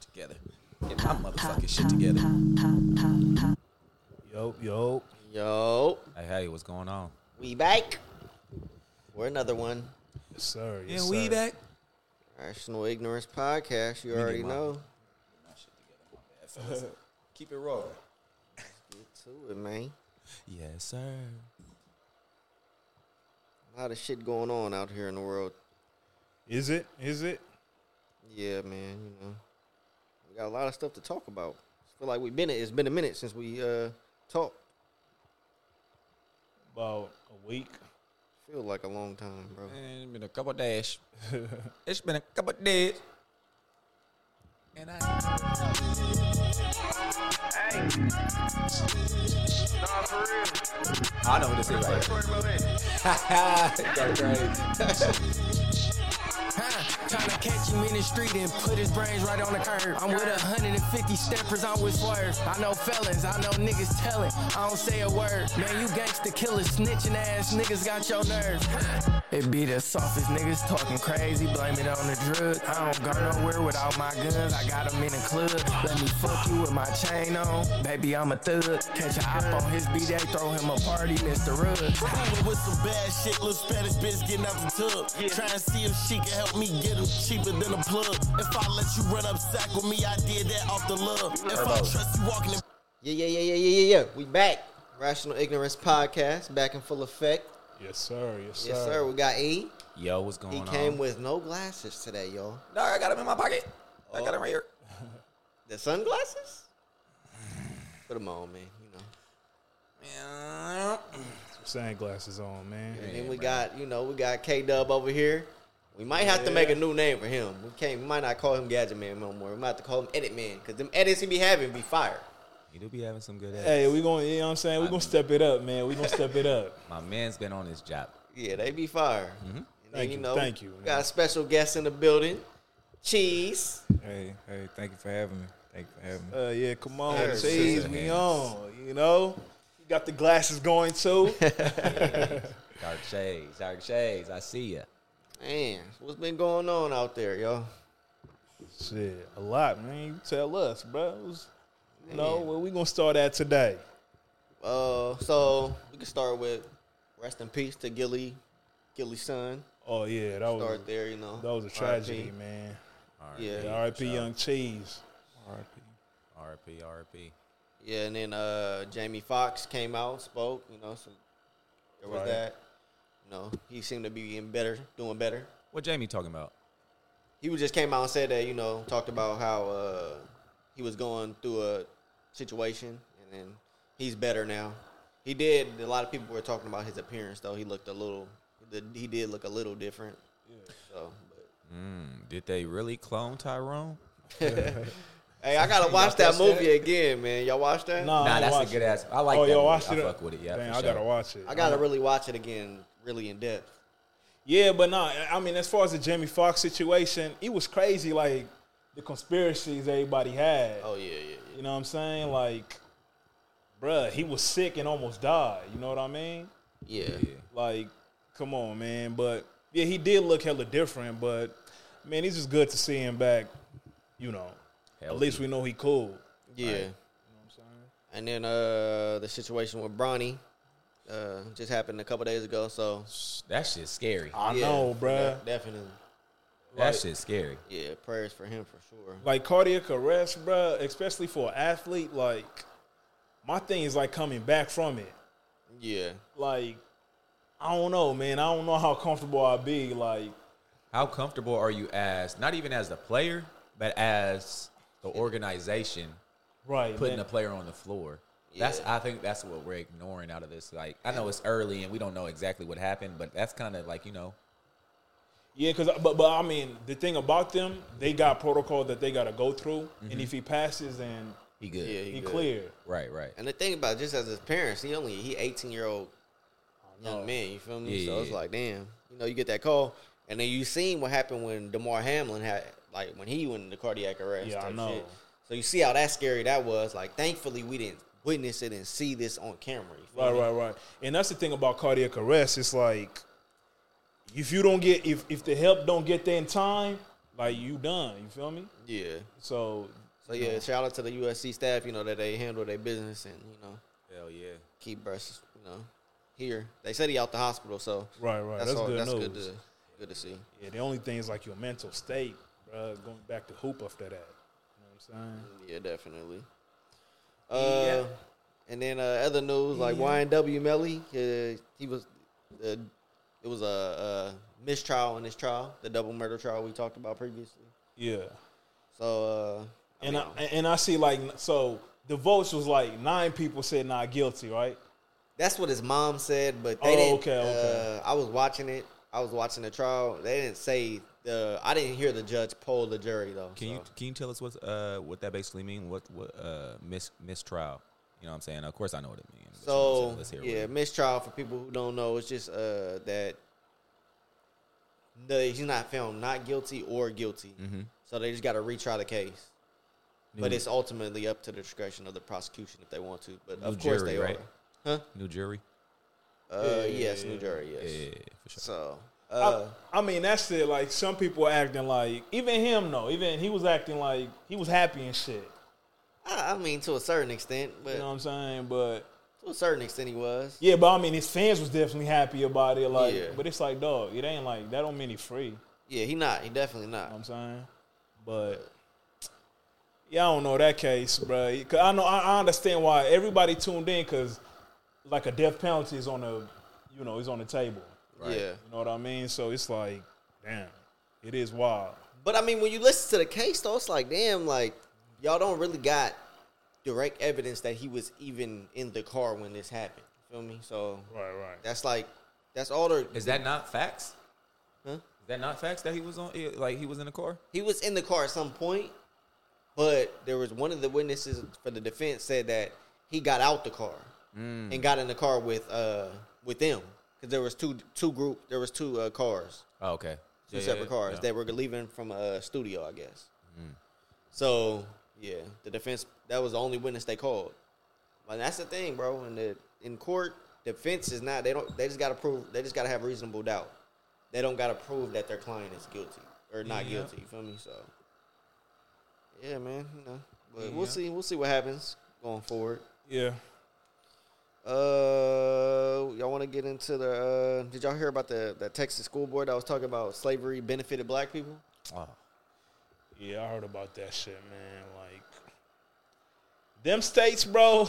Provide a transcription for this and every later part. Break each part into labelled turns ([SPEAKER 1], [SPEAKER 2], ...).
[SPEAKER 1] together. Get my motherfucking shit together.
[SPEAKER 2] Yo, yo.
[SPEAKER 3] Yo,
[SPEAKER 1] Hey, hey, what's going on?
[SPEAKER 3] we back. We're another one.
[SPEAKER 2] Yes, sir. Yes, sir.
[SPEAKER 3] Rational Ignorance Podcast. You already
[SPEAKER 1] mama.
[SPEAKER 3] know.
[SPEAKER 1] Keep it rolling.
[SPEAKER 3] Get to it, man.
[SPEAKER 1] Yes, sir.
[SPEAKER 3] A lot of shit going on out here in the world.
[SPEAKER 2] Is it? Is it?
[SPEAKER 3] Yeah, man. You know, we got a lot of stuff to talk about. I feel like we've been. It's been a minute since we uh talked.
[SPEAKER 2] About a week.
[SPEAKER 3] Feel like a long time, bro.
[SPEAKER 1] Man, it's been a couple days. it's been a couple days. And I
[SPEAKER 4] Hey. Nah, for real.
[SPEAKER 1] I know what this is right
[SPEAKER 4] Let's
[SPEAKER 1] here.
[SPEAKER 4] worry about that.
[SPEAKER 1] That's crazy.
[SPEAKER 5] Huh, Tryna catch him in the street and put his brains right on the curb. I'm with 150 steppers, I'm with swerves. I know felons, I know niggas telling. I don't say a word. Man, you gangster killers, snitching ass niggas got your nerve. Huh. It be the softest niggas talking crazy, blame it on the drug. I don't go nowhere without my guns, I got 'em in the club. Let me fuck you with my chain on, baby, I'm a thug. Catch a op on his B-Day, throw him a party, Mr. Ruggs.
[SPEAKER 6] Fooling with some bad shit, little Spanish bitch getting out the tub. Try and see if she can help me get him cheaper than a plug. If I let you run up sack with me, I did that off the love. If I trust you walking in
[SPEAKER 3] Yeah, yeah, yeah, yeah, yeah, yeah, yeah. We back. Rational Ignorance Podcast back in full effect.
[SPEAKER 2] Yes, sir. Yes, sir.
[SPEAKER 3] Yes, sir. We got E.
[SPEAKER 1] Yo, what's going
[SPEAKER 3] He
[SPEAKER 1] on?
[SPEAKER 3] came with no glasses today, y'all.
[SPEAKER 1] No, I got him in my pocket. I got him right here.
[SPEAKER 3] The sunglasses? Put them on, man. You know.
[SPEAKER 1] Yeah.
[SPEAKER 2] Sunglasses on, man.
[SPEAKER 3] And then we got, you know, we got K Dub over here. We might have to make a new name for him. We can't, we might not call him Gadget Man no more. We might have to call him Edit Man because them edits he be having be fire.
[SPEAKER 1] He do be having some good ass.
[SPEAKER 2] Hey, we going to, you know what I'm saying? We're going to step it up, man. We're going to step it up.
[SPEAKER 1] My man's been on his job.
[SPEAKER 3] Yeah, they be fire. And
[SPEAKER 2] Mm-hmm. Thank you, thank you,
[SPEAKER 3] we
[SPEAKER 2] man.
[SPEAKER 3] Got a special guest in the building, Cheese.
[SPEAKER 7] Hey, hey, thank you for having me. Thank you for having me.
[SPEAKER 2] Uh, yeah, come on.
[SPEAKER 3] Yes,
[SPEAKER 2] Jeez,
[SPEAKER 7] sir.
[SPEAKER 2] we on. You know? You got the glasses going, too.
[SPEAKER 1] Dark shades, dark shades. I see ya.
[SPEAKER 3] Man, what's been going on out there, yo?
[SPEAKER 2] Shit, a lot, man. You tell us, bro. You know, where we going to start at today?
[SPEAKER 3] Uh, so we can start with rest in peace to Gilly, Gilly's son.
[SPEAKER 2] Oh, yeah. That was,
[SPEAKER 3] Start there, you know.
[SPEAKER 2] that was a
[SPEAKER 3] RIP.
[SPEAKER 2] tragedy, man.
[SPEAKER 3] Yeah.
[SPEAKER 2] R.I.P. Young Cheese.
[SPEAKER 1] RP, RP.
[SPEAKER 3] Yeah, and then uh, Jamie Foxx came out, spoke. You know, so there was
[SPEAKER 2] Right.
[SPEAKER 3] that. You know, he seemed to be getting better, doing better.
[SPEAKER 1] What Jamie talking about?
[SPEAKER 3] He was- just came out and said that you know talked about how uh, he was going through a situation, and then he's better now. He did. A lot of people were talking about his appearance, though. He looked a little. He did look a little different. So, but.
[SPEAKER 1] Mm, did they really clone Tyrone?
[SPEAKER 3] hey, I gotta watch that movie again, man. Y'all watch that?
[SPEAKER 2] Nah, I
[SPEAKER 1] Nah,
[SPEAKER 2] ain't
[SPEAKER 1] that's a
[SPEAKER 2] watched
[SPEAKER 1] good
[SPEAKER 2] it.
[SPEAKER 1] ass- I like
[SPEAKER 2] oh,
[SPEAKER 1] that
[SPEAKER 2] yo,
[SPEAKER 1] movie.
[SPEAKER 2] watch
[SPEAKER 1] I
[SPEAKER 2] it.
[SPEAKER 1] fuck with it, yeah,
[SPEAKER 2] Dang,
[SPEAKER 1] for
[SPEAKER 2] I gotta
[SPEAKER 1] sure.
[SPEAKER 2] watch it.
[SPEAKER 3] I gotta really watch it again, really in depth.
[SPEAKER 2] Yeah, but no, I mean, as far as the Jamie Foxx situation, it was crazy. Like the conspiracies everybody had.
[SPEAKER 3] Oh yeah, yeah.
[SPEAKER 2] You know what I'm saying? Like, bruh, he was sick and almost died. You know what I mean?
[SPEAKER 3] Yeah.
[SPEAKER 2] Like, come on, man. But yeah, he did look hella different. But man, it's just good to see him back. You know, at
[SPEAKER 1] Healthy.
[SPEAKER 2] least we know he cool.
[SPEAKER 3] Yeah. And then uh the situation with Bronny uh just happened a couple days ago, so
[SPEAKER 1] That shit's scary.
[SPEAKER 2] I
[SPEAKER 3] yeah,
[SPEAKER 2] know, bruh.
[SPEAKER 3] de- definitely.
[SPEAKER 1] That shit's scary.
[SPEAKER 3] Yeah, prayers for him for sure.
[SPEAKER 2] like cardiac arrest, bruh, especially for an athlete. Like, my thing is like coming back from it.
[SPEAKER 3] Yeah.
[SPEAKER 2] like I don't know, man. I don't know how comfortable I'd be. Like,
[SPEAKER 1] How comfortable are you as not even as the player, but as the organization
[SPEAKER 2] right,
[SPEAKER 1] putting
[SPEAKER 2] man.
[SPEAKER 1] a player on the floor? That's I think that's what we're ignoring out of this. Like I know it's early and we don't know exactly what happened, but that's kind of like you know
[SPEAKER 2] yeah, because but but I mean, the thing about them, they got protocol that they got to go through, and if he passes, then
[SPEAKER 1] he good.
[SPEAKER 3] Yeah, he,
[SPEAKER 2] he
[SPEAKER 3] good.
[SPEAKER 2] clear.
[SPEAKER 1] Right, right.
[SPEAKER 3] And the thing about just as his parents, he only he eighteen year old young man, you feel me?
[SPEAKER 1] Yeah,
[SPEAKER 3] so
[SPEAKER 1] yeah,
[SPEAKER 3] it's
[SPEAKER 1] yeah.
[SPEAKER 3] like, damn, you know, you get that call and then you seen what happened when DeMar Hamlin had like when he went into cardiac arrest.
[SPEAKER 2] Yeah, I
[SPEAKER 3] type
[SPEAKER 2] know.
[SPEAKER 3] shit. So you see how that scary that was. Like thankfully we didn't witness it and see this on camera. You feel
[SPEAKER 2] Right,
[SPEAKER 3] me?
[SPEAKER 2] right, right. And that's the thing about cardiac arrest. It's like if you don't get if if the help don't get there in time, like you done. You feel me?
[SPEAKER 3] Yeah.
[SPEAKER 2] So
[SPEAKER 3] So yeah, shout out to the USC staff. You know that they handle their business and you know
[SPEAKER 1] Hell yeah.
[SPEAKER 3] keep us you know here. They said he out the hospital, so
[SPEAKER 2] Right, right.
[SPEAKER 3] That's,
[SPEAKER 2] That's
[SPEAKER 3] all,
[SPEAKER 2] good
[SPEAKER 3] that's
[SPEAKER 2] news.
[SPEAKER 3] good to good to see.
[SPEAKER 2] Yeah, the only thing is like your mental state, bro. Going back to hoop after that. You know what I'm saying?
[SPEAKER 3] Yeah, definitely. Uh, And then uh, other news like YNW Melly, uh, he was, uh, it was a, a mistrial in his trial, the double murder trial we talked about previously.
[SPEAKER 2] Yeah.
[SPEAKER 3] So, uh,
[SPEAKER 2] And I, and I see like so the votes was like nine people said not guilty, right?
[SPEAKER 3] that's what his mom said, but they
[SPEAKER 2] Oh,
[SPEAKER 3] didn't.
[SPEAKER 2] okay, okay.
[SPEAKER 3] Uh, I was watching it. I was watching the trial. They didn't say the. I didn't hear the judge poll the jury though.
[SPEAKER 1] Can you
[SPEAKER 3] so.
[SPEAKER 1] can you tell us what uh what that basically mean? What what uh mis mistrial? You know what I'm saying? Of course I know what it means. but you know what I'm
[SPEAKER 3] So
[SPEAKER 1] saying? let's hear
[SPEAKER 3] yeah,
[SPEAKER 1] what
[SPEAKER 3] mistrial for people who don't know. It's just uh, that the, he's not found not guilty or guilty.
[SPEAKER 1] Mm-hmm.
[SPEAKER 3] So they just got to retry the case. But it's ultimately up to the discretion of the prosecution if they want to. But of
[SPEAKER 1] New
[SPEAKER 3] course
[SPEAKER 1] jury,
[SPEAKER 3] they
[SPEAKER 1] right?
[SPEAKER 3] are. Huh?
[SPEAKER 1] new jury.
[SPEAKER 3] Uh, yes, New Jersey. Yes.
[SPEAKER 1] Yeah, for sure.
[SPEAKER 3] So uh,
[SPEAKER 2] I, I mean that's it. Like some people are acting like even him though, even he was acting like he was happy and shit.
[SPEAKER 3] I, I mean, to a certain extent, but
[SPEAKER 2] You know what I'm saying? But
[SPEAKER 3] to a certain extent, he was.
[SPEAKER 2] yeah, but I mean his fans was definitely happy about it. Like,
[SPEAKER 3] Yeah.
[SPEAKER 2] but it's like dog, it ain't like that don't mean he free. You know
[SPEAKER 3] Yeah, he not. He definitely not.
[SPEAKER 2] what I'm saying? But yeah, I don't know that case, bro. Cause I know I, I understand why everybody tuned in because like a death penalty is on the you know is on the table.
[SPEAKER 3] Yeah.
[SPEAKER 2] You know what I mean? So it's like, damn, it is wild.
[SPEAKER 3] But I mean, when you listen to the case, though, it's like, damn, like y'all don't really got direct evidence that he was even in the car when this happened. Feel me? So
[SPEAKER 2] Right, right.
[SPEAKER 3] that's like, that's all there.
[SPEAKER 1] Is that not facts?
[SPEAKER 3] Huh?
[SPEAKER 1] Is that not facts that he was on eh, like he was in the car?
[SPEAKER 3] He was in the car at some point, but there was one of the witnesses for the defense said that he got out the car
[SPEAKER 1] Mm.
[SPEAKER 3] and got in the car with uh with them because there was two two group there was two uh, cars.
[SPEAKER 1] Oh, okay.
[SPEAKER 3] two separate cars that were leaving from a studio, I guess. So yeah, the defense that was the only witness they called. But that's the thing, bro. In the in court, defense is not. They don't. They just got to prove. They just got to have reasonable doubt. They don't got to prove that their client is guilty or not
[SPEAKER 1] Yeah.
[SPEAKER 3] guilty. You feel me? So yeah, man. You know, but we'll see. We'll see what happens going forward.
[SPEAKER 2] Yeah.
[SPEAKER 3] Uh, y'all want to get into the? Uh, did y'all hear about the that Texas school board that was talking about slavery benefited black people?
[SPEAKER 1] Oh,
[SPEAKER 2] Yeah, I heard about that shit, man. Like them states, bro.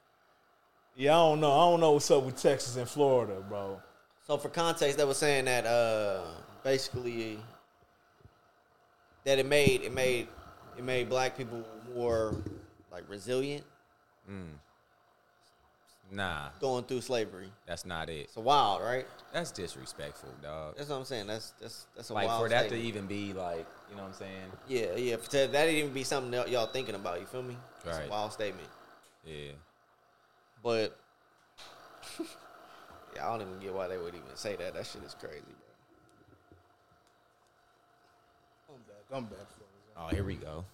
[SPEAKER 2] yeah, I don't know. I don't know what's up with Texas and Florida, bro.
[SPEAKER 3] So for context, they were saying that uh, basically that it made it made it made black people more like resilient
[SPEAKER 1] nah,
[SPEAKER 3] going through slavery.
[SPEAKER 1] that's not it.
[SPEAKER 3] It's wild, right?
[SPEAKER 1] That's disrespectful, dog.
[SPEAKER 3] That's what I'm saying. That's that's that's a
[SPEAKER 1] Like
[SPEAKER 3] wild.
[SPEAKER 1] for that to
[SPEAKER 3] statement.
[SPEAKER 1] even be like, you know what I'm saying?
[SPEAKER 3] yeah, yeah. For that, that even be something that y'all thinking about. You feel me? It's a
[SPEAKER 1] Right.
[SPEAKER 3] wild statement.
[SPEAKER 1] Yeah.
[SPEAKER 3] But yeah, I don't even get why they would even say that. That shit is crazy, bro.
[SPEAKER 1] Oh, here we go.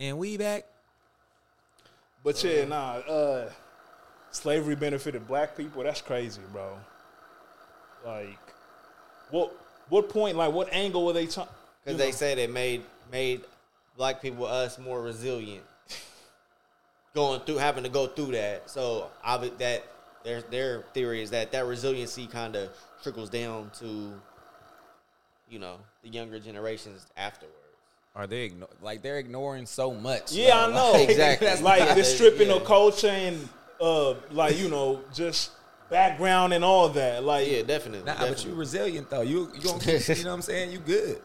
[SPEAKER 1] And we back.
[SPEAKER 2] But yeah, nah. Uh, slavery benefited black people. That's crazy, bro. Like, what what point? Like, what angle were they talking?
[SPEAKER 3] Because they said it made made black people us more resilient, going through having to go through that. So I would- that their their theory is that that resiliency kind of trickles down to you know the younger generations afterwards.
[SPEAKER 1] Are they igno- like they're ignoring so much?
[SPEAKER 2] Yeah, I
[SPEAKER 1] dog.
[SPEAKER 2] know.
[SPEAKER 1] Like,
[SPEAKER 3] Exactly.
[SPEAKER 1] that's-
[SPEAKER 2] like the
[SPEAKER 3] Yeah.
[SPEAKER 2] stripping of culture and uh, like you know just background and all that. Like
[SPEAKER 3] Yeah,
[SPEAKER 2] yeah,
[SPEAKER 3] definitely.
[SPEAKER 1] Nah, but you
[SPEAKER 3] definitely.
[SPEAKER 1] resilient though. You you gonna keep, you know what I'm saying? You good.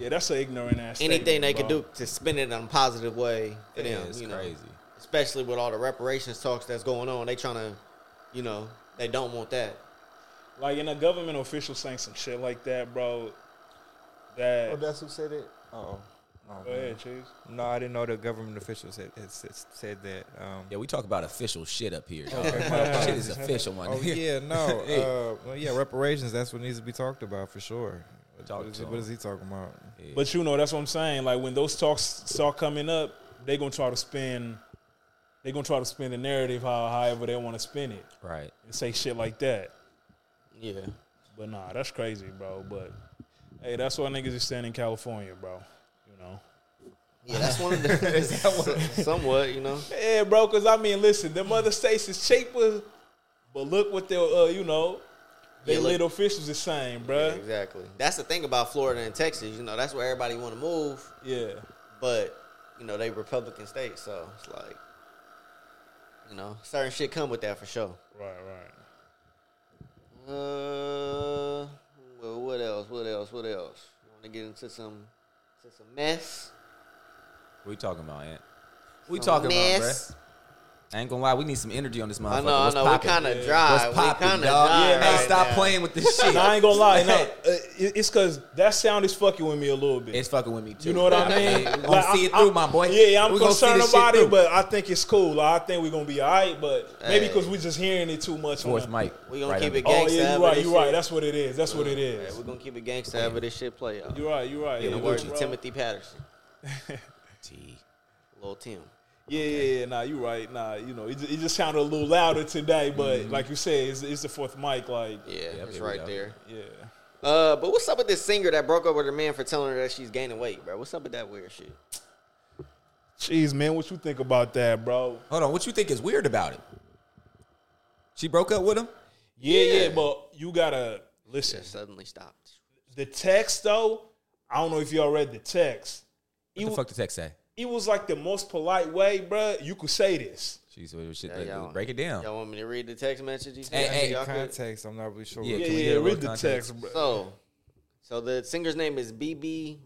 [SPEAKER 2] that's an ignorant ass.
[SPEAKER 3] anything
[SPEAKER 2] statement,
[SPEAKER 3] they could
[SPEAKER 2] bro.
[SPEAKER 3] do to spin it in a positive way for
[SPEAKER 1] Yeah,
[SPEAKER 3] them.
[SPEAKER 1] it's
[SPEAKER 3] you know.
[SPEAKER 1] crazy.
[SPEAKER 3] Especially with all the reparations talks that's going on, they trying to, you know, they don't want that.
[SPEAKER 2] Like in a government official saying some shit like that, bro. That
[SPEAKER 8] Oh, that's who said it. Oh, oh
[SPEAKER 2] go ahead, Chase.
[SPEAKER 8] no, I didn't know the government officials had, had said, said that. Um,
[SPEAKER 1] Yeah, we talk about official shit up
[SPEAKER 2] Oh,
[SPEAKER 1] here. dog. shit is official, one.
[SPEAKER 8] Oh yeah, no,
[SPEAKER 1] Hey.
[SPEAKER 8] uh, well, yeah, reparations. That's what needs to be talked about for sure.
[SPEAKER 1] Talk
[SPEAKER 8] what, is,
[SPEAKER 1] to
[SPEAKER 8] what
[SPEAKER 1] 'em.
[SPEAKER 8] is he talking about?
[SPEAKER 2] But you know, that's what I'm saying. Like when those talks start coming up, they gonna try to spin. They gonna try to spin the narrative how however they want to spin it
[SPEAKER 1] Right.
[SPEAKER 2] and say shit like that.
[SPEAKER 3] Yeah.
[SPEAKER 2] But nah, that's crazy, bro. But hey, that's why niggas is staying in California, bro. You know,
[SPEAKER 3] Yeah, that's one of the somewhat, you know.
[SPEAKER 2] Yeah, bro. Because I mean, listen, them other states is cheaper, but look what their uh, you know, their
[SPEAKER 3] Yeah, look.
[SPEAKER 2] little officials is saying,
[SPEAKER 3] Yeah,
[SPEAKER 2] bro.
[SPEAKER 3] exactly. That's the thing about Florida and Texas. You know, that's where everybody want to move,
[SPEAKER 2] Yeah,
[SPEAKER 3] but you know they Republican states, so it's like, you know, certain shit come with that for sure.
[SPEAKER 2] right, right.
[SPEAKER 3] Uh, well, what else? What else? What else? You want to get into some, into some mess?
[SPEAKER 1] We talking about Ant. We
[SPEAKER 3] Some
[SPEAKER 1] talking
[SPEAKER 3] mess?
[SPEAKER 1] about, bruh. I ain't gonna lie, we need some energy on this motherfucker.
[SPEAKER 3] I know, I
[SPEAKER 1] What's
[SPEAKER 3] know.
[SPEAKER 1] Poppin'?
[SPEAKER 3] We're kind
[SPEAKER 2] Yeah.
[SPEAKER 3] of dry.
[SPEAKER 1] What's poppin',
[SPEAKER 3] We're kind of
[SPEAKER 1] dog?
[SPEAKER 3] dry.
[SPEAKER 2] Yeah, man,
[SPEAKER 3] right
[SPEAKER 1] Hey, stop
[SPEAKER 3] now.
[SPEAKER 1] playing with this shit.
[SPEAKER 2] Nah, I ain't gonna lie. No, uh, it, it's because that sound is fucking with me a little bit.
[SPEAKER 1] It's fucking with me too.
[SPEAKER 2] You know what I mean?
[SPEAKER 1] We're gonna
[SPEAKER 2] Like,
[SPEAKER 1] see it
[SPEAKER 2] I'm-
[SPEAKER 1] through,
[SPEAKER 2] I'm-
[SPEAKER 1] my boy.
[SPEAKER 2] Yeah, I'm
[SPEAKER 1] We're gonna see
[SPEAKER 2] concerned
[SPEAKER 1] this shit
[SPEAKER 2] about it,
[SPEAKER 1] through.
[SPEAKER 2] but I think it's cool. I think we're gonna be all right, but maybe
[SPEAKER 3] Hey.
[SPEAKER 2] because we're just hearing it too much. on
[SPEAKER 1] fourth
[SPEAKER 2] the-
[SPEAKER 1] mic.
[SPEAKER 3] We gonna keep
[SPEAKER 1] under-
[SPEAKER 3] it
[SPEAKER 2] Oh
[SPEAKER 3] Gangsta
[SPEAKER 2] yeah, you're
[SPEAKER 3] have
[SPEAKER 2] right.
[SPEAKER 3] this
[SPEAKER 2] You're right.
[SPEAKER 3] shit.
[SPEAKER 2] That's what it is. That's what it
[SPEAKER 3] Yeah,
[SPEAKER 2] is.
[SPEAKER 3] we're gonna keep it gangsta, however this shit play out.
[SPEAKER 2] You're right. You're right.
[SPEAKER 1] Yeah,
[SPEAKER 2] You
[SPEAKER 1] we're
[SPEAKER 2] good,
[SPEAKER 1] Gucci.
[SPEAKER 2] bro.
[SPEAKER 3] Timothy Patterson,
[SPEAKER 1] Gee.
[SPEAKER 3] little Tim.
[SPEAKER 2] Yeah, yeah, yeah. Nah, you're right. Nah, you know, it, ju- it just sounded a little louder today, but
[SPEAKER 1] Mm-hmm.
[SPEAKER 2] like you said, it's, it's the fourth mic. Like,
[SPEAKER 3] Yeah, it's
[SPEAKER 1] there we
[SPEAKER 3] right
[SPEAKER 1] go.
[SPEAKER 3] there.
[SPEAKER 2] yeah.
[SPEAKER 3] Uh, but what's up with this singer that broke up with her man for telling her that she's gaining weight, bro? What's up with that weird shit?
[SPEAKER 2] Jeez, man, what you think about that, bro?
[SPEAKER 1] Hold on, what you think is weird about it? She broke up with him.
[SPEAKER 2] Yeah, yeah,
[SPEAKER 3] Yeah.
[SPEAKER 2] but you gotta listen.
[SPEAKER 3] Just suddenly stopped.
[SPEAKER 2] The text though, I don't know if y'all read the text. It,
[SPEAKER 1] What the
[SPEAKER 2] wa-
[SPEAKER 1] fuck the text say?
[SPEAKER 2] it was like the most polite way, bro. You could say this.
[SPEAKER 1] She's shit.
[SPEAKER 3] Yeah,
[SPEAKER 1] like,
[SPEAKER 3] y'all-
[SPEAKER 1] break it down.
[SPEAKER 3] Y'all want me to read the text message? You
[SPEAKER 1] Hey,
[SPEAKER 3] sent?
[SPEAKER 1] hey,
[SPEAKER 3] Y'all could?
[SPEAKER 8] Context, I'm not really sure.
[SPEAKER 1] Yeah.
[SPEAKER 8] Yeah.
[SPEAKER 2] Yeah,
[SPEAKER 1] can we
[SPEAKER 2] yeah,
[SPEAKER 1] hear
[SPEAKER 2] read
[SPEAKER 1] what
[SPEAKER 2] the
[SPEAKER 1] context?
[SPEAKER 2] text, bro.
[SPEAKER 3] So, so the singer's name is BB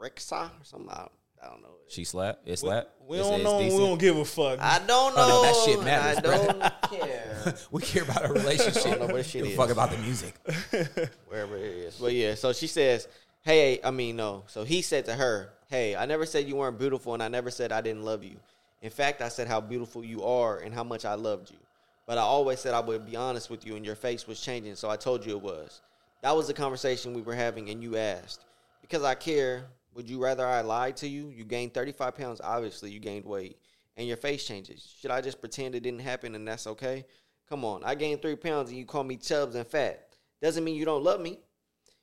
[SPEAKER 3] Rexa or something. I I don't know.
[SPEAKER 1] She slapped. It
[SPEAKER 2] we
[SPEAKER 1] slapped.
[SPEAKER 2] we
[SPEAKER 1] It's-
[SPEAKER 2] don't
[SPEAKER 1] it's
[SPEAKER 2] know. We
[SPEAKER 1] decent.
[SPEAKER 2] don't give a fuck.
[SPEAKER 3] I don't know.
[SPEAKER 1] Oh, no, that shit matters,
[SPEAKER 3] I
[SPEAKER 1] bro.
[SPEAKER 3] don't care.
[SPEAKER 1] We care about our
[SPEAKER 3] I
[SPEAKER 1] relationship.
[SPEAKER 3] don't know what shit
[SPEAKER 1] Give a
[SPEAKER 3] is.
[SPEAKER 1] fuck about the music.
[SPEAKER 3] wherever it is. But yeah, so she says, "Hey, I mean no." So he said to her, "Hey, I never said you weren't beautiful, and I never said I didn't love you. In fact, I said how beautiful you are and how much I loved you. But I always said I would be honest with you, and your face was changing, so I told you it was. That was the conversation we were having, and you asked because I care. Would you rather I lied to you? You gained 35 pounds. Obviously, you gained weight, and your face changes. Should I just pretend it didn't happen, and that's okay?" Come on, I gained three pounds and you call me chubs and fat. Doesn't mean you don't love me.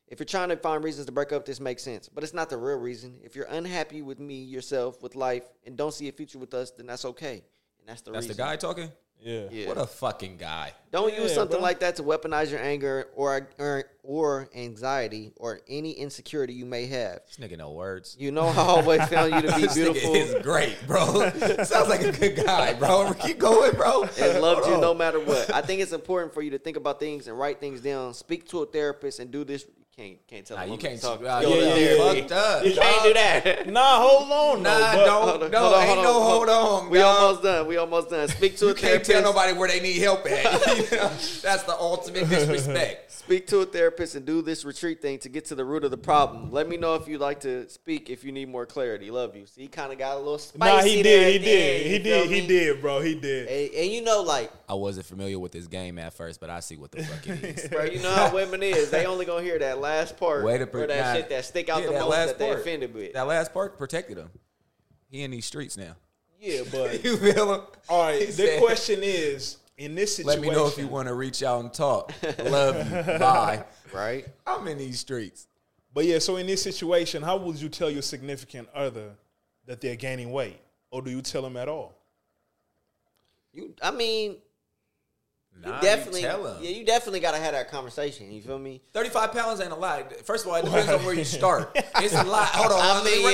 [SPEAKER 3] If you're trying to find reasons to break up, this makes sense. But it's not the real reason. If you're unhappy with me, yourself, with life, and don't see a future with us, then that's okay. And that's the
[SPEAKER 1] That's the
[SPEAKER 3] reason.
[SPEAKER 1] guy talking.
[SPEAKER 2] yeah.
[SPEAKER 3] Yeah.
[SPEAKER 1] What a fucking guy.
[SPEAKER 3] don't use
[SPEAKER 2] Yeah,
[SPEAKER 3] something
[SPEAKER 2] bro.
[SPEAKER 3] like that to weaponize your anger or, or or anxiety or any insecurity you may have.
[SPEAKER 1] This nigga no words.
[SPEAKER 3] You know I always found you to be
[SPEAKER 1] This nigga
[SPEAKER 3] beautiful
[SPEAKER 1] is great, bro. Sounds like a good guy, bro. Keep going, bro.
[SPEAKER 3] and loved
[SPEAKER 1] Hold
[SPEAKER 3] you
[SPEAKER 1] on.
[SPEAKER 3] no matter what. I think it's important for you to think about things and write things down. Speak to a therapist and do this. You can't can't tell.
[SPEAKER 1] Nah,
[SPEAKER 3] a
[SPEAKER 1] you
[SPEAKER 3] woman
[SPEAKER 1] can't
[SPEAKER 3] to talk.
[SPEAKER 1] talk. Nah,
[SPEAKER 3] Go
[SPEAKER 1] you
[SPEAKER 3] to
[SPEAKER 2] yeah,
[SPEAKER 1] yeah,
[SPEAKER 2] yeah,
[SPEAKER 3] therapy.
[SPEAKER 1] fucked up.
[SPEAKER 2] You
[SPEAKER 3] Can't do that.
[SPEAKER 2] Nah, hold on. though,
[SPEAKER 1] Nah,
[SPEAKER 2] but-
[SPEAKER 1] don't.
[SPEAKER 3] on,
[SPEAKER 1] no,
[SPEAKER 3] hold on,
[SPEAKER 1] ain't
[SPEAKER 3] hold
[SPEAKER 1] no
[SPEAKER 3] on,
[SPEAKER 1] hold on.
[SPEAKER 3] We
[SPEAKER 1] dog.
[SPEAKER 3] almost done. We almost done. Speak to a
[SPEAKER 1] You can't
[SPEAKER 3] therapist.
[SPEAKER 1] tell nobody where they need help at. You know? That's the ultimate disrespect.
[SPEAKER 3] Speak to a therapist and do this retreat thing to get to the root of the problem. Let me know if you'd like to speak if you need more clarity. Love you. So he kind of got a little spicy.
[SPEAKER 2] Nah, he
[SPEAKER 3] there
[SPEAKER 2] did. He
[SPEAKER 3] at the
[SPEAKER 2] did.
[SPEAKER 3] end,
[SPEAKER 2] He
[SPEAKER 3] you feel
[SPEAKER 2] did. He
[SPEAKER 3] me?
[SPEAKER 2] did, bro. He did.
[SPEAKER 3] And, and you know, like,
[SPEAKER 1] I wasn't familiar with this game at first, but I see what the fuck it is.
[SPEAKER 3] bro, you know how women is. They only gonna hear that last part
[SPEAKER 1] Way to
[SPEAKER 3] or
[SPEAKER 1] pre-
[SPEAKER 3] that
[SPEAKER 1] nah,
[SPEAKER 3] shit that stick out
[SPEAKER 1] yeah,
[SPEAKER 3] the
[SPEAKER 1] that
[SPEAKER 3] most
[SPEAKER 1] last
[SPEAKER 3] that they
[SPEAKER 1] part.
[SPEAKER 3] offended with.
[SPEAKER 1] That last part protected him. He in these streets now.
[SPEAKER 2] Yeah, but
[SPEAKER 1] You feel him?
[SPEAKER 2] all right.
[SPEAKER 1] He
[SPEAKER 2] The
[SPEAKER 1] said,
[SPEAKER 2] question is, in this
[SPEAKER 1] Let
[SPEAKER 2] situation,
[SPEAKER 1] me know if you want to reach out and talk. Love you. Bye.
[SPEAKER 3] right?
[SPEAKER 1] I'm in these streets.
[SPEAKER 2] But yeah, so in this situation, how would you tell your significant other that they're gaining weight, or do you tell them at all?
[SPEAKER 3] You, I mean, you
[SPEAKER 1] Nah, you
[SPEAKER 3] definitely,
[SPEAKER 1] tell him.
[SPEAKER 3] yeah, you definitely gotta have that conversation. You feel me?
[SPEAKER 1] 35 pounds ain't a lot. First of all, it depends on where you start. It's a lot. Hold on.
[SPEAKER 3] I
[SPEAKER 1] let me
[SPEAKER 3] mean,
[SPEAKER 1] run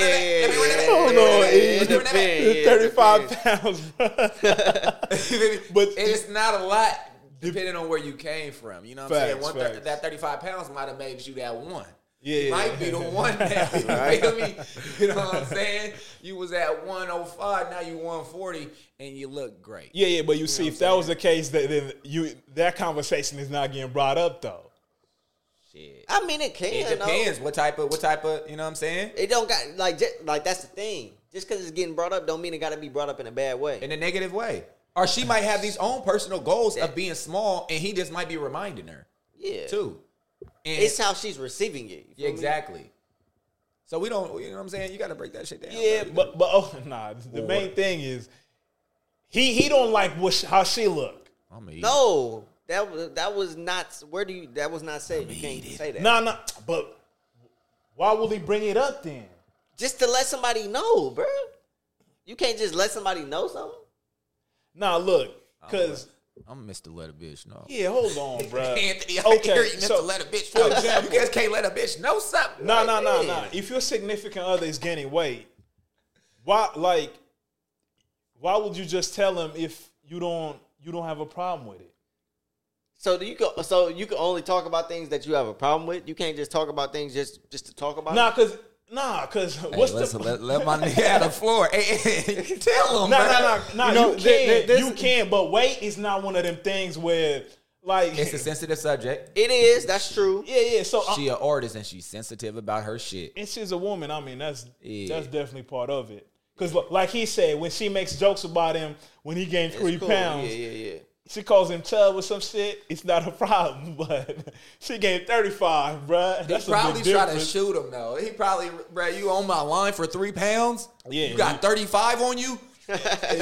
[SPEAKER 1] it
[SPEAKER 3] yeah,
[SPEAKER 1] back. Let me run it
[SPEAKER 3] yeah,
[SPEAKER 1] back. Let me run it
[SPEAKER 2] yeah,
[SPEAKER 3] yeah,
[SPEAKER 1] back.
[SPEAKER 2] yeah,
[SPEAKER 1] Let me run it back.
[SPEAKER 2] Thirty-five
[SPEAKER 3] yeah, it depends.
[SPEAKER 2] pounds, bro.
[SPEAKER 1] but it's not a lot depending on where you came from. You know what I'm saying?
[SPEAKER 2] Facts,
[SPEAKER 1] One thir-
[SPEAKER 2] facts.
[SPEAKER 1] that 35 pounds might have made you that one.
[SPEAKER 2] Yeah,
[SPEAKER 1] you
[SPEAKER 2] yeah.
[SPEAKER 1] might be the one now. You
[SPEAKER 3] Right.
[SPEAKER 1] feel me? You know what I'm saying? You was at 105, now you 140, and you look great.
[SPEAKER 2] Yeah, yeah. But you see, if that was the case, that then you that conversation is not getting brought up though.
[SPEAKER 1] Shit.
[SPEAKER 3] I mean, it can.
[SPEAKER 1] It
[SPEAKER 3] though.
[SPEAKER 1] depends what type of what type of you know what I'm saying.
[SPEAKER 3] It don't got like just, like that's the thing. Just because it's getting brought up, don't mean it got to be brought up in a bad way.
[SPEAKER 1] in a negative way. Or she might have these own personal goals of being small, and he just might be reminding her
[SPEAKER 3] yeah,
[SPEAKER 1] too. And
[SPEAKER 3] It's how she's receiving it.
[SPEAKER 1] Yeah, exactly. So we don't, you know what I'm saying? You got to break that shit down.
[SPEAKER 2] Yeah,
[SPEAKER 1] bro.
[SPEAKER 2] but but oh nah. The
[SPEAKER 1] Well,
[SPEAKER 2] main
[SPEAKER 1] what-
[SPEAKER 2] thing is he he don't like what sh- how she look.
[SPEAKER 1] I'm eat.
[SPEAKER 3] No, that was that was not. Where do you? That was not said. You can't say that.
[SPEAKER 2] Nah, nah. But why will he bring it up then?
[SPEAKER 3] just to let somebody know, bro. You can't just let somebody know something.
[SPEAKER 2] Nah, look, because
[SPEAKER 1] I'm Mr. Let a bitch know.
[SPEAKER 2] yeah, hold on, bro.
[SPEAKER 1] Anthony, I hear you, Mr. let a bitch know.
[SPEAKER 2] example-
[SPEAKER 1] you guys can't let a bitch know something.
[SPEAKER 2] No, no,
[SPEAKER 1] Like,
[SPEAKER 2] no,
[SPEAKER 1] man.
[SPEAKER 2] no. If your significant other is gaining weight, why like why would you just tell them if you don't you don't have a problem with it?
[SPEAKER 3] So do you go? So you can only talk about things that you have a problem with. You can't just talk about things just just to talk about.
[SPEAKER 2] Nah, cause nah, cause
[SPEAKER 1] Hey,
[SPEAKER 2] what's
[SPEAKER 1] let's-
[SPEAKER 2] the
[SPEAKER 1] let, let my nigga out the floor. Hey, hey, hey, tell him.
[SPEAKER 2] Nah,
[SPEAKER 1] bro.
[SPEAKER 2] nah, nah, nah. You,
[SPEAKER 8] You know,
[SPEAKER 2] can,
[SPEAKER 8] there- there- there's-
[SPEAKER 2] you can, but weight is not one of them things where like
[SPEAKER 1] It's a sensitive subject.
[SPEAKER 3] It is. That's true.
[SPEAKER 2] yeah, yeah. So I-
[SPEAKER 1] She an artist and she's sensitive about her shit.
[SPEAKER 2] and she's a woman. I mean, that's
[SPEAKER 1] Yeah.
[SPEAKER 2] that's definitely part of it. Cause look, like he said, when she makes jokes about him when he gained three
[SPEAKER 9] Cool.
[SPEAKER 2] pounds,
[SPEAKER 9] Yeah, yeah, yeah.
[SPEAKER 2] she calls him chub or some shit, it's not a problem. But she gained 35, bruh. That's
[SPEAKER 1] he
[SPEAKER 2] a
[SPEAKER 1] probably
[SPEAKER 2] big
[SPEAKER 1] try to
[SPEAKER 2] difference.
[SPEAKER 1] shoot him though. He probably, bro, you on my line for three pounds?
[SPEAKER 2] Yeah.
[SPEAKER 1] You got 35 on you?
[SPEAKER 2] And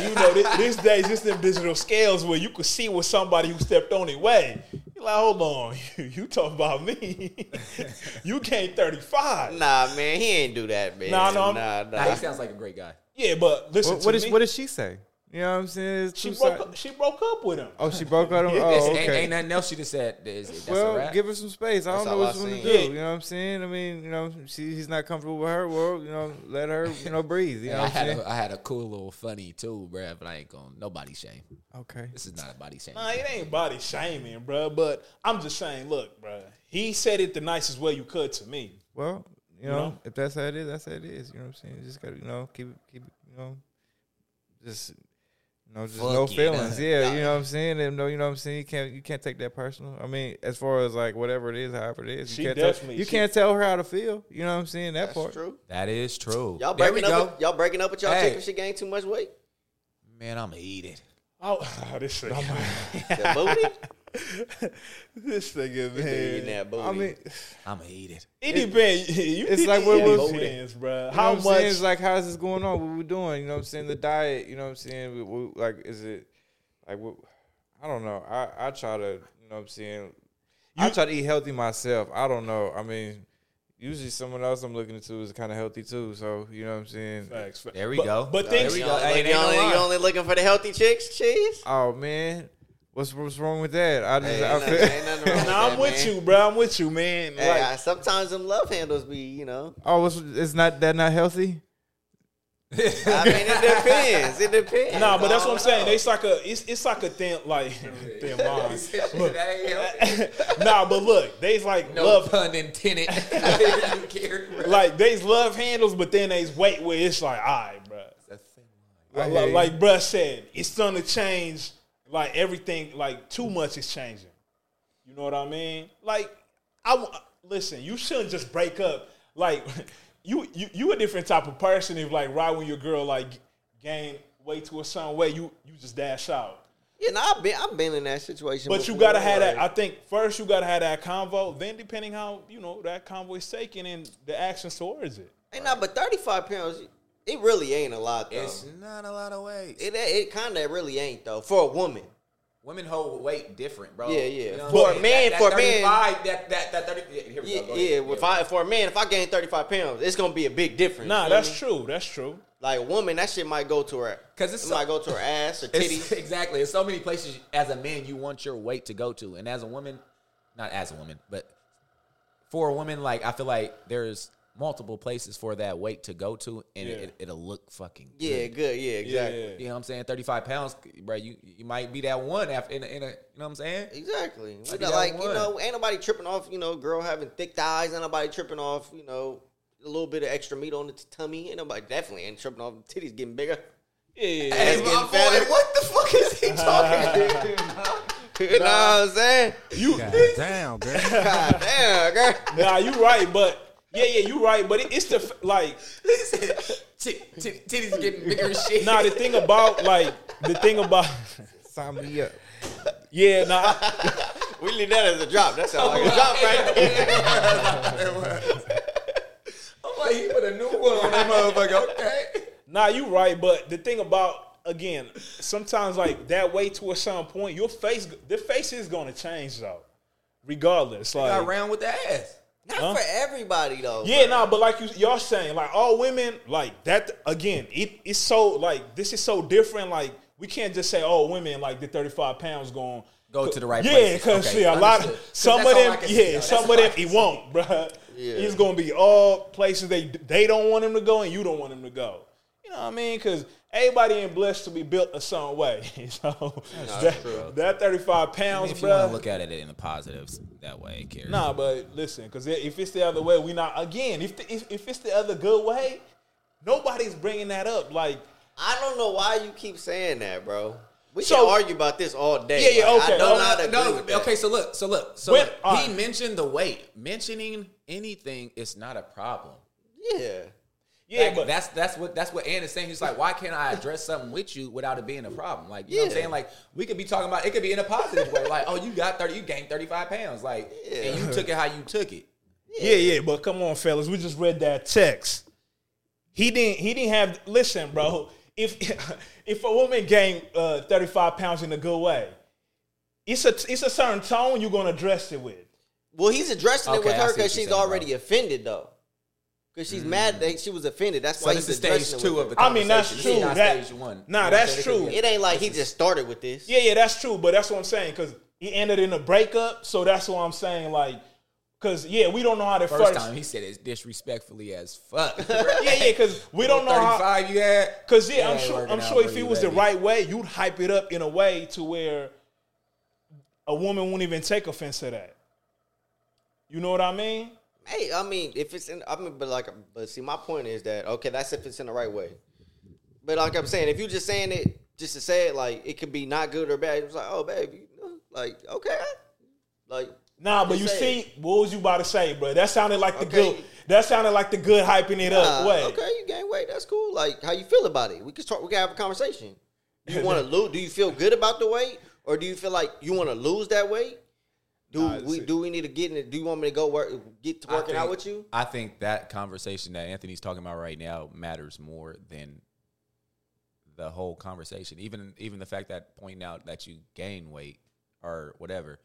[SPEAKER 2] you know, this, these days, it's them digital scales where you could see what somebody who stepped on it way. You're like, hold on, you, you talk about me. you gained 35.
[SPEAKER 9] Nah, man, he ain't do that, man.
[SPEAKER 2] Nah, no, I'm-
[SPEAKER 9] nah,
[SPEAKER 1] Nah,
[SPEAKER 2] Uh-huh.
[SPEAKER 1] he
[SPEAKER 9] nah.
[SPEAKER 1] sounds like a great guy.
[SPEAKER 2] Yeah, but listen
[SPEAKER 8] What,
[SPEAKER 2] to
[SPEAKER 8] what, is,
[SPEAKER 2] me.
[SPEAKER 8] what did she say? You know what I'm saying? It's
[SPEAKER 2] she,
[SPEAKER 8] two
[SPEAKER 2] broke
[SPEAKER 8] side-
[SPEAKER 2] up, she broke up with him.
[SPEAKER 8] Oh, she broke out on.
[SPEAKER 1] It's-
[SPEAKER 8] Oh,
[SPEAKER 1] ain't,
[SPEAKER 8] okay.
[SPEAKER 1] ain't nothing else she just said. Is, that's a
[SPEAKER 8] well,
[SPEAKER 1] wrap.
[SPEAKER 8] give her some space. I
[SPEAKER 9] That's
[SPEAKER 8] don't know
[SPEAKER 9] all
[SPEAKER 8] what
[SPEAKER 9] I
[SPEAKER 8] you want
[SPEAKER 9] seen.
[SPEAKER 8] to do.
[SPEAKER 2] Yeah.
[SPEAKER 8] You know what I'm saying? I mean, you know, she, he's not comfortable with her world. You know, let her, you know, breathe. You know
[SPEAKER 1] I
[SPEAKER 8] what I'm
[SPEAKER 1] had
[SPEAKER 8] saying?
[SPEAKER 1] a, I had a cool little funny too, bruh, but I ain't going to nobody shame.
[SPEAKER 8] Okay.
[SPEAKER 1] This is not a body shame.
[SPEAKER 2] Nah, it ain't body shaming, bruh. But I'm just saying, look, bruh, he said it the nicest way you could to me.
[SPEAKER 8] Well, you know,
[SPEAKER 2] know?
[SPEAKER 8] if that's how it is, that's how it is. You know what I'm saying? You just gotta, you know, keep it, keep it, you know, just, you know, just no
[SPEAKER 1] Fuck it.
[SPEAKER 8] feelings. Yeah, you know what I'm saying. And no, you know what I'm saying. You can't, you can't take that personal. I mean, as far as like whatever it is, however it is,
[SPEAKER 2] She
[SPEAKER 8] you can't, tell,
[SPEAKER 2] definitely-
[SPEAKER 8] you
[SPEAKER 2] she-
[SPEAKER 8] can't tell her how to feel. You know what I'm saying? That part.
[SPEAKER 9] That's true.
[SPEAKER 1] That is true.
[SPEAKER 3] Y'all
[SPEAKER 1] there we
[SPEAKER 3] breaking
[SPEAKER 1] go.
[SPEAKER 3] up. With, y'all breaking up with y'all
[SPEAKER 1] Hey.
[SPEAKER 3] chick if she gained too much weight.
[SPEAKER 1] Man, I'm going to eat it.
[SPEAKER 2] Oh, this thing,
[SPEAKER 3] The booty.
[SPEAKER 2] this thing,
[SPEAKER 9] Eating
[SPEAKER 2] man.
[SPEAKER 9] that booty.
[SPEAKER 8] I mean,
[SPEAKER 1] I'm going to eat it.
[SPEAKER 2] It depends. You
[SPEAKER 8] it's
[SPEAKER 2] it-
[SPEAKER 8] like
[SPEAKER 2] it
[SPEAKER 8] what was-
[SPEAKER 2] depends, bruh.
[SPEAKER 8] You know
[SPEAKER 2] How
[SPEAKER 8] what I'm saying?
[SPEAKER 2] much?
[SPEAKER 8] It's like, how's this going on? What we doing? You know what I'm saying? The diet. You know what I'm saying? We, we, like, is it like? What, I don't know. I I try to. You know what I'm saying? I try to eat healthy myself. I don't know. I mean, usually someone else I'm looking to is kind of healthy too. So you know what I'm saying?
[SPEAKER 2] Facts, facts.
[SPEAKER 1] There we
[SPEAKER 2] But-
[SPEAKER 1] go.
[SPEAKER 2] But
[SPEAKER 1] There
[SPEAKER 2] things,
[SPEAKER 1] we
[SPEAKER 9] you
[SPEAKER 1] go.
[SPEAKER 9] only,
[SPEAKER 1] Hey, it
[SPEAKER 9] you,
[SPEAKER 1] ain't no
[SPEAKER 9] only,
[SPEAKER 1] lie.
[SPEAKER 9] you only looking for the healthy chicks, cheese?
[SPEAKER 8] Oh man, what's what's wrong with that? I just I
[SPEAKER 9] ain't nothing-
[SPEAKER 8] feel,
[SPEAKER 9] ain't nothing wrong with
[SPEAKER 2] Nah, I'm
[SPEAKER 9] that,
[SPEAKER 2] with
[SPEAKER 9] man.
[SPEAKER 2] you, bro. I'm with you, man.
[SPEAKER 9] Hey,
[SPEAKER 2] Like,
[SPEAKER 9] I- sometimes them love handles be, you know.
[SPEAKER 8] oh, what's, it's not that not healthy.
[SPEAKER 9] I mean, it depends. It depends.
[SPEAKER 2] nah, but that's
[SPEAKER 9] I
[SPEAKER 2] what I'm
[SPEAKER 9] don't
[SPEAKER 2] saying.
[SPEAKER 9] know.
[SPEAKER 2] It's like a, it's it's like a thin, like thin line.
[SPEAKER 1] that ain't healthy.
[SPEAKER 2] nah, but look, they's like
[SPEAKER 1] No
[SPEAKER 2] love,
[SPEAKER 1] pun intended. You care, bruh.
[SPEAKER 2] like they's love handles, but then they's weight where it's like, all right, bro.
[SPEAKER 8] I
[SPEAKER 2] Like,
[SPEAKER 8] hear you.
[SPEAKER 2] like bruh said, it's starting to change. Like everything, like too much is changing. You know what I mean? Like, I w- listen. You shouldn't just break up. Like, you you you a different type of person if like right when your girl like gain weight to a certain way, you you just dash out.
[SPEAKER 3] Yeah, no, I've been I've been in that situation.
[SPEAKER 2] But you
[SPEAKER 3] before,
[SPEAKER 2] gotta have that.
[SPEAKER 3] like-
[SPEAKER 2] I think first you gotta have that convo. Then depending how you know that convo is taken and the actions towards it.
[SPEAKER 3] Ain't not, but thirty five pounds. It really ain't a lot though.
[SPEAKER 1] It's not a lot of weight.
[SPEAKER 3] it it kind of really ain't though for a woman.
[SPEAKER 1] Women hold weight different, bro.
[SPEAKER 3] Yeah, yeah.
[SPEAKER 1] what
[SPEAKER 3] For
[SPEAKER 1] I'm
[SPEAKER 3] a
[SPEAKER 1] saying?
[SPEAKER 3] man-
[SPEAKER 1] that,
[SPEAKER 3] for a
[SPEAKER 1] that
[SPEAKER 3] man-
[SPEAKER 1] 35, that that that 30. Yeah, here we
[SPEAKER 3] Yeah,
[SPEAKER 1] go. Go
[SPEAKER 3] yeah.
[SPEAKER 1] ahead.
[SPEAKER 3] If I, for a man, if I gain thirty five pounds, it's gonna be a big difference.
[SPEAKER 2] Nah,
[SPEAKER 3] you know what I
[SPEAKER 2] that's
[SPEAKER 3] mean?
[SPEAKER 2] true. That's true.
[SPEAKER 3] Like a woman, that shit might go to her
[SPEAKER 1] 'Cause it's
[SPEAKER 3] it
[SPEAKER 1] so-
[SPEAKER 3] might go to her ass or
[SPEAKER 1] It's-
[SPEAKER 3] titties.
[SPEAKER 1] exactly. There's so many places as a man you want your weight to go to, and as a woman, not as a woman, but for a woman, like I feel like there's multiple places for that weight to go to, and
[SPEAKER 2] Yeah.
[SPEAKER 1] it, it'll look fucking. Good.
[SPEAKER 3] Yeah, good. Yeah, exactly.
[SPEAKER 2] Yeah.
[SPEAKER 1] You know what I'm saying? 35 pounds, bro. You you might be that one after in a, in a you know what I'm saying?
[SPEAKER 3] Exactly. We
[SPEAKER 1] Like,
[SPEAKER 3] got,
[SPEAKER 1] y'all
[SPEAKER 3] like you
[SPEAKER 1] won.
[SPEAKER 3] know, ain't nobody tripping off. You know, girl having thick thighs. Ain't nobody tripping off. You know, a little bit of extra meat on the t- tummy. Ain't nobody definitely ain't tripping off. Titties getting bigger.
[SPEAKER 2] Yeah, yeah, yeah.
[SPEAKER 3] Ass
[SPEAKER 1] my
[SPEAKER 3] getting
[SPEAKER 1] boy,
[SPEAKER 3] fatter. What the fuck is he talking? you know what I'm saying?
[SPEAKER 6] Damn, girl.
[SPEAKER 3] God damn, girl.
[SPEAKER 2] nah, you right, but yeah, yeah, you right, but it, it's the f- like
[SPEAKER 1] Tit- tit- Titties getting bigger as shit.
[SPEAKER 2] nah. The thing about like the thing about
[SPEAKER 8] Sign me up.
[SPEAKER 2] yeah, nah, I-
[SPEAKER 3] We leave that as a drop. That sounds like a drop right there.
[SPEAKER 1] I'm like, he put a new one on that motherfucker. Okay.
[SPEAKER 2] nah, you right, but the thing about again, sometimes like that way to a certain point, your face, the face is gonna change though, regardless. Like
[SPEAKER 1] Got round with the ass.
[SPEAKER 3] Not
[SPEAKER 2] Huh?
[SPEAKER 3] for everybody though.
[SPEAKER 2] Yeah, nah, but like you, y'all saying, like all women, like that again. It it's so like this is so different. Like we can't just say, oh, women like the thirty five pounds going
[SPEAKER 1] Go to the right
[SPEAKER 2] Yeah,
[SPEAKER 1] places.
[SPEAKER 2] because
[SPEAKER 1] Okay,
[SPEAKER 2] see, a lot of
[SPEAKER 1] understood. 'Cause
[SPEAKER 2] some
[SPEAKER 1] that's
[SPEAKER 2] of
[SPEAKER 1] all
[SPEAKER 2] them,
[SPEAKER 1] I can see, though.
[SPEAKER 2] yeah,
[SPEAKER 1] That's
[SPEAKER 2] some
[SPEAKER 1] all
[SPEAKER 2] of
[SPEAKER 1] I
[SPEAKER 2] them,
[SPEAKER 1] can
[SPEAKER 2] he
[SPEAKER 1] see.
[SPEAKER 2] won't, bruh. It's gonna be all places they they don't want him to go, and you don't want him to go. You know what I mean? Because everybody ain't blessed to be built a certain way. so that, that thirty five pounds,
[SPEAKER 1] if you want
[SPEAKER 2] bruh.
[SPEAKER 1] to look at it in the positives that way, Kerry.
[SPEAKER 2] Nah, but listen, because if it's the other way, we not again. If, the, if if it's the other good way, nobody's bringing that up. Like,
[SPEAKER 3] I don't know why you keep saying that, bro. We
[SPEAKER 2] So-
[SPEAKER 3] can argue about this all day.
[SPEAKER 2] Yeah, yeah,
[SPEAKER 3] Like,
[SPEAKER 2] okay.
[SPEAKER 3] I
[SPEAKER 2] No,
[SPEAKER 3] don't not agree
[SPEAKER 1] no,
[SPEAKER 3] with that.
[SPEAKER 1] okay. So look, so look, so
[SPEAKER 2] When-
[SPEAKER 1] look,
[SPEAKER 2] all
[SPEAKER 1] he
[SPEAKER 2] right.
[SPEAKER 1] mentioned the weight. Mentioning anything is not a problem.
[SPEAKER 3] Yeah.
[SPEAKER 2] yeah,
[SPEAKER 1] Like,
[SPEAKER 2] but
[SPEAKER 1] that's that's what that's what Ann is saying. He's like, why can't I address something with you without it being a problem? Like, you know what I'm
[SPEAKER 3] Yeah.
[SPEAKER 1] saying? Like, we could be talking about it could be in a positive way. Like, oh, you got thirty, you gained thirty five pounds. Like, and you took it how you took it.
[SPEAKER 2] yeah, yeah, but come on, fellas, we just read that text. He didn't. He didn't have. Listen, bro. If if a woman gained uh, thirty five pounds in a good way, it's a it's a certain tone you're gonna address it with.
[SPEAKER 3] Well, he's addressing
[SPEAKER 1] Okay,
[SPEAKER 3] it with
[SPEAKER 1] I
[SPEAKER 3] her
[SPEAKER 1] see what
[SPEAKER 3] because
[SPEAKER 1] you're
[SPEAKER 3] she's
[SPEAKER 1] saying, Mm.
[SPEAKER 3] already offended though. Because she's mad that she was offended. That's
[SPEAKER 1] So
[SPEAKER 3] why
[SPEAKER 1] this is
[SPEAKER 3] he's addressing
[SPEAKER 1] stage
[SPEAKER 3] it
[SPEAKER 1] two
[SPEAKER 3] with
[SPEAKER 1] of the
[SPEAKER 3] her.
[SPEAKER 2] I mean, that's
[SPEAKER 1] conversation. This is
[SPEAKER 2] true.
[SPEAKER 1] not
[SPEAKER 2] That-
[SPEAKER 1] stage one.
[SPEAKER 2] Nah,
[SPEAKER 1] You know
[SPEAKER 2] that's
[SPEAKER 1] what I'm saying? It could
[SPEAKER 2] true.
[SPEAKER 1] be a-
[SPEAKER 3] It ain't like he just started with this.
[SPEAKER 2] Yeah, yeah, that's true. But that's what I'm saying because he ended in a breakup. So that's what I'm saying. Like, because yeah, we don't know how to
[SPEAKER 1] First,
[SPEAKER 2] first
[SPEAKER 1] time he said it's disrespectfully as fuck.
[SPEAKER 2] yeah, yeah, because we don't know how.
[SPEAKER 1] 35 you had.
[SPEAKER 2] Because yeah,
[SPEAKER 1] That
[SPEAKER 2] I'm
[SPEAKER 1] ain't
[SPEAKER 2] sure.
[SPEAKER 1] working
[SPEAKER 2] I'm
[SPEAKER 1] out
[SPEAKER 2] sure
[SPEAKER 1] for
[SPEAKER 2] if it
[SPEAKER 1] you,
[SPEAKER 2] was the
[SPEAKER 1] baby.
[SPEAKER 2] right way, you'd hype it up in a way to where a woman won't even take offense to that. You know what I mean?
[SPEAKER 3] Hey, I mean, if it's in, I mean, but like, but see, my point is that okay, that's if it's in the right way. But like I'm saying, if you just saying it just to say it, like it could be not good or bad. It's like, oh, babe, you know, like okay, like
[SPEAKER 2] Nah, but
[SPEAKER 3] Just
[SPEAKER 2] you
[SPEAKER 3] say
[SPEAKER 2] see, what was you about to say, bro? That sounded like the
[SPEAKER 3] Okay.
[SPEAKER 2] good. That sounded like the good hyping it up
[SPEAKER 3] uh,
[SPEAKER 2] way.
[SPEAKER 3] okay, you gain weight, that's cool. Like how you feel about it? We can start. We can have a conversation. You want to lose? Do you feel good about the weight, or do you feel like you want to lose that weight? Do
[SPEAKER 2] Nah,
[SPEAKER 3] we
[SPEAKER 2] see.
[SPEAKER 3] do we need to get in it? Do you want me to go work get to
[SPEAKER 1] I
[SPEAKER 3] working out
[SPEAKER 1] think-
[SPEAKER 3] with you?
[SPEAKER 1] I think that conversation that Anthony's talking about right now matters more than the whole conversation. Even even the fact that pointing out that you gain weight or whatever,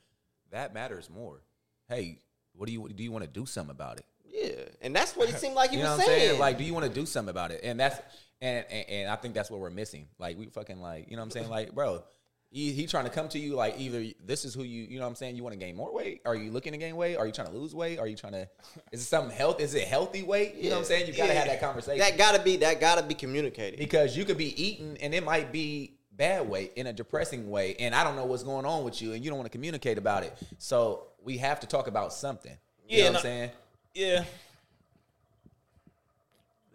[SPEAKER 1] that matters more. Hey, what do you do? You want to do something about it?
[SPEAKER 3] Yeah, and that's what it seemed like he
[SPEAKER 1] You know
[SPEAKER 3] was
[SPEAKER 1] what I'm saying?
[SPEAKER 3] saying.
[SPEAKER 1] Like, do you want to do something about it? And that's and, and and I think that's what we're missing. Like, we fucking like, you know what I'm saying? Like, bro, he, he trying to come to you like either this is who you, you know what I'm saying? You want to gain more weight? Are you looking to gain weight? Are you trying to lose weight? Are you trying to? Is it something health? Is it healthy weight? You know what I'm saying? You gotta have that conversation
[SPEAKER 3] that gotta be that gotta be communicated.
[SPEAKER 1] because you could be eating and it might be bad weight in a depressing way, and I don't know what's going on with you, and you don't want to communicate about it. So we have to talk about something. You
[SPEAKER 2] Yeah,
[SPEAKER 1] know what
[SPEAKER 2] and
[SPEAKER 1] I'm
[SPEAKER 2] I-
[SPEAKER 1] saying?
[SPEAKER 2] Yeah.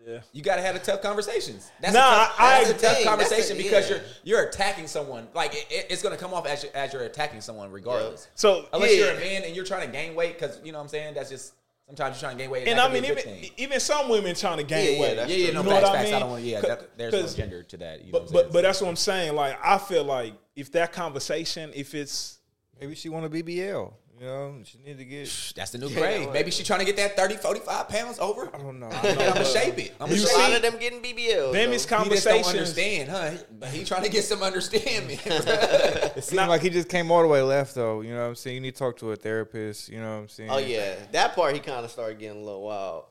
[SPEAKER 2] Yeah.
[SPEAKER 1] You gotta have the tough conversations. That's
[SPEAKER 2] Nah,
[SPEAKER 1] a tough,
[SPEAKER 2] I-
[SPEAKER 1] that's
[SPEAKER 2] I-
[SPEAKER 1] a tough
[SPEAKER 3] Dang, that's
[SPEAKER 1] conversation
[SPEAKER 3] a-
[SPEAKER 1] because
[SPEAKER 3] yeah.
[SPEAKER 1] you're you're attacking someone. Like it, it- it's gonna come off as you, as you're attacking someone, regardless.
[SPEAKER 2] So
[SPEAKER 1] unless
[SPEAKER 2] yeah.
[SPEAKER 1] you're a man and you're trying to gain weight, because you know what I'm saying. That's just sometimes you're trying to gain weight. And,
[SPEAKER 2] and
[SPEAKER 1] that
[SPEAKER 2] I mean,
[SPEAKER 1] even,
[SPEAKER 2] even even some women trying to
[SPEAKER 3] Yeah,
[SPEAKER 2] gain
[SPEAKER 3] yeah,
[SPEAKER 2] weight.
[SPEAKER 3] that's
[SPEAKER 1] yeah, yeah, no
[SPEAKER 2] You know
[SPEAKER 1] facts,
[SPEAKER 2] what I
[SPEAKER 1] facts. I
[SPEAKER 2] mean?
[SPEAKER 1] don't want to. Yeah,
[SPEAKER 2] Cu-
[SPEAKER 1] that, there's no
[SPEAKER 2] 'cause-
[SPEAKER 1] gender to that. You know
[SPEAKER 2] But,
[SPEAKER 1] what I'm
[SPEAKER 2] but but that's what I'm saying. Like I feel like if that conversation, if it's
[SPEAKER 8] Maybe she want a BBL. You know, she need to get.
[SPEAKER 1] saying? that's the new grade. Maybe she's trying to get that 30, 45 pounds over.
[SPEAKER 8] I don't know.
[SPEAKER 1] I'm gonna shape it. I'm gonna
[SPEAKER 2] You
[SPEAKER 1] shape
[SPEAKER 3] a lot
[SPEAKER 2] see-
[SPEAKER 1] it.
[SPEAKER 3] of them getting
[SPEAKER 2] them
[SPEAKER 3] BBLs. though.
[SPEAKER 2] is
[SPEAKER 1] He just don't
[SPEAKER 2] conversations.
[SPEAKER 1] understand, huh? He- But he trying to get some understanding.
[SPEAKER 8] It seemed like he just came all the way left, though. You know what I'm saying? You need to talk to a therapist. You know what I'm saying?
[SPEAKER 3] Oh yeah, that part he kind of started getting a little wild.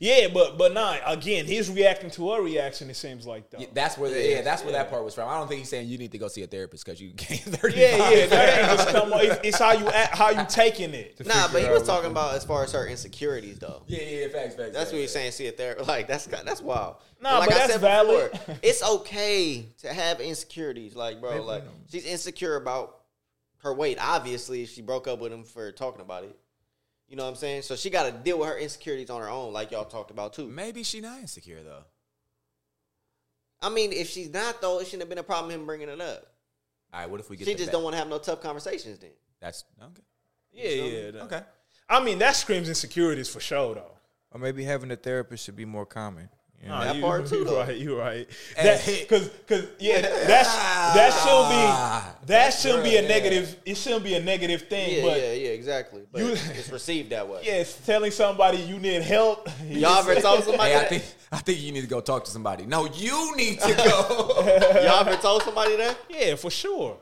[SPEAKER 2] Yeah, but but nah. Again, he's reacting to her reaction. It seems like though.
[SPEAKER 1] Yeah, that's where, the, yeah, that's where that part was from. I don't think he's saying you need to go see a therapist because you gained thirty.
[SPEAKER 2] Yeah, yeah. That ain't just come. on. It's, it's how you act, how you taking it.
[SPEAKER 3] Nah, but he
[SPEAKER 8] out
[SPEAKER 3] was
[SPEAKER 8] what
[SPEAKER 3] talking about as far as her insecurities though.
[SPEAKER 1] Yeah, yeah, yeah, facts, facts.
[SPEAKER 3] That's
[SPEAKER 1] facts,
[SPEAKER 3] what
[SPEAKER 1] facts.
[SPEAKER 3] he's saying. See a therapist, like that's ki- that's wild.
[SPEAKER 2] Nah,
[SPEAKER 3] And like
[SPEAKER 2] but
[SPEAKER 3] I
[SPEAKER 2] that's
[SPEAKER 3] said
[SPEAKER 2] valid.
[SPEAKER 3] before, it's okay to have insecurities, like bro, like she's insecure about her weight. Obviously, she broke up with him for talking about it. You know what I'm saying? So she got to deal with her insecurities on her own, like y'all talked about too.
[SPEAKER 1] Maybe she not insecure though.
[SPEAKER 3] I mean, if she's not though, it shouldn't have been a problem him bringing it up.
[SPEAKER 1] All right, what if we get?
[SPEAKER 3] She
[SPEAKER 1] the
[SPEAKER 3] just
[SPEAKER 1] back-
[SPEAKER 3] don't want to have no tough conversations then.
[SPEAKER 1] That's okay.
[SPEAKER 2] Yeah, yeah. nah.
[SPEAKER 1] Okay.
[SPEAKER 2] I mean, that screams insecurities for sure though.
[SPEAKER 8] Or maybe having a therapist should be more common. You know?
[SPEAKER 2] Nah,
[SPEAKER 3] that
[SPEAKER 2] you,
[SPEAKER 3] part too,
[SPEAKER 2] You
[SPEAKER 3] though.
[SPEAKER 2] right, you right.
[SPEAKER 1] Hey.
[SPEAKER 2] Because because yeah, that's that should be that shouldn't be a
[SPEAKER 1] Yeah.
[SPEAKER 2] negative. It shouldn't be a negative thing.
[SPEAKER 3] Yeah,
[SPEAKER 2] but
[SPEAKER 3] yeah, yeah, exactly. But
[SPEAKER 2] You-
[SPEAKER 3] it's received that way.
[SPEAKER 2] yeah, it's telling somebody you need help.
[SPEAKER 3] Y'all ever told somebody?
[SPEAKER 1] Hey, I
[SPEAKER 3] that?
[SPEAKER 1] think I think you need to go talk to somebody. No, you need to go.
[SPEAKER 3] Y'all ever told somebody that?
[SPEAKER 2] yeah, for sure.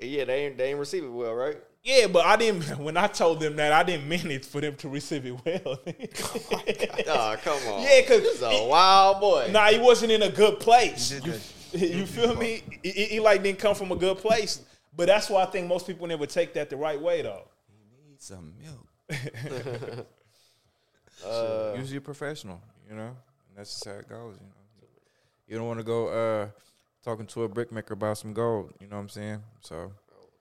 [SPEAKER 3] Yeah, they ain't they ain't receive it well, right?
[SPEAKER 2] Yeah, but I didn't. When I told them that, I didn't mean it for them to receive it well.
[SPEAKER 3] Oh, come on.
[SPEAKER 2] Yeah, 'cause
[SPEAKER 3] this is a
[SPEAKER 2] it-
[SPEAKER 3] wild boy.
[SPEAKER 2] Nah, he wasn't in a good place. You, you feel me? He, he- he, like didn't come from a good place. But that's why I think most people never take that the right way though.
[SPEAKER 1] Need some milk.
[SPEAKER 8] usually a professional, you know. And that's just how it goes, you know. You don't want to go uh talking to a brickmaker about some gold, you know what I'm saying? So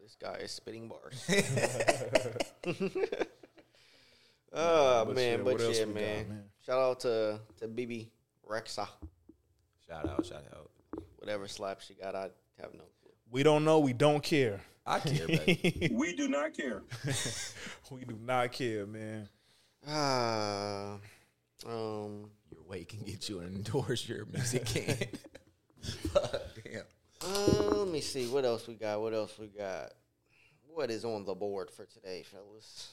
[SPEAKER 3] This guy is spitting bars. oh man,
[SPEAKER 8] yeah,
[SPEAKER 3] but
[SPEAKER 8] what else
[SPEAKER 3] yeah,
[SPEAKER 8] we got,
[SPEAKER 3] man.
[SPEAKER 8] man?
[SPEAKER 3] Shout out to to BB Rexa,
[SPEAKER 1] Shout out, shout out.
[SPEAKER 3] whatever slap she got. I have no clue.
[SPEAKER 2] We don't know. We don't care.
[SPEAKER 1] I care, baby.
[SPEAKER 10] We do not care.
[SPEAKER 2] We do not care, man.
[SPEAKER 3] Ah, um,
[SPEAKER 1] Your weight can get you indoors. Your music can. Fuck, damn.
[SPEAKER 3] uh, let me see what else we got. What else we got? What is on the board for today, fellas?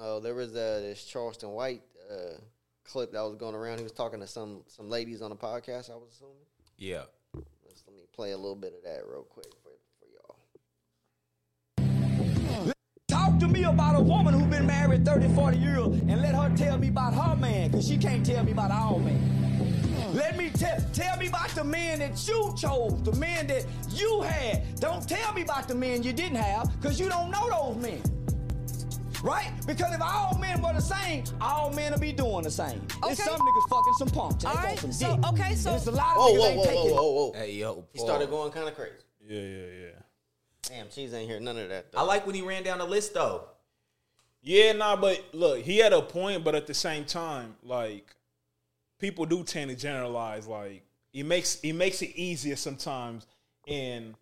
[SPEAKER 3] Oh, there was uh, this Charleston White uh, clip that was going around. He was talking to some some ladies on a podcast. I was assuming.
[SPEAKER 1] Yeah.
[SPEAKER 3] Let's, let me play a little bit of that real quick for, for y'all.
[SPEAKER 11] Talk to me about a woman who's been married 30, 40 years and let her tell me about her man because she can't tell me about our man. Let me tell tell me about the man that you chose, the man that you had. Don't tell me about the men you didn't have because you don't know those men. Right? Because if all men were the same, all men would be doing the same. It's
[SPEAKER 12] Okay.
[SPEAKER 11] some niggas fucking some pumps. And
[SPEAKER 12] All
[SPEAKER 11] they
[SPEAKER 12] right,
[SPEAKER 11] want
[SPEAKER 12] so-
[SPEAKER 11] some dick.
[SPEAKER 12] okay, so-
[SPEAKER 11] And it's a lot of
[SPEAKER 3] Oh, Whoa,
[SPEAKER 11] niggas
[SPEAKER 3] whoa,
[SPEAKER 11] ain't
[SPEAKER 3] whoa,
[SPEAKER 11] taking
[SPEAKER 3] whoa, whoa, whoa!
[SPEAKER 1] Hey yo.
[SPEAKER 3] He started going kind of crazy.
[SPEAKER 2] Yeah, yeah, yeah.
[SPEAKER 3] Damn, cheese ain't hear none of that.
[SPEAKER 1] I
[SPEAKER 3] Though.
[SPEAKER 1] like when he ran down the list though.
[SPEAKER 2] Yeah, nah, but look, he had a point, but at the same time, like people do tend to generalize. Like it makes it makes it easier sometimes, and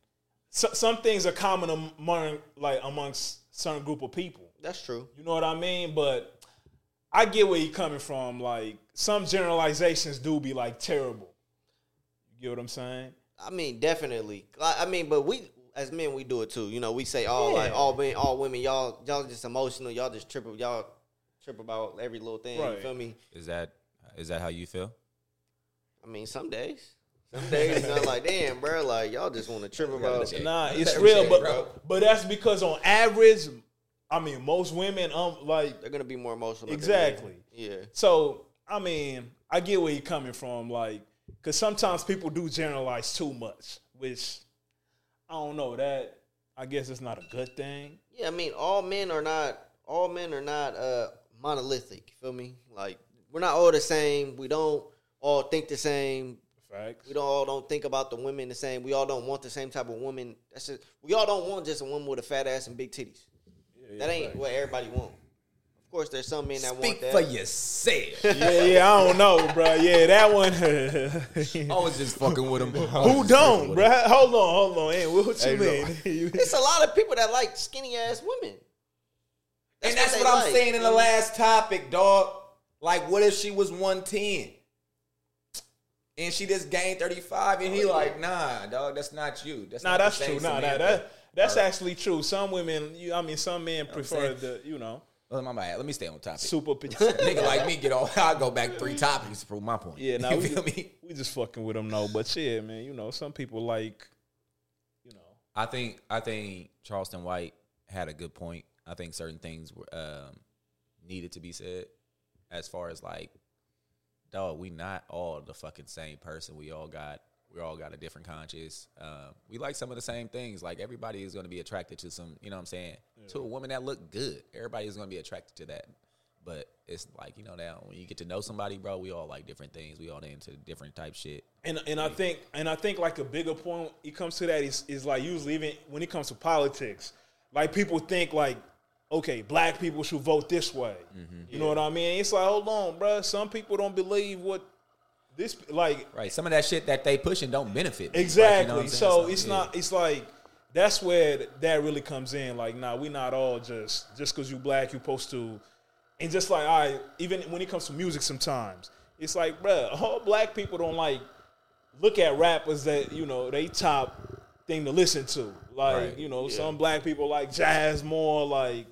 [SPEAKER 2] so, some things are common among like amongst certain group of people.
[SPEAKER 3] That's true.
[SPEAKER 2] You know what I mean? But I get where he coming from. Like some generalizations do be like terrible. You get what I'm saying?
[SPEAKER 3] I mean, definitely. Like, I mean, but we as men we do it too. You know, we say all like
[SPEAKER 2] Yeah.
[SPEAKER 3] all men, all women. Y'all, y'all just emotional. Y'all just trip. Y'all trip about every little thing.
[SPEAKER 2] Right.
[SPEAKER 3] You feel me?
[SPEAKER 1] Is that is that how you feel?
[SPEAKER 3] I mean, some days, some days, I'm like, damn, bro, like y'all just want to trip about.
[SPEAKER 1] check.
[SPEAKER 2] Nah,
[SPEAKER 1] That's
[SPEAKER 2] it's
[SPEAKER 1] that
[SPEAKER 2] real,
[SPEAKER 1] shit,
[SPEAKER 2] but
[SPEAKER 1] bro.
[SPEAKER 2] but that's because on average, I mean, most women um like
[SPEAKER 3] They're gonna be more emotional. than men.
[SPEAKER 2] exactly.
[SPEAKER 3] Yeah.
[SPEAKER 2] So I mean, I get where you're coming from, like, because sometimes people do generalize too much, which I don't know. That I guess it's not a good thing.
[SPEAKER 3] Yeah, I mean, all men are not all men are not uh monolithic. You feel me? Like we're not all the same. We don't all think the same.
[SPEAKER 2] Facts.
[SPEAKER 3] We don't all don't think about the women the same. We all don't want the same type of woman. That's just we all don't want just a woman with a fat ass and big titties. that ain't what everybody want. Of course, there's some men that want
[SPEAKER 1] Speak
[SPEAKER 3] that.
[SPEAKER 1] for yourself.
[SPEAKER 2] Yeah, yeah. I don't know, bro. Yeah, that one.
[SPEAKER 1] I was just fucking with him.
[SPEAKER 2] Who don't, bro? Hold on, hold on. Hey, what you
[SPEAKER 8] Hey,
[SPEAKER 2] mean? You-
[SPEAKER 3] It's a lot of people that like skinny ass women.
[SPEAKER 1] And that's
[SPEAKER 3] they
[SPEAKER 1] what I'm
[SPEAKER 3] like.
[SPEAKER 1] saying in the
[SPEAKER 2] Mm-hmm.
[SPEAKER 1] last topic, dog. Like, what if she was 110 and she just gained 35, and he like, nah, dog, that's not you. That's
[SPEAKER 2] Oh, nah,
[SPEAKER 1] not the
[SPEAKER 2] that's
[SPEAKER 1] same
[SPEAKER 2] true. Nah, nah,
[SPEAKER 1] Samantha.
[SPEAKER 2] that that's
[SPEAKER 1] Or-
[SPEAKER 2] actually true. Some women, you, I mean, some men prefer
[SPEAKER 1] saying?
[SPEAKER 2] the, you know,
[SPEAKER 1] Oh, my bad. Let me stay on topic.
[SPEAKER 2] super. pe-
[SPEAKER 1] Nigga like me get all. I go back three topics to prove my point.
[SPEAKER 2] Yeah, now
[SPEAKER 1] you
[SPEAKER 2] we,
[SPEAKER 1] feel
[SPEAKER 2] just,
[SPEAKER 1] me?
[SPEAKER 2] we just fucking with them, no. But shit, man, you know, some people like, you know,
[SPEAKER 1] I think I think Charleston White had a good point. I think certain things were um, needed to be said, as far as like, dog, we not all the fucking same person. We all got we all got a different conscience. Um, we like some of the same things. Like everybody is going to be attracted to some, you know, what I'm saying, to a woman that look good. Everybody is going to be attracted to that. But it's like you know now when you get to know somebody, bro, we all like different things. We all into different type shit.
[SPEAKER 2] and and I think and I think like a bigger point it comes to that is is like usually even when it comes to politics, like people think like, okay, black people should vote this way.
[SPEAKER 1] Mm-hmm.
[SPEAKER 2] You know what I mean? It's like, hold on, bruh. Some people don't believe what this like
[SPEAKER 1] Right, some of that shit that they pushing don't benefit. me. Like, you know
[SPEAKER 2] exactly.
[SPEAKER 1] what I'm saying?
[SPEAKER 2] so it's
[SPEAKER 1] yeah.
[SPEAKER 2] not. It's like that's where th- that really comes in. Like, nah, we not all just just because you black, you supposed to. And just like I, even when it comes to music, sometimes it's like, bruh, all black people don't like look at rappers that you know they top thing to listen to. Like,
[SPEAKER 1] Right.
[SPEAKER 2] you know, some black people like jazz more. Like,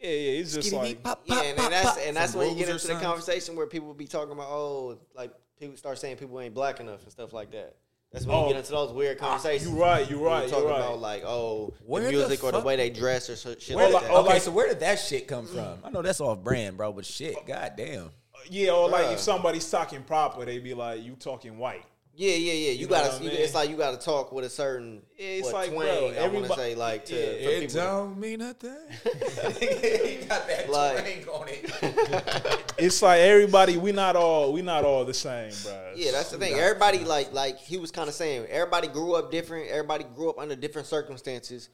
[SPEAKER 2] yeah, yeah, it's just like.
[SPEAKER 3] Yeah, and, and that's and that's
[SPEAKER 1] Some
[SPEAKER 3] when you get
[SPEAKER 1] rules or
[SPEAKER 3] into the
[SPEAKER 1] something.
[SPEAKER 3] conversation where people be talking about oh, like people start saying people ain't black enough and stuff like that. That's when
[SPEAKER 2] Oh.
[SPEAKER 3] you get into those weird conversations.
[SPEAKER 2] you right, you
[SPEAKER 3] When
[SPEAKER 2] right, you
[SPEAKER 3] talking
[SPEAKER 2] right.
[SPEAKER 3] about like oh,
[SPEAKER 1] Where
[SPEAKER 3] the
[SPEAKER 1] the
[SPEAKER 3] music or the
[SPEAKER 1] fuck-
[SPEAKER 3] way they dress or so, shit
[SPEAKER 2] Where
[SPEAKER 3] like
[SPEAKER 2] the-
[SPEAKER 3] that.
[SPEAKER 2] oh,
[SPEAKER 1] Okay,
[SPEAKER 2] like-
[SPEAKER 1] so where did that shit come from? I know that's off brand, bro, but shit, goddamn.
[SPEAKER 2] Yeah, or like
[SPEAKER 3] Bruh.
[SPEAKER 2] if somebody's talking proper, they be like, "You talking white."
[SPEAKER 3] yeah, yeah, yeah. You,
[SPEAKER 2] You know what
[SPEAKER 3] gotta.
[SPEAKER 2] I
[SPEAKER 3] you-
[SPEAKER 2] mean?
[SPEAKER 3] it's like you gotta talk with a certain.
[SPEAKER 2] It's
[SPEAKER 3] what,
[SPEAKER 2] like, bro,
[SPEAKER 3] twang, I want to
[SPEAKER 2] everybo-
[SPEAKER 3] say like to
[SPEAKER 2] Yeah,
[SPEAKER 3] for
[SPEAKER 2] it
[SPEAKER 3] people.
[SPEAKER 1] don't mean nothing. he got that
[SPEAKER 3] Like-
[SPEAKER 1] twang on it.
[SPEAKER 2] It's like everybody, we not all, we not all the same, bro.
[SPEAKER 3] Yeah, that's the thing. Everybody like like he was kind of saying. Everybody grew up different. Everybody grew up under different circumstances.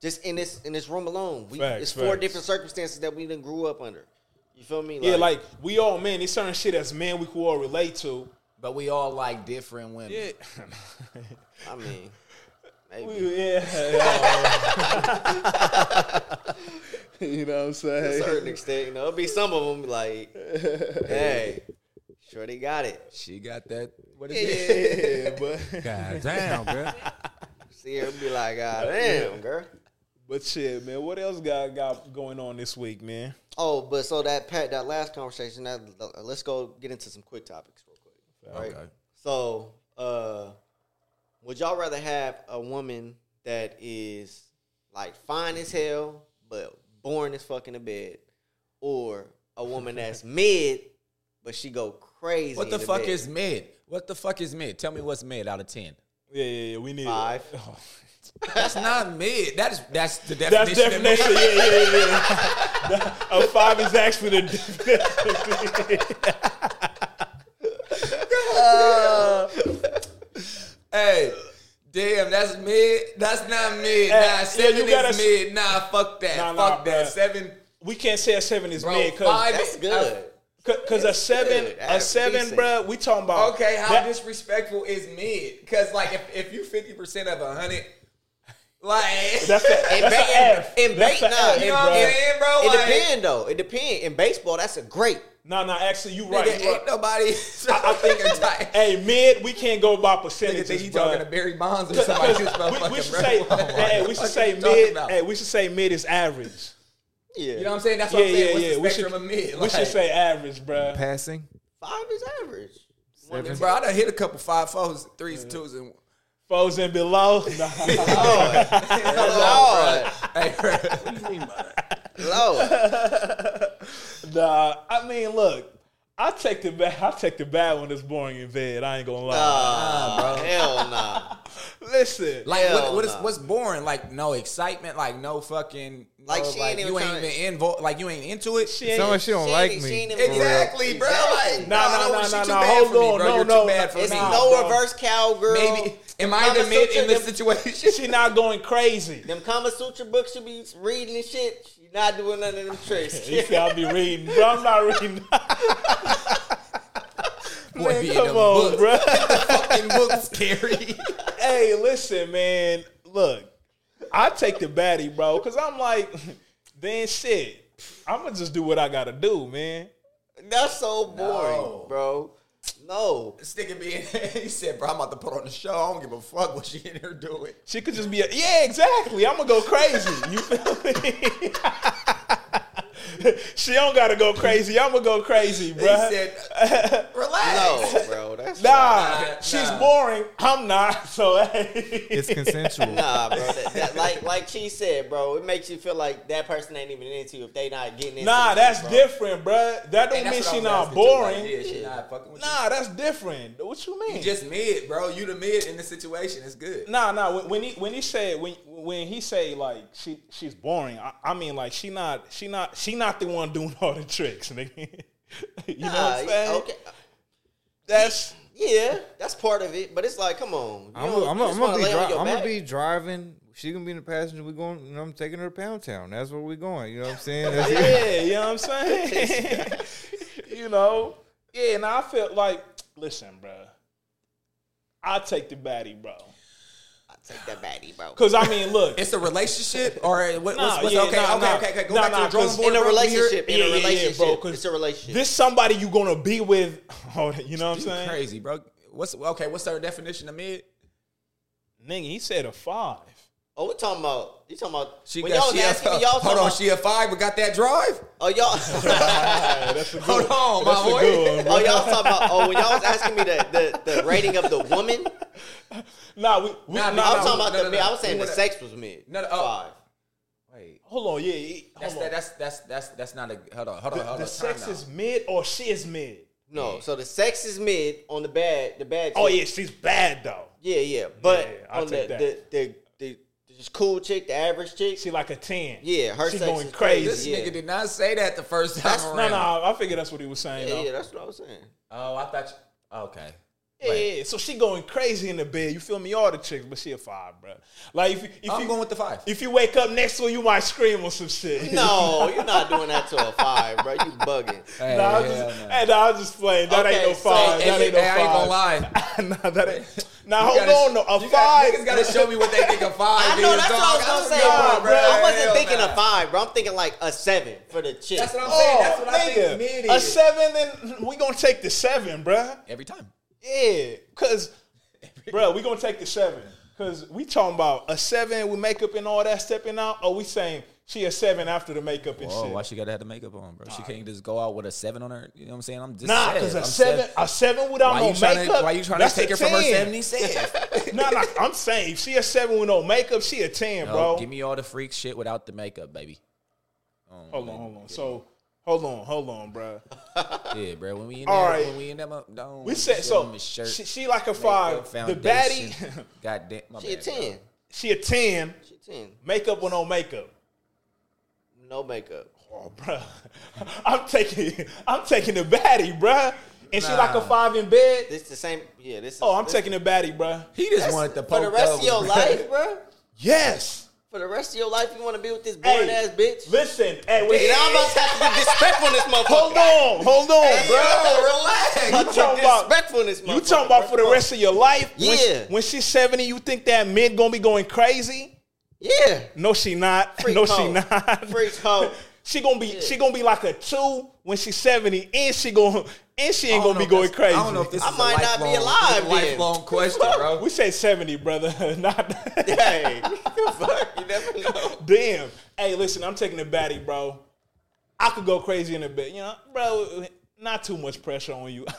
[SPEAKER 3] Just in this in this room alone, we,
[SPEAKER 2] Facts,
[SPEAKER 3] it's four
[SPEAKER 2] facts.
[SPEAKER 3] different circumstances that we didn't grew up under. You feel me?
[SPEAKER 2] yeah, like we all men. It's certain shit as men we could all relate to.
[SPEAKER 1] But we all like different women.
[SPEAKER 2] Yeah,
[SPEAKER 3] I mean, maybe.
[SPEAKER 2] we, yeah.
[SPEAKER 10] You know what I'm
[SPEAKER 3] to a
[SPEAKER 10] saying?
[SPEAKER 3] certain extent, you know, it'll be some of them like, hey, sure they got it.
[SPEAKER 1] She got that. What is it?
[SPEAKER 3] Yeah,
[SPEAKER 1] Goddamn, bro.
[SPEAKER 3] see, it'll be like, ah, damn, girl.
[SPEAKER 2] but shit, man, what else got got going on this week, man?
[SPEAKER 3] Oh, but so that Pat, that last conversation, that uh, let's go get into some quick topics real quick. Right?
[SPEAKER 1] Okay.
[SPEAKER 3] So, uh, would y'all rather have a woman that is like fine as hell but boring as fuck in the bed, or a woman that's mid but she go crazy?
[SPEAKER 1] What
[SPEAKER 3] in
[SPEAKER 1] the fuck
[SPEAKER 3] bed?
[SPEAKER 1] is mid? What the fuck is mid? Tell me what's mid out of ten.
[SPEAKER 2] Yeah, yeah, yeah. We need
[SPEAKER 3] Five.
[SPEAKER 1] That's not mid. That is that's the definition.
[SPEAKER 2] That's
[SPEAKER 1] of mid.
[SPEAKER 2] definition. Yeah, yeah, yeah. A five is actually the definition.
[SPEAKER 1] Hey, damn, that's mid. That's not mid.
[SPEAKER 2] Hey,
[SPEAKER 1] nah,
[SPEAKER 2] yeah,
[SPEAKER 1] seven
[SPEAKER 2] you
[SPEAKER 1] is
[SPEAKER 2] gotta-
[SPEAKER 1] mid. Nah, fuck that.
[SPEAKER 2] Nah, nah,
[SPEAKER 1] fuck that.
[SPEAKER 2] bruh.
[SPEAKER 1] Seven,
[SPEAKER 2] we can't say a seven is
[SPEAKER 1] bro.
[SPEAKER 2] mid
[SPEAKER 1] five.
[SPEAKER 2] because
[SPEAKER 3] That's
[SPEAKER 1] is-
[SPEAKER 3] good.
[SPEAKER 2] because a seven
[SPEAKER 3] good.
[SPEAKER 2] a
[SPEAKER 3] That's
[SPEAKER 2] seven,
[SPEAKER 3] decent.
[SPEAKER 2] bruh, We talking
[SPEAKER 1] I-
[SPEAKER 2] about
[SPEAKER 1] okay, how
[SPEAKER 2] that-
[SPEAKER 1] disrespectful is mid? Because like, if, if you fifty percent of a hundred, like
[SPEAKER 2] That's a,
[SPEAKER 3] In
[SPEAKER 2] that's
[SPEAKER 3] ba-
[SPEAKER 2] a F.
[SPEAKER 3] in
[SPEAKER 2] that's
[SPEAKER 3] ba-
[SPEAKER 2] a
[SPEAKER 3] nah,
[SPEAKER 2] F,
[SPEAKER 3] in-
[SPEAKER 1] you know what I'm
[SPEAKER 2] bruh.
[SPEAKER 1] saying, bro?
[SPEAKER 3] It
[SPEAKER 1] like,
[SPEAKER 3] depend though. It depend. In baseball, that's a great.
[SPEAKER 2] No, no, actually, you
[SPEAKER 1] Nigga,
[SPEAKER 2] right. you
[SPEAKER 1] ain't
[SPEAKER 2] right.
[SPEAKER 1] nobody.
[SPEAKER 2] I, I think,
[SPEAKER 1] tight.
[SPEAKER 2] hey, mid, we can't go by
[SPEAKER 1] Nigga
[SPEAKER 2] percentages.
[SPEAKER 1] think he
[SPEAKER 2] bruh.
[SPEAKER 1] talking to Barry Bonds or somebody.
[SPEAKER 2] Because
[SPEAKER 1] who's
[SPEAKER 2] we, we
[SPEAKER 1] motherfucking
[SPEAKER 2] should
[SPEAKER 1] bro.
[SPEAKER 2] say,
[SPEAKER 1] Like,
[SPEAKER 2] hey, we
[SPEAKER 1] what
[SPEAKER 2] should
[SPEAKER 1] you
[SPEAKER 2] say
[SPEAKER 1] talking
[SPEAKER 2] mid.
[SPEAKER 1] about?
[SPEAKER 2] Hey, we should say mid is average.
[SPEAKER 3] Yeah,
[SPEAKER 1] You know what I'm saying? That's
[SPEAKER 2] Yeah,
[SPEAKER 1] what I'm saying.
[SPEAKER 2] yeah,
[SPEAKER 1] What's
[SPEAKER 2] yeah.
[SPEAKER 1] the
[SPEAKER 2] We should,
[SPEAKER 1] spectrum of mid?
[SPEAKER 2] we should
[SPEAKER 1] Like-
[SPEAKER 2] say average, bruh.
[SPEAKER 8] Passing.
[SPEAKER 3] five is average. One
[SPEAKER 8] Seven.
[SPEAKER 3] is-
[SPEAKER 1] Bro, I done hit a couple five fours, threes, twos, and
[SPEAKER 2] Foes and below. Nah.
[SPEAKER 3] Lord,
[SPEAKER 1] hey, bro, what do you mean by that?
[SPEAKER 3] Lord.
[SPEAKER 2] Nah, I mean, look, I take the bad. I take the bad one that's boring in bed. I ain't gonna lie.
[SPEAKER 3] Nah, Hell nah.
[SPEAKER 2] Listen,
[SPEAKER 1] Like, what,
[SPEAKER 3] Hell
[SPEAKER 1] what is
[SPEAKER 3] nah.
[SPEAKER 1] what's boring? Like, no excitement. Like, no fucking.
[SPEAKER 3] Like,
[SPEAKER 1] no,
[SPEAKER 3] she
[SPEAKER 1] like
[SPEAKER 3] ain't
[SPEAKER 1] you
[SPEAKER 3] even
[SPEAKER 1] ain't
[SPEAKER 3] tryna-
[SPEAKER 1] even involved. Like, you ain't into it.
[SPEAKER 2] she ain't.
[SPEAKER 8] Sound like she don't
[SPEAKER 3] She
[SPEAKER 8] like
[SPEAKER 3] ain't-
[SPEAKER 8] me.
[SPEAKER 3] she ain't even-
[SPEAKER 1] exactly, bro.
[SPEAKER 3] Exactly.
[SPEAKER 1] Like,
[SPEAKER 2] Nah,
[SPEAKER 1] no,
[SPEAKER 2] nah,
[SPEAKER 1] no,
[SPEAKER 2] nah,
[SPEAKER 1] she
[SPEAKER 2] nah,
[SPEAKER 1] too
[SPEAKER 2] nah,
[SPEAKER 1] bad
[SPEAKER 2] hold
[SPEAKER 1] for me,
[SPEAKER 2] on,
[SPEAKER 1] bro.
[SPEAKER 2] no,
[SPEAKER 1] You're
[SPEAKER 2] no,
[SPEAKER 1] too bad for
[SPEAKER 2] it's
[SPEAKER 1] me.
[SPEAKER 3] Is
[SPEAKER 2] Nah,
[SPEAKER 3] no
[SPEAKER 2] bro.
[SPEAKER 3] reverse cowgirl?
[SPEAKER 1] Maybe am I the
[SPEAKER 3] Kama
[SPEAKER 1] mid
[SPEAKER 3] Sutra,
[SPEAKER 1] in this
[SPEAKER 3] them-
[SPEAKER 1] situation?
[SPEAKER 2] She not going crazy.
[SPEAKER 3] Them Kama Sutra books you be reading and shit. You not doing none of them tricks.
[SPEAKER 2] He said I'll be reading, bro. I'm not reading.
[SPEAKER 1] Boy, be in
[SPEAKER 2] Come
[SPEAKER 1] them
[SPEAKER 2] on,
[SPEAKER 1] books.
[SPEAKER 2] bro.
[SPEAKER 1] Fucking books, Carrie.
[SPEAKER 2] hey, listen, man. Look, I take the baddie, bro, because I'm like, then shit. I'ma just do what I gotta do, man.
[SPEAKER 3] That's so boring,
[SPEAKER 1] No.
[SPEAKER 3] bro. No.
[SPEAKER 1] This nigga be in. He said, "Bro, I'm about to put on the show. I don't give a fuck what she in here doing."
[SPEAKER 2] She could just be a, yeah, exactly. I'm gonna go crazy. You feel me? she don't gotta go crazy. I'm gonna go crazy,
[SPEAKER 1] He
[SPEAKER 2] bruh.
[SPEAKER 1] said, "Relax."
[SPEAKER 3] No, bro. That's
[SPEAKER 2] nah,
[SPEAKER 1] Nah,
[SPEAKER 2] she's
[SPEAKER 1] nah.
[SPEAKER 2] boring. I'm not. So hey,
[SPEAKER 8] It's consensual.
[SPEAKER 3] Nah, bro. That, that, like like she said, bro, it makes you feel like that person ain't even into you if they not getting into
[SPEAKER 2] nah,
[SPEAKER 3] you,
[SPEAKER 2] that's
[SPEAKER 3] bro.
[SPEAKER 2] different, bruh. That don't
[SPEAKER 1] And that's
[SPEAKER 2] mean
[SPEAKER 1] what I
[SPEAKER 2] she
[SPEAKER 1] was
[SPEAKER 2] not
[SPEAKER 1] asking too, like,
[SPEAKER 2] boring.
[SPEAKER 1] yeah, she not fucking with you.
[SPEAKER 2] Nah, that's different. What you mean?
[SPEAKER 1] You just mid, bro. You the mid in the situation. It's good.
[SPEAKER 2] Nah, nah. When, when he when he said when when he say like she she's boring. I, I mean like she not she not she not the one doing all the tricks, nigga. you know what I'm
[SPEAKER 3] Nah,
[SPEAKER 2] saying?
[SPEAKER 3] okay.
[SPEAKER 2] That's
[SPEAKER 3] Yeah, that's part of it, but it's like, come on. You
[SPEAKER 8] I'm
[SPEAKER 3] don't-
[SPEAKER 8] gonna I'm
[SPEAKER 3] you
[SPEAKER 8] gonna-
[SPEAKER 3] just
[SPEAKER 8] I'm
[SPEAKER 3] wanna
[SPEAKER 8] gonna be
[SPEAKER 3] lay on
[SPEAKER 8] dri-
[SPEAKER 3] your
[SPEAKER 8] I'm gonna
[SPEAKER 3] back.
[SPEAKER 8] be driving. She gonna be in the passenger. We going. You know, I'm taking her to Pound Town. That's where we going. You know what I'm saying? That's it.
[SPEAKER 2] yeah, you know what I'm saying? you know? Yeah, and I felt like, listen, bro, I take the baddie, bro.
[SPEAKER 3] I'll take that baddie, bro.
[SPEAKER 2] Cause I mean, look,
[SPEAKER 1] It's a relationship or what,
[SPEAKER 2] Nah,
[SPEAKER 1] what's, what's
[SPEAKER 2] yeah,
[SPEAKER 1] okay,
[SPEAKER 2] nah,
[SPEAKER 1] okay,
[SPEAKER 2] nah.
[SPEAKER 1] okay, okay. Go
[SPEAKER 2] Nah,
[SPEAKER 1] back
[SPEAKER 2] nah,
[SPEAKER 1] to the drawing
[SPEAKER 2] 'cause
[SPEAKER 1] board.
[SPEAKER 3] in a
[SPEAKER 1] bro. We here-
[SPEAKER 3] relationship, in
[SPEAKER 2] Yeah,
[SPEAKER 3] a
[SPEAKER 2] yeah, yeah,
[SPEAKER 3] relationship,
[SPEAKER 2] bro, 'cause
[SPEAKER 3] it's a relationship.
[SPEAKER 2] this somebody you gonna be with. Hold on, you know what I'm
[SPEAKER 1] You
[SPEAKER 2] saying?
[SPEAKER 1] crazy, bro. What's okay? What's her definition of mid?
[SPEAKER 2] Nigga, he said a five.
[SPEAKER 3] Oh, we talking about you talking about
[SPEAKER 1] She
[SPEAKER 3] when
[SPEAKER 1] got,
[SPEAKER 3] y'all
[SPEAKER 1] she
[SPEAKER 3] was
[SPEAKER 1] a-
[SPEAKER 3] asking me, y'all
[SPEAKER 1] hold
[SPEAKER 3] talking
[SPEAKER 1] on,
[SPEAKER 3] about,
[SPEAKER 1] she a five, but got that drive.
[SPEAKER 3] oh y'all
[SPEAKER 1] Hold on, my boy.
[SPEAKER 3] oh y'all talking about oh when y'all was asking me the, the, the rating of the woman.
[SPEAKER 2] Nah, we, we
[SPEAKER 1] Nah, nah,
[SPEAKER 2] nah, nah,
[SPEAKER 3] I was talking about
[SPEAKER 1] no,
[SPEAKER 3] the
[SPEAKER 1] no,
[SPEAKER 3] mid.
[SPEAKER 1] no.
[SPEAKER 3] I was saying
[SPEAKER 1] We
[SPEAKER 3] the
[SPEAKER 1] wanna-
[SPEAKER 3] sex was mid.
[SPEAKER 1] No, no, oh.
[SPEAKER 3] five.
[SPEAKER 1] Wait,
[SPEAKER 2] hold on, yeah, yeah, hold
[SPEAKER 1] that's
[SPEAKER 2] on.
[SPEAKER 1] that, that's that's that's that's not a hold on, hold on,
[SPEAKER 2] the,
[SPEAKER 1] hold on. time
[SPEAKER 2] the sex
[SPEAKER 1] out.
[SPEAKER 2] is mid or she is mid.
[SPEAKER 3] No, so the sex is mid on the bad. The bad.
[SPEAKER 2] Oh
[SPEAKER 3] chick.
[SPEAKER 2] yeah, she's bad though.
[SPEAKER 3] yeah, yeah. But
[SPEAKER 2] Yeah, yeah, I'll
[SPEAKER 3] on the,
[SPEAKER 2] take
[SPEAKER 3] the the the this cool chick, the average chick.
[SPEAKER 2] She like a ten.
[SPEAKER 3] yeah, her
[SPEAKER 2] she
[SPEAKER 3] sex
[SPEAKER 2] going
[SPEAKER 3] is
[SPEAKER 2] crazy.
[SPEAKER 1] This
[SPEAKER 3] Yeah.
[SPEAKER 1] nigga did not say that the first time
[SPEAKER 3] That's-
[SPEAKER 1] around.
[SPEAKER 2] No, no, I figure that's what he was saying.
[SPEAKER 3] Yeah,
[SPEAKER 2] though.
[SPEAKER 3] yeah, that's what I was saying.
[SPEAKER 1] Oh, I thought. You, okay.
[SPEAKER 2] Yeah, yeah, yeah. so she going crazy in the bed. You feel me? All the chicks, but she a five, bro. Like if, you- if
[SPEAKER 1] I'm
[SPEAKER 2] you
[SPEAKER 1] going with the five.
[SPEAKER 2] if you wake up next to her, you might scream or some shit.
[SPEAKER 3] No, you're not doing that to a five, bro. You bugging.
[SPEAKER 1] Hey,
[SPEAKER 2] Nah, I'm
[SPEAKER 1] hell
[SPEAKER 2] just,
[SPEAKER 1] no.
[SPEAKER 2] hey, nah, I'm just playing. That
[SPEAKER 3] Okay,
[SPEAKER 2] ain't no
[SPEAKER 3] so-
[SPEAKER 2] five.
[SPEAKER 1] Hey,
[SPEAKER 2] that ain't no
[SPEAKER 1] hey, I ain't gonna
[SPEAKER 2] five.
[SPEAKER 1] lie.
[SPEAKER 2] nah, that ain't. Nah,
[SPEAKER 1] You
[SPEAKER 2] hold
[SPEAKER 1] gotta-
[SPEAKER 2] on. No, a
[SPEAKER 1] you
[SPEAKER 2] five.
[SPEAKER 1] Got, niggas gotta show me what they think a five.
[SPEAKER 3] I know
[SPEAKER 1] is,
[SPEAKER 3] that's
[SPEAKER 1] dog.
[SPEAKER 3] what I was gonna say,
[SPEAKER 2] Nah,
[SPEAKER 3] bro. I
[SPEAKER 2] bruh,
[SPEAKER 3] wasn't
[SPEAKER 1] hell
[SPEAKER 3] thinking
[SPEAKER 1] nah.
[SPEAKER 3] a five, bro. I'm thinking like a seven for the chick.
[SPEAKER 1] That's what I'm saying.
[SPEAKER 2] Oh,
[SPEAKER 1] That's what I think
[SPEAKER 2] nigga,
[SPEAKER 1] mid
[SPEAKER 2] a
[SPEAKER 1] is.
[SPEAKER 2] seven, then we gonna take the seven, bruh.
[SPEAKER 1] Every time.
[SPEAKER 2] Yeah, cause, bruh, we gonna take the seven, cause we talking about a seven with makeup and all that stepping out. Or we saying she a seven after the makeup and
[SPEAKER 1] Oh,
[SPEAKER 2] shit.
[SPEAKER 1] why she gotta have the makeup on, bro? She can't just go out with a seven on her. You know what I'm saying? I'm just
[SPEAKER 2] Nah,
[SPEAKER 1] said.
[SPEAKER 2] because
[SPEAKER 1] I'm
[SPEAKER 2] a
[SPEAKER 1] said.
[SPEAKER 2] seven, a seven without
[SPEAKER 1] Why
[SPEAKER 2] no
[SPEAKER 1] you trying
[SPEAKER 2] makeup.
[SPEAKER 1] to Why you trying
[SPEAKER 2] that's
[SPEAKER 1] to take
[SPEAKER 2] a
[SPEAKER 1] her from her
[SPEAKER 2] 10.
[SPEAKER 1] seventy six?
[SPEAKER 2] No, no, I'm saying if she a seven with no makeup, she a ten, bro.
[SPEAKER 1] give me all the freak shit without the makeup, baby.
[SPEAKER 2] hold on, hold on. So hold on, hold on, bro.
[SPEAKER 1] Yeah, bro. When we in
[SPEAKER 2] All
[SPEAKER 1] there,
[SPEAKER 2] right.
[SPEAKER 1] when we in that, mo- don't
[SPEAKER 2] We said
[SPEAKER 1] show them
[SPEAKER 2] so.
[SPEAKER 1] his shirt,
[SPEAKER 2] She, she like a
[SPEAKER 1] makeup,
[SPEAKER 2] five. The baddie,
[SPEAKER 1] foundation. God damn, my
[SPEAKER 3] she a
[SPEAKER 1] bad, bro.
[SPEAKER 3] ten.
[SPEAKER 2] she a ten.
[SPEAKER 3] She a ten.
[SPEAKER 2] Makeup with no makeup.
[SPEAKER 3] No makeup.
[SPEAKER 2] Oh, bro, I'm taking, I'm taking the baddie, bro. And she like a
[SPEAKER 1] Nah.
[SPEAKER 2] five in bed.
[SPEAKER 3] This the same. Yeah, this. Is,
[SPEAKER 2] Oh, I'm
[SPEAKER 3] this-
[SPEAKER 2] taking the baddie, bro.
[SPEAKER 1] He just wanted to
[SPEAKER 3] for
[SPEAKER 1] poke
[SPEAKER 3] the rest of
[SPEAKER 1] over,
[SPEAKER 3] your
[SPEAKER 1] bro.
[SPEAKER 3] life, bro.
[SPEAKER 2] Yes.
[SPEAKER 3] For the rest of your life, you want to be with this boring ass bitch.
[SPEAKER 2] Listen, hey, wait.
[SPEAKER 3] And I'm about to have to be disrespectful in this
[SPEAKER 2] Hold
[SPEAKER 3] motherfucker.
[SPEAKER 2] on, hold on,
[SPEAKER 3] Bro,
[SPEAKER 2] bro.
[SPEAKER 3] relax.
[SPEAKER 2] You talking about-
[SPEAKER 3] disrespectful in this motherfucker.
[SPEAKER 2] You talking about for the rest of your life? When she-
[SPEAKER 3] Yeah.
[SPEAKER 2] When, she's 70, you think that mid gonna be going crazy?
[SPEAKER 3] Yeah.
[SPEAKER 2] No, she not.
[SPEAKER 3] Freak
[SPEAKER 2] no,
[SPEAKER 3] hoe.
[SPEAKER 2] she not.
[SPEAKER 3] Freak hoe.
[SPEAKER 2] she gonna be she gonna be like a two when she's 70, and she gonna and she
[SPEAKER 1] I
[SPEAKER 2] ain't
[SPEAKER 1] don't
[SPEAKER 2] gonna be
[SPEAKER 1] know
[SPEAKER 2] going
[SPEAKER 1] if this-
[SPEAKER 2] crazy.
[SPEAKER 1] I don't know if this
[SPEAKER 3] I
[SPEAKER 1] is
[SPEAKER 3] might
[SPEAKER 1] a
[SPEAKER 3] not be
[SPEAKER 1] lifelong,
[SPEAKER 3] alive
[SPEAKER 1] this is a
[SPEAKER 3] then.
[SPEAKER 1] lifelong question, bro.
[SPEAKER 2] We say 70, brother. not
[SPEAKER 3] Hey, fuck, you never know.
[SPEAKER 2] damn. Hey, listen, I'm taking the baddie, bro. I could go crazy in a bit, you know, bro. Not too much pressure on you.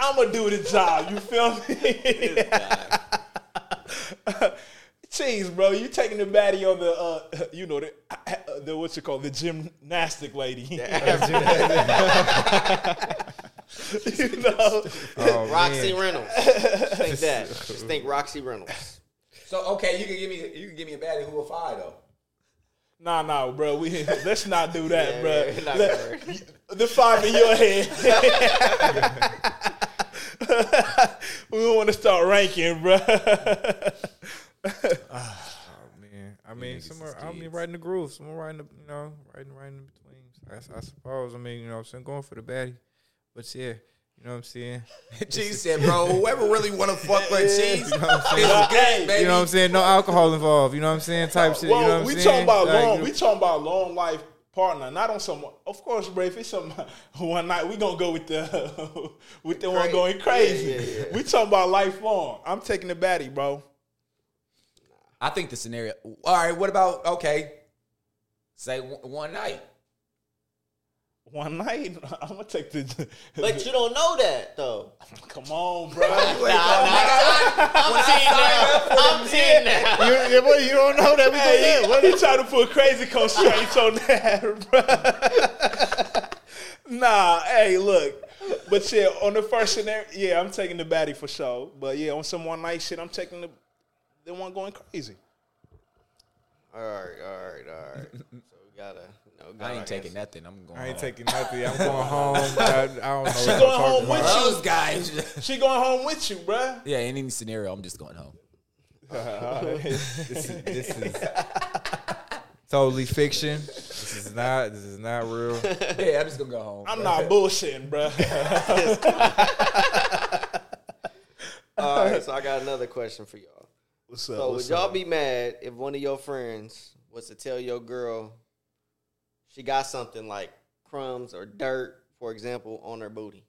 [SPEAKER 2] I'm gonna do the job. You feel me? Jeez, bro, you taking the baddie on the, uh, you know, the, the what you call the gymnastic lady. you know,
[SPEAKER 8] Oh,
[SPEAKER 3] Roxy
[SPEAKER 8] man.
[SPEAKER 3] Reynolds. Just think that. Just think Roxy Reynolds.
[SPEAKER 1] So okay, you can give me you can give me a baddie who a five though.
[SPEAKER 2] nah, nah, bro. We let's not do that,
[SPEAKER 3] Yeah,
[SPEAKER 2] bro.
[SPEAKER 3] yeah, we're not
[SPEAKER 2] Let-
[SPEAKER 3] gonna work.
[SPEAKER 2] the five in your head. we don't want to start ranking, bro.
[SPEAKER 8] Oh, Man, I mean, somewhere, I mean, right in the groove, somewhere right in the, you know, right in, right in between. I, s- I suppose. I mean, you know, what I'm saying going for the baddie, but yeah, you know what I'm saying.
[SPEAKER 1] G said, bro, whoever really want to fuck with cheese,
[SPEAKER 8] You know what I'm
[SPEAKER 1] it's
[SPEAKER 8] saying?
[SPEAKER 2] Hey,
[SPEAKER 1] good, baby.
[SPEAKER 8] You know what I'm saying? No alcohol involved. You know what I'm saying? Type shit.
[SPEAKER 2] Well,
[SPEAKER 8] you know what I'm
[SPEAKER 2] we
[SPEAKER 8] saying?
[SPEAKER 2] talking about
[SPEAKER 8] Like,
[SPEAKER 2] long.
[SPEAKER 8] you
[SPEAKER 2] We
[SPEAKER 8] know-
[SPEAKER 2] talking about long life partner, not on someone. Of course, bro. If it's some one night, we gonna go with the with the one
[SPEAKER 3] Crazy.
[SPEAKER 2] going crazy.
[SPEAKER 3] Yeah, yeah, yeah.
[SPEAKER 2] We talking about lifelong. I'm taking the baddie, bro.
[SPEAKER 1] I think the scenario. All right, what about okay? Say one, one night.
[SPEAKER 2] One night, I'm gonna take the.
[SPEAKER 3] But you don't know that though.
[SPEAKER 2] come on, bro.
[SPEAKER 3] I'm seeing that. I'm seeing that.
[SPEAKER 8] you, yeah, boy, you don't know that we do
[SPEAKER 2] hey,
[SPEAKER 8] that.
[SPEAKER 2] what you trying to put crazy constraints on that, bro? nah, hey, look. But yeah, on the first scenario, yeah, I'm taking the baddie for sure. But yeah, on some one night shit, I'm taking the the one going crazy.
[SPEAKER 3] All right, all right, all right. So we gotta. No,
[SPEAKER 1] I ain't taking nothing. I'm going.
[SPEAKER 8] I ain't
[SPEAKER 1] home.
[SPEAKER 8] taking nothing. I'm going home. I, I don't know. She
[SPEAKER 2] going home with you.
[SPEAKER 1] those guys.
[SPEAKER 2] She going home with you, bruh.
[SPEAKER 1] yeah, in any scenario, I'm just going home.
[SPEAKER 8] This is, this is totally fiction. This is not. This is not real.
[SPEAKER 1] Yeah, I'm just gonna go home.
[SPEAKER 2] I'm not bullshitting, bruh.
[SPEAKER 3] All right, so I got another question for y'all.
[SPEAKER 2] Uh, What's up?
[SPEAKER 3] So would y'all be mad if one of your friends was to tell your girl she got something like crumbs or dirt, for example, on her booty?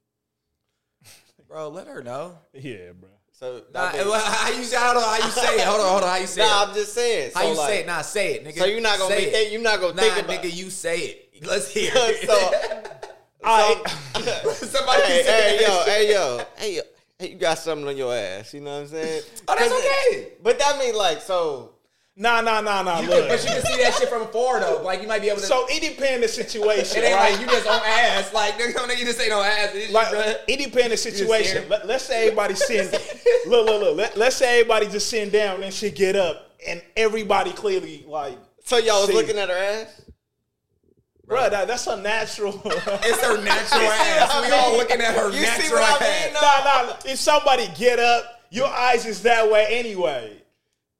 [SPEAKER 1] bro. Let her know.
[SPEAKER 2] Yeah, bro.
[SPEAKER 3] So
[SPEAKER 1] Nah,
[SPEAKER 3] I mean-
[SPEAKER 1] how you say? Hold on, how you say it? Hold on, hold on, how you say
[SPEAKER 3] nah,
[SPEAKER 1] it?
[SPEAKER 3] I'm just saying. So
[SPEAKER 1] How you
[SPEAKER 3] like,
[SPEAKER 1] say it? Nah, say it, nigga.
[SPEAKER 3] So you're not gonna
[SPEAKER 1] Say
[SPEAKER 3] be
[SPEAKER 1] it.
[SPEAKER 3] think- you're not gonna
[SPEAKER 1] Nah,
[SPEAKER 3] think about
[SPEAKER 1] nigga,
[SPEAKER 3] it.
[SPEAKER 1] you say it. Let's hear
[SPEAKER 3] so,
[SPEAKER 1] it.
[SPEAKER 3] so
[SPEAKER 1] Somebody
[SPEAKER 3] hey,
[SPEAKER 1] say
[SPEAKER 3] hey, yo, hey, yo, hey, yo, hey, you got something on your ass. You know what I'm saying?
[SPEAKER 1] Oh, that's
[SPEAKER 3] 'Cause it-
[SPEAKER 1] okay.
[SPEAKER 3] But that mean like so.
[SPEAKER 2] Nah, nah, nah, nah.
[SPEAKER 1] You can,
[SPEAKER 2] look.
[SPEAKER 1] but you can see that shit from afar though. Like you might be able to.
[SPEAKER 2] so it depends the situation,
[SPEAKER 1] it ain't
[SPEAKER 2] right?
[SPEAKER 1] like you just on ass. Like nigga, nigga, you just ain't on ass. It's just,
[SPEAKER 2] like
[SPEAKER 1] uh,
[SPEAKER 2] it depends the
[SPEAKER 1] scared.
[SPEAKER 2] situation. Let, us say everybody sitting. look, look, look. Let, let's say everybody just sitting down and she get up, and everybody clearly like,
[SPEAKER 3] So y'all was
[SPEAKER 2] See.
[SPEAKER 3] looking at her ass.
[SPEAKER 2] bro, that, that's unnatural. nah,
[SPEAKER 1] it's her natural ass. We all looking at her
[SPEAKER 3] You see
[SPEAKER 1] natural
[SPEAKER 3] what I
[SPEAKER 1] ass.
[SPEAKER 3] mean?
[SPEAKER 2] nah. If somebody get up, your eyes is that way anyway.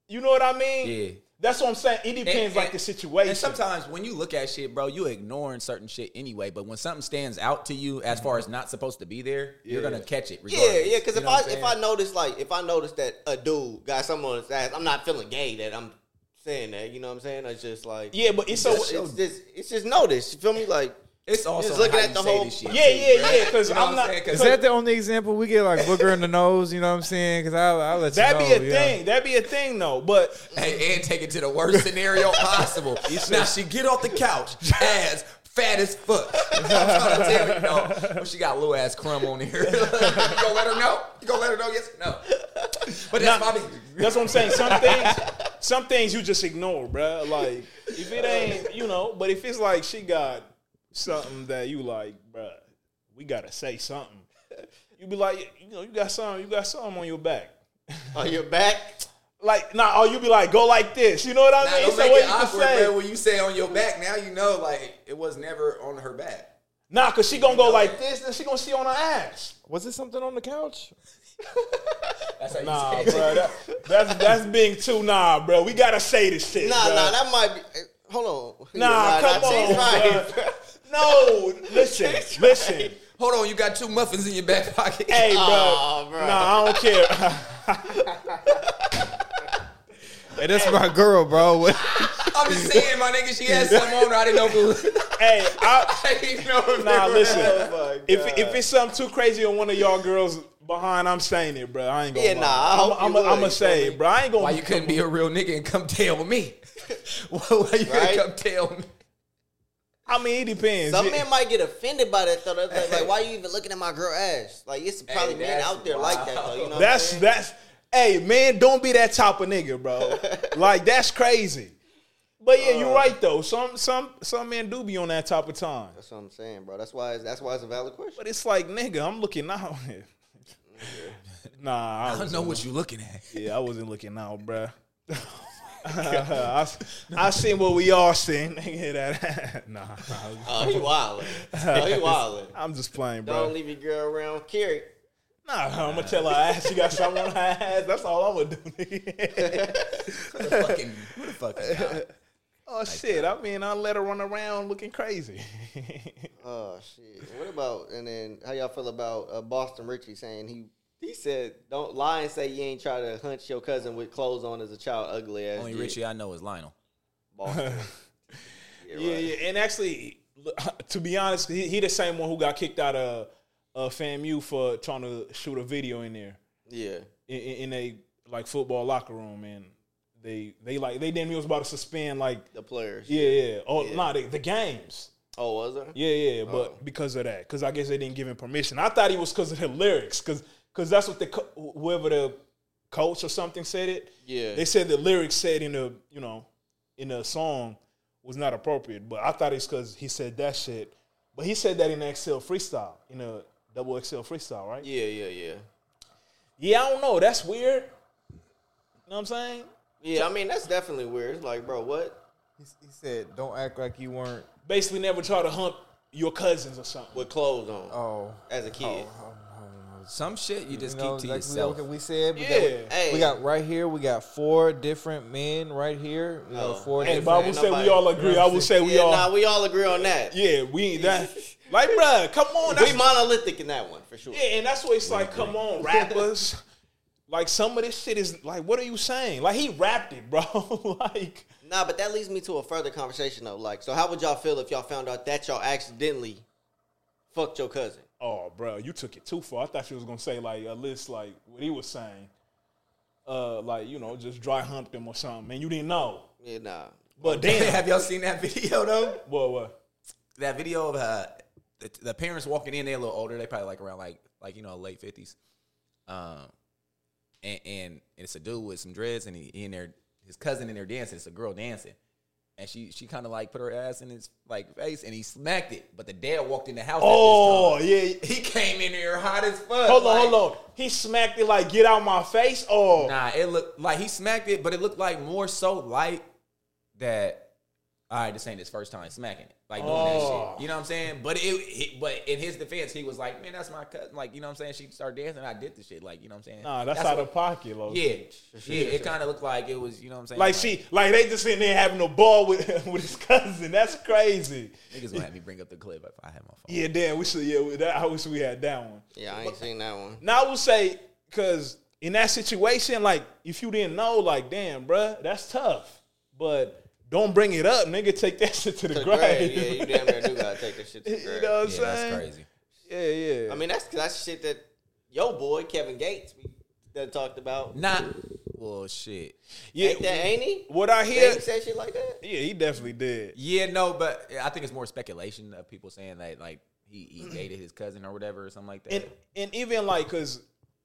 [SPEAKER 2] You know what I mean?
[SPEAKER 1] Yeah.
[SPEAKER 2] That's what I'm saying. It
[SPEAKER 1] And-
[SPEAKER 2] depends, like
[SPEAKER 1] and-
[SPEAKER 2] the situation.
[SPEAKER 1] And sometimes when you look at shit, bro, you ignoring certain shit anyway. But when something stands out to you as far as not supposed to be there, you're gonna catch it.
[SPEAKER 3] Mm-hmm. Yeah,
[SPEAKER 1] Regardless.
[SPEAKER 3] yeah. Because
[SPEAKER 1] You
[SPEAKER 3] if
[SPEAKER 1] know
[SPEAKER 3] I
[SPEAKER 1] what I'm
[SPEAKER 3] if I
[SPEAKER 1] saying?
[SPEAKER 3] notice like if I notice that a dude got someone on his ass, I'm not feeling gay that I'm saying that. You know what I'm saying? It's just like
[SPEAKER 2] yeah, but it's so.
[SPEAKER 3] it's, it's just it's just notice. You feel me? Like
[SPEAKER 1] it's also
[SPEAKER 3] Just looking
[SPEAKER 1] how
[SPEAKER 3] at
[SPEAKER 1] you
[SPEAKER 3] the
[SPEAKER 1] say
[SPEAKER 3] whole-
[SPEAKER 1] this shit
[SPEAKER 2] yeah,
[SPEAKER 1] too,
[SPEAKER 2] yeah,
[SPEAKER 1] bro.
[SPEAKER 2] yeah. Because
[SPEAKER 1] You know what
[SPEAKER 2] I'm
[SPEAKER 1] I'm
[SPEAKER 2] not.
[SPEAKER 1] saying? 'Cause
[SPEAKER 8] Is that the only example we get? Like booger in the nose, you know what I'm saying? Because I, I let you
[SPEAKER 2] That'd
[SPEAKER 8] know.
[SPEAKER 1] Oh,
[SPEAKER 2] be a
[SPEAKER 8] you know.
[SPEAKER 2] thing. That'd be a thing, though. But
[SPEAKER 1] Hey, and take it to the worst scenario possible. now she get off the couch, ass fat as fuck. I'm trying to tell you, no, but she got a little ass crumb on here. you gonna let her know? You gonna let her know? Yes, or no. But that's
[SPEAKER 2] Nah,
[SPEAKER 1] my.
[SPEAKER 2] That's what I'm saying. Some things, some things you just ignore, bruh. Like if it ain't, you know. But if it's like she got something that you like, bruh, we gotta say something. You be like, you know, you got something, you got something on your back.
[SPEAKER 3] on your back.
[SPEAKER 2] Like nah, or you be like, go like this. You know what I
[SPEAKER 1] Now,
[SPEAKER 2] mean?
[SPEAKER 1] don't
[SPEAKER 2] So
[SPEAKER 1] make
[SPEAKER 2] what
[SPEAKER 1] it
[SPEAKER 2] you can
[SPEAKER 1] awkward,
[SPEAKER 2] say-
[SPEAKER 1] man. When you say on your back, now you know, like it was never on her back.
[SPEAKER 2] Nah, cause she gonna go like this, then she gonna see on her ass.
[SPEAKER 8] Was it something on the couch?
[SPEAKER 1] That's how you
[SPEAKER 2] Nah,
[SPEAKER 1] say it.
[SPEAKER 2] bruh, that, that's that's being too nah, bruh. We gotta say this shit.
[SPEAKER 3] Nah,
[SPEAKER 2] bruh.
[SPEAKER 3] nah, that might be. eh, Hold on.
[SPEAKER 2] Nah, come on,
[SPEAKER 3] she's right.
[SPEAKER 2] bruh. No, listen, listen.
[SPEAKER 1] Hold on, you got two muffins in your back pocket.
[SPEAKER 2] Hey, bro.
[SPEAKER 3] Aw, bro.
[SPEAKER 2] Nah, I don't care.
[SPEAKER 8] Hey, that's my girl, bro. What-
[SPEAKER 1] I'm just saying, my nigga, she had something on her. I didn't know if it was.
[SPEAKER 2] hey, I,
[SPEAKER 1] I didn't know if
[SPEAKER 2] nah,
[SPEAKER 1] it was-
[SPEAKER 2] listen.
[SPEAKER 3] Oh my
[SPEAKER 2] if if it's something too crazy on one of y'all girls behind, I'm saying it, bro. I ain't gonna.
[SPEAKER 3] Yeah,
[SPEAKER 2] lie.
[SPEAKER 3] nah, I
[SPEAKER 2] I'm-
[SPEAKER 3] hope
[SPEAKER 2] I'm
[SPEAKER 3] you
[SPEAKER 2] gonna I'm
[SPEAKER 3] would, you
[SPEAKER 2] gonna say
[SPEAKER 3] feel
[SPEAKER 2] it, bro. I ain't gonna.
[SPEAKER 1] Why you couldn't be a real nigga and come tell me? Why why you couldn't
[SPEAKER 3] Right?
[SPEAKER 1] come tell me?
[SPEAKER 2] I mean, it depends.
[SPEAKER 3] Some
[SPEAKER 2] It-
[SPEAKER 3] men might get offended by that though. They're Like, like, why you even looking at my girl ass? Like, it's probably
[SPEAKER 1] Hey,
[SPEAKER 3] men
[SPEAKER 1] that's
[SPEAKER 3] out there like that. Though, you know
[SPEAKER 2] that's
[SPEAKER 3] what I'm saying?
[SPEAKER 2] that's. Hey, man, don't be that type of nigga, bro. like that's crazy. But yeah,
[SPEAKER 3] Uh.
[SPEAKER 2] you're right though. Some some some men do be on that type of time.
[SPEAKER 3] That's what I'm saying, bro. That's why. It's, that's why it's a valid question.
[SPEAKER 2] But it's like, nigga, I'm looking out. nah, I
[SPEAKER 1] I
[SPEAKER 2] was
[SPEAKER 1] don't know what you looking at.
[SPEAKER 2] Yeah, I wasn't looking out, bruh. I, I seen what we all seen. Nigga, that- nah, nah,
[SPEAKER 3] Oh, you wildin'. Oh, you wildin'.
[SPEAKER 2] I'm just playing,
[SPEAKER 3] Don't
[SPEAKER 2] bro.
[SPEAKER 3] leave your girl around Carrie.
[SPEAKER 2] Nah, I'm gonna tell her ass. She got something on her ass. That's all I'm gonna do. nigga.
[SPEAKER 1] fucking, who the fuck is that?
[SPEAKER 2] oh shit! I mean, I let her run around looking crazy.
[SPEAKER 3] Oh shit. What about and then how y'all feel about uh, Boston Richie saying he he said don't lie and say you ain't try to hunt your cousin with clothes on as a child ugly ass.
[SPEAKER 1] Only
[SPEAKER 3] dick.
[SPEAKER 1] Richie I know is Lionel.
[SPEAKER 3] Boston.
[SPEAKER 2] yeah, yeah. And actually, to be honest, he, he the same one who got kicked out of uh, FAMU for trying to shoot a video in there.
[SPEAKER 3] yeah.
[SPEAKER 2] in, in, in a like football locker room, and they they like they damn near was about to suspend like
[SPEAKER 3] The players.
[SPEAKER 2] yeah yeah oh nah the, the games
[SPEAKER 3] Oh, was there?
[SPEAKER 2] yeah yeah but because of that because I guess they didn't give him permission. I thought he was because of the lyrics because because that's what the co- whoever the coach or something said it
[SPEAKER 3] Yeah.
[SPEAKER 2] they said the lyrics said in the you know in the song was not appropriate but I thought it's because he said that shit but he said that in the XL freestyle in a double XL freestyle right
[SPEAKER 3] Yeah, yeah, yeah.
[SPEAKER 2] yeah I don't know that's weird you know what I'm saying.
[SPEAKER 3] Yeah, I mean that's definitely weird. It's like, bro, what?
[SPEAKER 8] he, he said, "Don't act like you weren't."
[SPEAKER 2] basically never try to hump your cousins or something.
[SPEAKER 3] With clothes on
[SPEAKER 8] Oh,
[SPEAKER 3] as a kid.
[SPEAKER 1] Some shit you just
[SPEAKER 8] You know,
[SPEAKER 1] keep to
[SPEAKER 8] like we-
[SPEAKER 1] yourself.
[SPEAKER 8] okay, We, said, we
[SPEAKER 2] Yeah.
[SPEAKER 8] got,
[SPEAKER 3] Hey.
[SPEAKER 8] we got right here. We got four different men right here. You know,
[SPEAKER 3] Oh.
[SPEAKER 8] four
[SPEAKER 2] Hey,
[SPEAKER 8] different.
[SPEAKER 2] but I will say we all agree. I will say we
[SPEAKER 3] yeah,
[SPEAKER 2] all.
[SPEAKER 3] nah, we all agree on that.
[SPEAKER 2] yeah, we ain't that. Like, bruh, come on. That's,
[SPEAKER 3] we monolithic in that one for sure.
[SPEAKER 2] yeah, and that's what it's like. Come on, rappers. like some of this shit is like, what are you saying? Like he rapped it, bro. like,
[SPEAKER 3] Nah, but that leads me to a further conversation though. Like, so how would y'all feel if y'all found out that y'all accidentally fucked your cousin?
[SPEAKER 2] Oh, bro, you took it too far. I thought you was gonna say like a list, like what he was saying, uh, like you know, just dry humped him or something, and you didn't know.
[SPEAKER 3] Yeah, nah.
[SPEAKER 2] But damn,
[SPEAKER 1] Have y'all seen that video though?
[SPEAKER 2] what, what?
[SPEAKER 1] That video of uh, the, the parents walking in. They're a little older. They probably like around like like you know late fifties. Um, and, and it's a dude with some dreads, and he he in there, his cousin in there dancing. It's a girl dancing, and she she kind of like put her ass in his like face, and he smacked it. But the dad walked in the house. at this
[SPEAKER 2] Oh
[SPEAKER 1] time.
[SPEAKER 2] yeah.
[SPEAKER 1] he came in here hot as fuck.
[SPEAKER 2] Hold on,
[SPEAKER 1] like-
[SPEAKER 2] hold on. He smacked it like get out my face. Oh,
[SPEAKER 1] Nah, it looked like he smacked it, but it looked like more so light that all right, this ain't his first time smacking it, like doing
[SPEAKER 2] Oh.
[SPEAKER 1] that shit. You know what I'm saying? But it, he- but in his defense, he was like, "Man, that's my cousin." Like, you know what I'm saying? She started dancing, I did the shit. Like, you know what I'm saying?
[SPEAKER 2] nah, that's, out
[SPEAKER 1] what-
[SPEAKER 2] of pocket, Lo.
[SPEAKER 1] yeah, yeah. It kind of looked like it was, you know what I'm saying?
[SPEAKER 2] Like she, like they just in there having a ball with with his cousin. That's crazy.
[SPEAKER 1] niggas gonna have me bring up the clip if I had my phone.
[SPEAKER 2] Yeah, damn. We should. Yeah, we- that, I wish we had that one.
[SPEAKER 3] Yeah, I ain't seen that one.
[SPEAKER 2] Now I will say, because in that situation, like if you didn't know, like damn, bruh, that's tough. But don't bring it up, nigga. Take that shit to the,
[SPEAKER 3] To the
[SPEAKER 2] grave.
[SPEAKER 3] grave. Yeah, you damn near do gotta take that shit to the
[SPEAKER 2] You
[SPEAKER 3] grave.
[SPEAKER 2] know what I'm
[SPEAKER 1] Yeah,
[SPEAKER 2] saying?
[SPEAKER 1] that's crazy.
[SPEAKER 2] Yeah, yeah.
[SPEAKER 3] I mean, that's that's shit that yo boy Kevin Gates we done talked about.
[SPEAKER 1] Not well, shit.
[SPEAKER 2] yeah.
[SPEAKER 3] Ain't that ain't he?
[SPEAKER 2] what I
[SPEAKER 3] Yeah.
[SPEAKER 2] hear?
[SPEAKER 3] He said shit like that.
[SPEAKER 2] Yeah, he definitely did.
[SPEAKER 1] Yeah, no, but I think it's more speculation of people saying that like he, he dated his cousin or whatever or something like that.
[SPEAKER 2] and and even like cause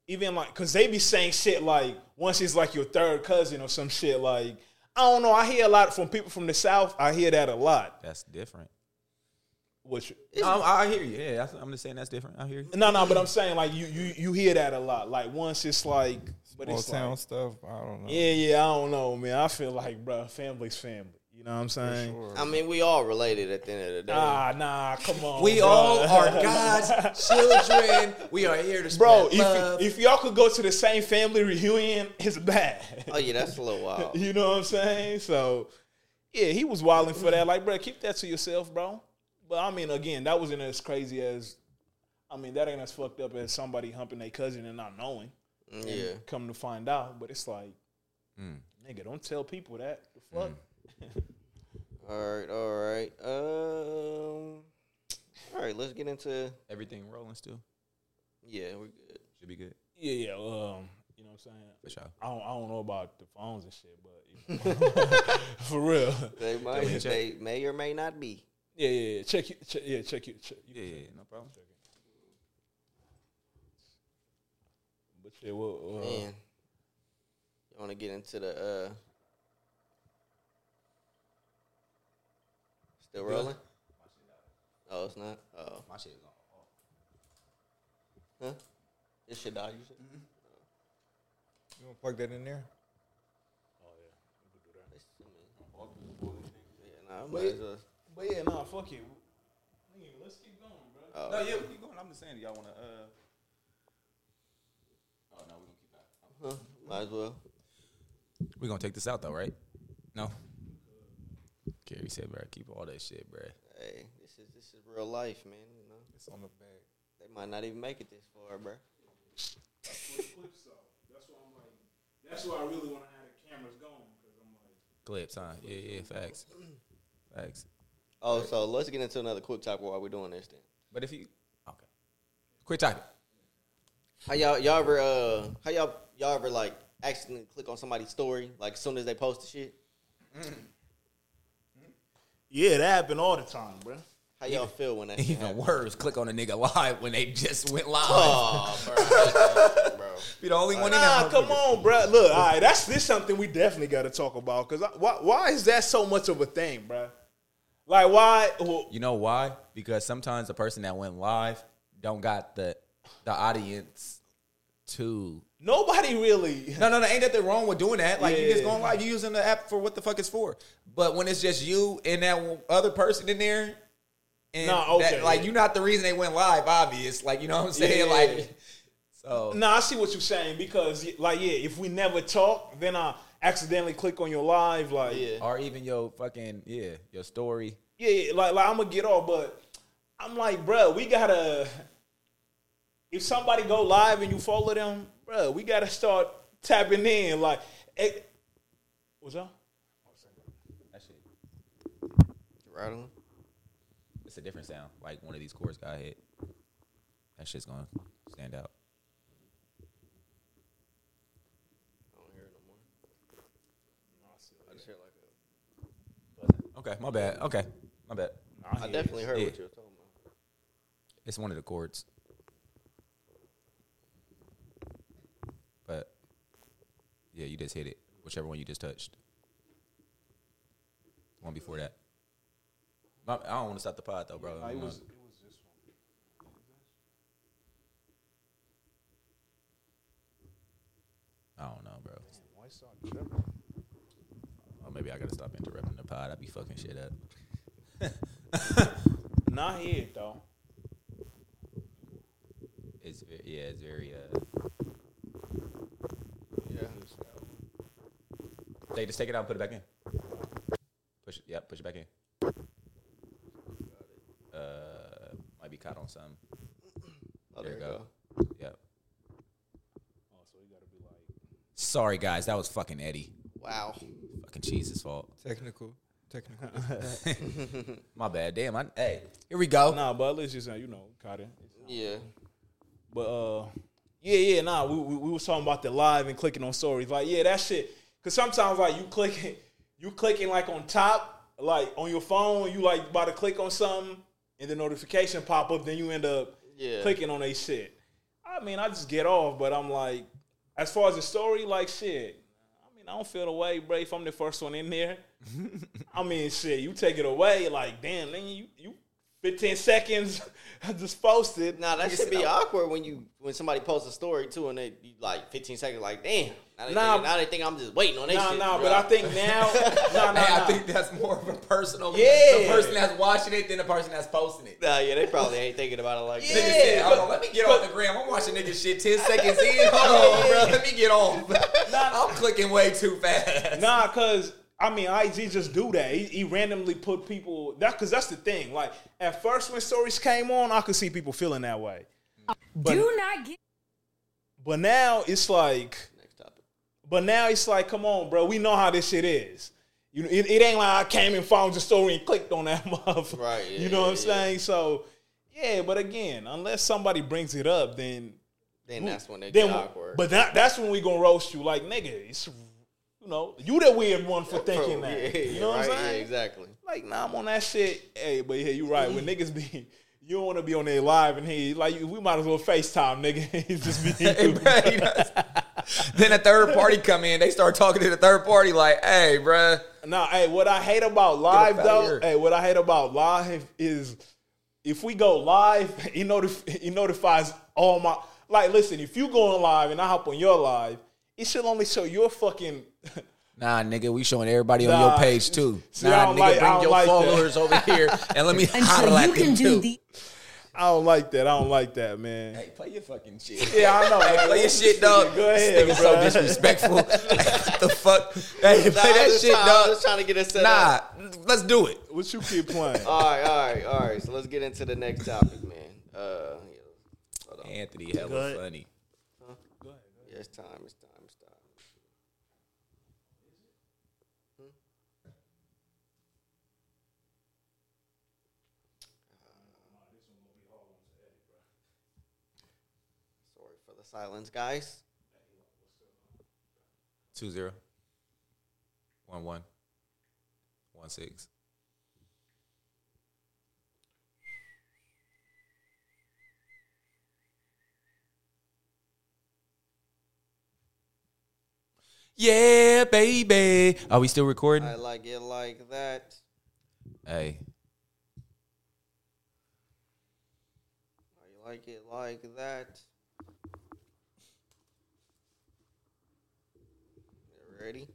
[SPEAKER 2] even like cause they be saying shit like once he's like your third cousin or some shit like I don't know. I hear a lot from people from the south. I hear that a lot.
[SPEAKER 1] that's different.
[SPEAKER 2] Which
[SPEAKER 1] Um, I I hear you. Yeah, that's- I'm just saying that's different. I hear you.
[SPEAKER 2] no, no, but I'm saying like you you you hear that a lot. Like once it's like, but
[SPEAKER 8] Small
[SPEAKER 2] it's like,
[SPEAKER 8] town stuff. I don't know.
[SPEAKER 2] yeah, yeah. I don't know, man. I feel like bruh, family's family. You know what I'm saying?
[SPEAKER 3] I mean, we all related at the end of the day.
[SPEAKER 2] Nah, nah. Come on,
[SPEAKER 1] We
[SPEAKER 2] bruh.
[SPEAKER 1] all are God's children. We are here to
[SPEAKER 2] Bro,
[SPEAKER 1] spread love.
[SPEAKER 2] if, if y'all could go to the same family reunion, it's bad.
[SPEAKER 3] Oh yeah, that's a little wild.
[SPEAKER 2] You know what I'm saying? So, yeah, he was wilding for that. Like, bro, keep that to yourself, bro. But I mean, again, that wasn't as crazy as. I mean, that ain't as fucked up as somebody humping their cousin and not knowing.
[SPEAKER 3] Yeah.
[SPEAKER 2] Come to find out, but it's like, Hmm. nigga, don't tell people that. The fuck.
[SPEAKER 3] All right, all right. Um, all right. Let's get into
[SPEAKER 1] Everything rolling still
[SPEAKER 3] yeah. We're good.
[SPEAKER 1] should be good
[SPEAKER 2] Yeah, yeah. Um, you know what I'm saying?
[SPEAKER 1] for sure.
[SPEAKER 2] I don't, I don't know about the phones and shit, but for real,
[SPEAKER 3] They might. They may or may not be.
[SPEAKER 2] yeah, yeah. yeah. Check, you- check, yeah, check you. Check, you
[SPEAKER 1] Yeah, yeah, no problem.
[SPEAKER 2] But yeah, well, uh,
[SPEAKER 3] Man, you want to get into the uh, still rolling? Oh, it's not. Oh,
[SPEAKER 1] My shit is on.
[SPEAKER 3] huh? It should die. You said?
[SPEAKER 8] You want to plug that in there?
[SPEAKER 3] Yeah, nah, I might as well.
[SPEAKER 2] but yeah, nah, fuck it. Nigga, Let's keep going, bro.
[SPEAKER 1] No, yeah, we keep going. I'm just saying, y'all want to. uh Oh no, we gonna keep that.
[SPEAKER 3] Huh? Might as well.
[SPEAKER 1] We gonna take this out though, right? No. Gary said, "Bro, keep all that shit, bro."
[SPEAKER 3] Hey, this is this is real life, man. You know,
[SPEAKER 8] It's on the back.
[SPEAKER 3] they might not even make it this far, bro.
[SPEAKER 2] That's why I'm like, that's why I really want to have the cameras going because I'm like,
[SPEAKER 1] Clips, huh? Yeah, yeah, facts, facts.
[SPEAKER 3] Oh, so let's get into another quick topic while we're doing this. Then,
[SPEAKER 1] But if you okay, quit talking.
[SPEAKER 3] how y'all y'all ever uh how y'all y'all ever like accidentally click on somebody's story like as soon as they post the shit?
[SPEAKER 2] yeah, that happened all the time, bro.
[SPEAKER 3] How y'all feel when that? shit
[SPEAKER 1] Even
[SPEAKER 3] happens?
[SPEAKER 1] worse, click on a nigga live when they just went live.
[SPEAKER 3] Oh, bro, I hate that, bro.
[SPEAKER 1] Be the only one in
[SPEAKER 2] Nah,
[SPEAKER 1] that
[SPEAKER 2] come on, bro. Look, all right, that's this something we definitely got to talk about because why, why is that so much of a thing, bro? Like, why? Well,
[SPEAKER 1] You know why? Because sometimes the person that went live don't got the the audience to.
[SPEAKER 2] nobody really.
[SPEAKER 1] No, no, no. Ain't that the wrong with doing that? Like you just
[SPEAKER 2] Yeah.
[SPEAKER 1] going live, you using the app for what the fuck it's for. But when it's just you and that one other person in there, and
[SPEAKER 2] Nah, okay,
[SPEAKER 1] that- like
[SPEAKER 2] yeah.
[SPEAKER 1] you're not the reason they went live. Obvious, like you know what I'm
[SPEAKER 2] Yeah,
[SPEAKER 1] saying.
[SPEAKER 2] yeah, yeah.
[SPEAKER 1] like so,
[SPEAKER 2] No, I see what you're saying because, like, yeah, if we never talk, then I accidentally click on your live, like,
[SPEAKER 3] Yeah.
[SPEAKER 1] or even your fucking yeah, your story.
[SPEAKER 2] yeah, yeah, like, like I'm gonna get off, but I'm like, bro, we gotta. If somebody go live and you follow them, bro, we gotta start tapping in. Like, eh, what's up?
[SPEAKER 1] That shit,
[SPEAKER 3] Right on.
[SPEAKER 1] it's a different sound. Like one of these chords got hit. that shit's gonna stand out. Okay, my bad. Okay, my bad.
[SPEAKER 3] I definitely heard
[SPEAKER 1] Yeah.
[SPEAKER 3] what you were talking about.
[SPEAKER 1] It's one of the chords. But yeah, you just hit it. Whichever one you just touched. The one before that. My- I don't want to stop the pod though, bro.
[SPEAKER 2] Nah, it
[SPEAKER 1] You know.
[SPEAKER 2] was it was this one.
[SPEAKER 1] I don't know, bro.
[SPEAKER 2] White Sox Trevor.
[SPEAKER 1] Or maybe I gotta stop interrupting the pod. I be fucking shit up.
[SPEAKER 2] Not here though.
[SPEAKER 1] It's very, yeah, it's very. uh
[SPEAKER 3] Yeah.
[SPEAKER 1] They just take it out and put it back in. Push it. Yeah, push it back in. Uh, might be caught on some.
[SPEAKER 3] Oh,
[SPEAKER 1] there you go. Yep.
[SPEAKER 2] Oh, so you gotta be like
[SPEAKER 1] Sorry guys, that was fucking Eddie.
[SPEAKER 3] Wow.
[SPEAKER 1] Fucking Cheese's fault.
[SPEAKER 8] Technical. Technical.
[SPEAKER 1] My bad. Damn. I, hey, here we go.
[SPEAKER 2] Nah, but let's just uh, you know, caught it.
[SPEAKER 3] Yeah.
[SPEAKER 2] But uh yeah, yeah, nah, we, we we was talking about the live and clicking on stories. Like, yeah, that shit. Cause sometimes like you clicking you clicking like on top, like on your phone, you like about to click on something and the notification pop up, then you end up
[SPEAKER 3] Yeah.
[SPEAKER 2] clicking on a shit. I mean, I just get off, but I'm like, as far as the story, like shit. I mean, I don't feel the way, bro, if I'm the first one in there. I mean, shit, you take it away, like, damn, then you you 15 seconds just posted.
[SPEAKER 3] Nah, that should be awkward when you when somebody posts a story too, and they you like 15 seconds, like damn. Now they,
[SPEAKER 2] Nah.
[SPEAKER 3] think, now they think I'm just waiting on this.
[SPEAKER 2] No,
[SPEAKER 3] shit,
[SPEAKER 2] no,
[SPEAKER 3] bro.
[SPEAKER 2] but I think now, no, no,
[SPEAKER 1] Hey, I
[SPEAKER 2] no.
[SPEAKER 1] think that's more of a personal.
[SPEAKER 2] Yeah.
[SPEAKER 1] The person that's watching it than the person that's posting it.
[SPEAKER 3] Nah, Uh, yeah, they probably ain't thinking about it like
[SPEAKER 1] Nigga
[SPEAKER 3] that.
[SPEAKER 1] said,
[SPEAKER 2] Yeah,
[SPEAKER 1] hold
[SPEAKER 2] but-
[SPEAKER 1] on, let me get
[SPEAKER 2] but-
[SPEAKER 1] off the gram. I'm watching nigga shit 10 seconds in. Hold on, bro. Let me get off. I'm clicking way too fast.
[SPEAKER 2] nah, cause I mean, IG just do that. He, he randomly put people that cause that's the thing. Like at first when stories came on, I could see people feeling that way. But,
[SPEAKER 12] Do not get
[SPEAKER 2] but now it's like,
[SPEAKER 3] Next topic.
[SPEAKER 2] but now it's like, come on, bro, we know how this shit is. You know, it, it ain't like I came and found your story and clicked on that motherfucker.
[SPEAKER 3] Right, yeah,
[SPEAKER 2] you know what I'm
[SPEAKER 3] yeah, yeah.
[SPEAKER 2] saying? So yeah, but again, unless somebody brings it up, then
[SPEAKER 3] Then that's when they
[SPEAKER 2] then,
[SPEAKER 3] get awkward.
[SPEAKER 2] But that, that's when we gonna roast you, like nigga. It's you know you the weird one for thinking
[SPEAKER 3] Bro,
[SPEAKER 2] that.
[SPEAKER 3] yeah,
[SPEAKER 2] you know what
[SPEAKER 3] right,
[SPEAKER 2] I'm saying?
[SPEAKER 3] Yeah, exactly.
[SPEAKER 2] Like nah, I'm on that shit. Hey, but yeah, you right. When niggas be, you don't want to be on there live and here. Like you- we might as well Facetime, nigga. It's just be
[SPEAKER 1] Hey, bro, he does. then a third party come in. They start talking to the third party like, hey, bruh.
[SPEAKER 2] Nah, hey, what I hate about live
[SPEAKER 1] outta
[SPEAKER 2] though,
[SPEAKER 1] here.
[SPEAKER 2] hey, what I hate about live is if we go live, it, notif- it notifies all my like. Listen, if you going live and I hop on your live, it should only show your fucking.
[SPEAKER 1] Nah, nigga, we showing everybody
[SPEAKER 2] on
[SPEAKER 1] on
[SPEAKER 2] your Nah.
[SPEAKER 1] your
[SPEAKER 2] page,
[SPEAKER 1] page
[SPEAKER 2] too.
[SPEAKER 1] too.
[SPEAKER 2] See, I
[SPEAKER 1] Nah,
[SPEAKER 2] don't
[SPEAKER 1] nigga,
[SPEAKER 2] like- I
[SPEAKER 1] bring
[SPEAKER 2] don't
[SPEAKER 1] your
[SPEAKER 2] like that.
[SPEAKER 1] followers over here and let me holler
[SPEAKER 12] until
[SPEAKER 1] at
[SPEAKER 12] you
[SPEAKER 1] them
[SPEAKER 12] can do
[SPEAKER 1] too.
[SPEAKER 12] the
[SPEAKER 2] I don't like that. I don't like that, man.
[SPEAKER 1] Hey, play your fucking shit.
[SPEAKER 2] Yeah, I know.
[SPEAKER 1] Hey, play your shit, dog.
[SPEAKER 2] Go ahead,
[SPEAKER 1] this nigga so
[SPEAKER 2] bruh.
[SPEAKER 1] disrespectful. What the fuck? Hey,
[SPEAKER 3] Nah,
[SPEAKER 1] play
[SPEAKER 3] I'm
[SPEAKER 1] that
[SPEAKER 3] just
[SPEAKER 1] shit,
[SPEAKER 3] trying- I'm
[SPEAKER 1] dog.
[SPEAKER 3] just trying to get it set
[SPEAKER 1] Nah,
[SPEAKER 3] up.
[SPEAKER 1] let's do it.
[SPEAKER 2] What you keep playing?
[SPEAKER 3] All right, all right, all right. So let's get into the next topic, man. Uh, yeah,
[SPEAKER 1] Anthony, hella funny.
[SPEAKER 3] yeah, it's time. It's time. It's time. Hmm? Uh, Sorry for the silence, guys.
[SPEAKER 1] Two zero. One one. One six. Yeah, baby. Are we still recording?
[SPEAKER 3] I like it like that.
[SPEAKER 1] Hey,
[SPEAKER 3] I like it like that. Ready?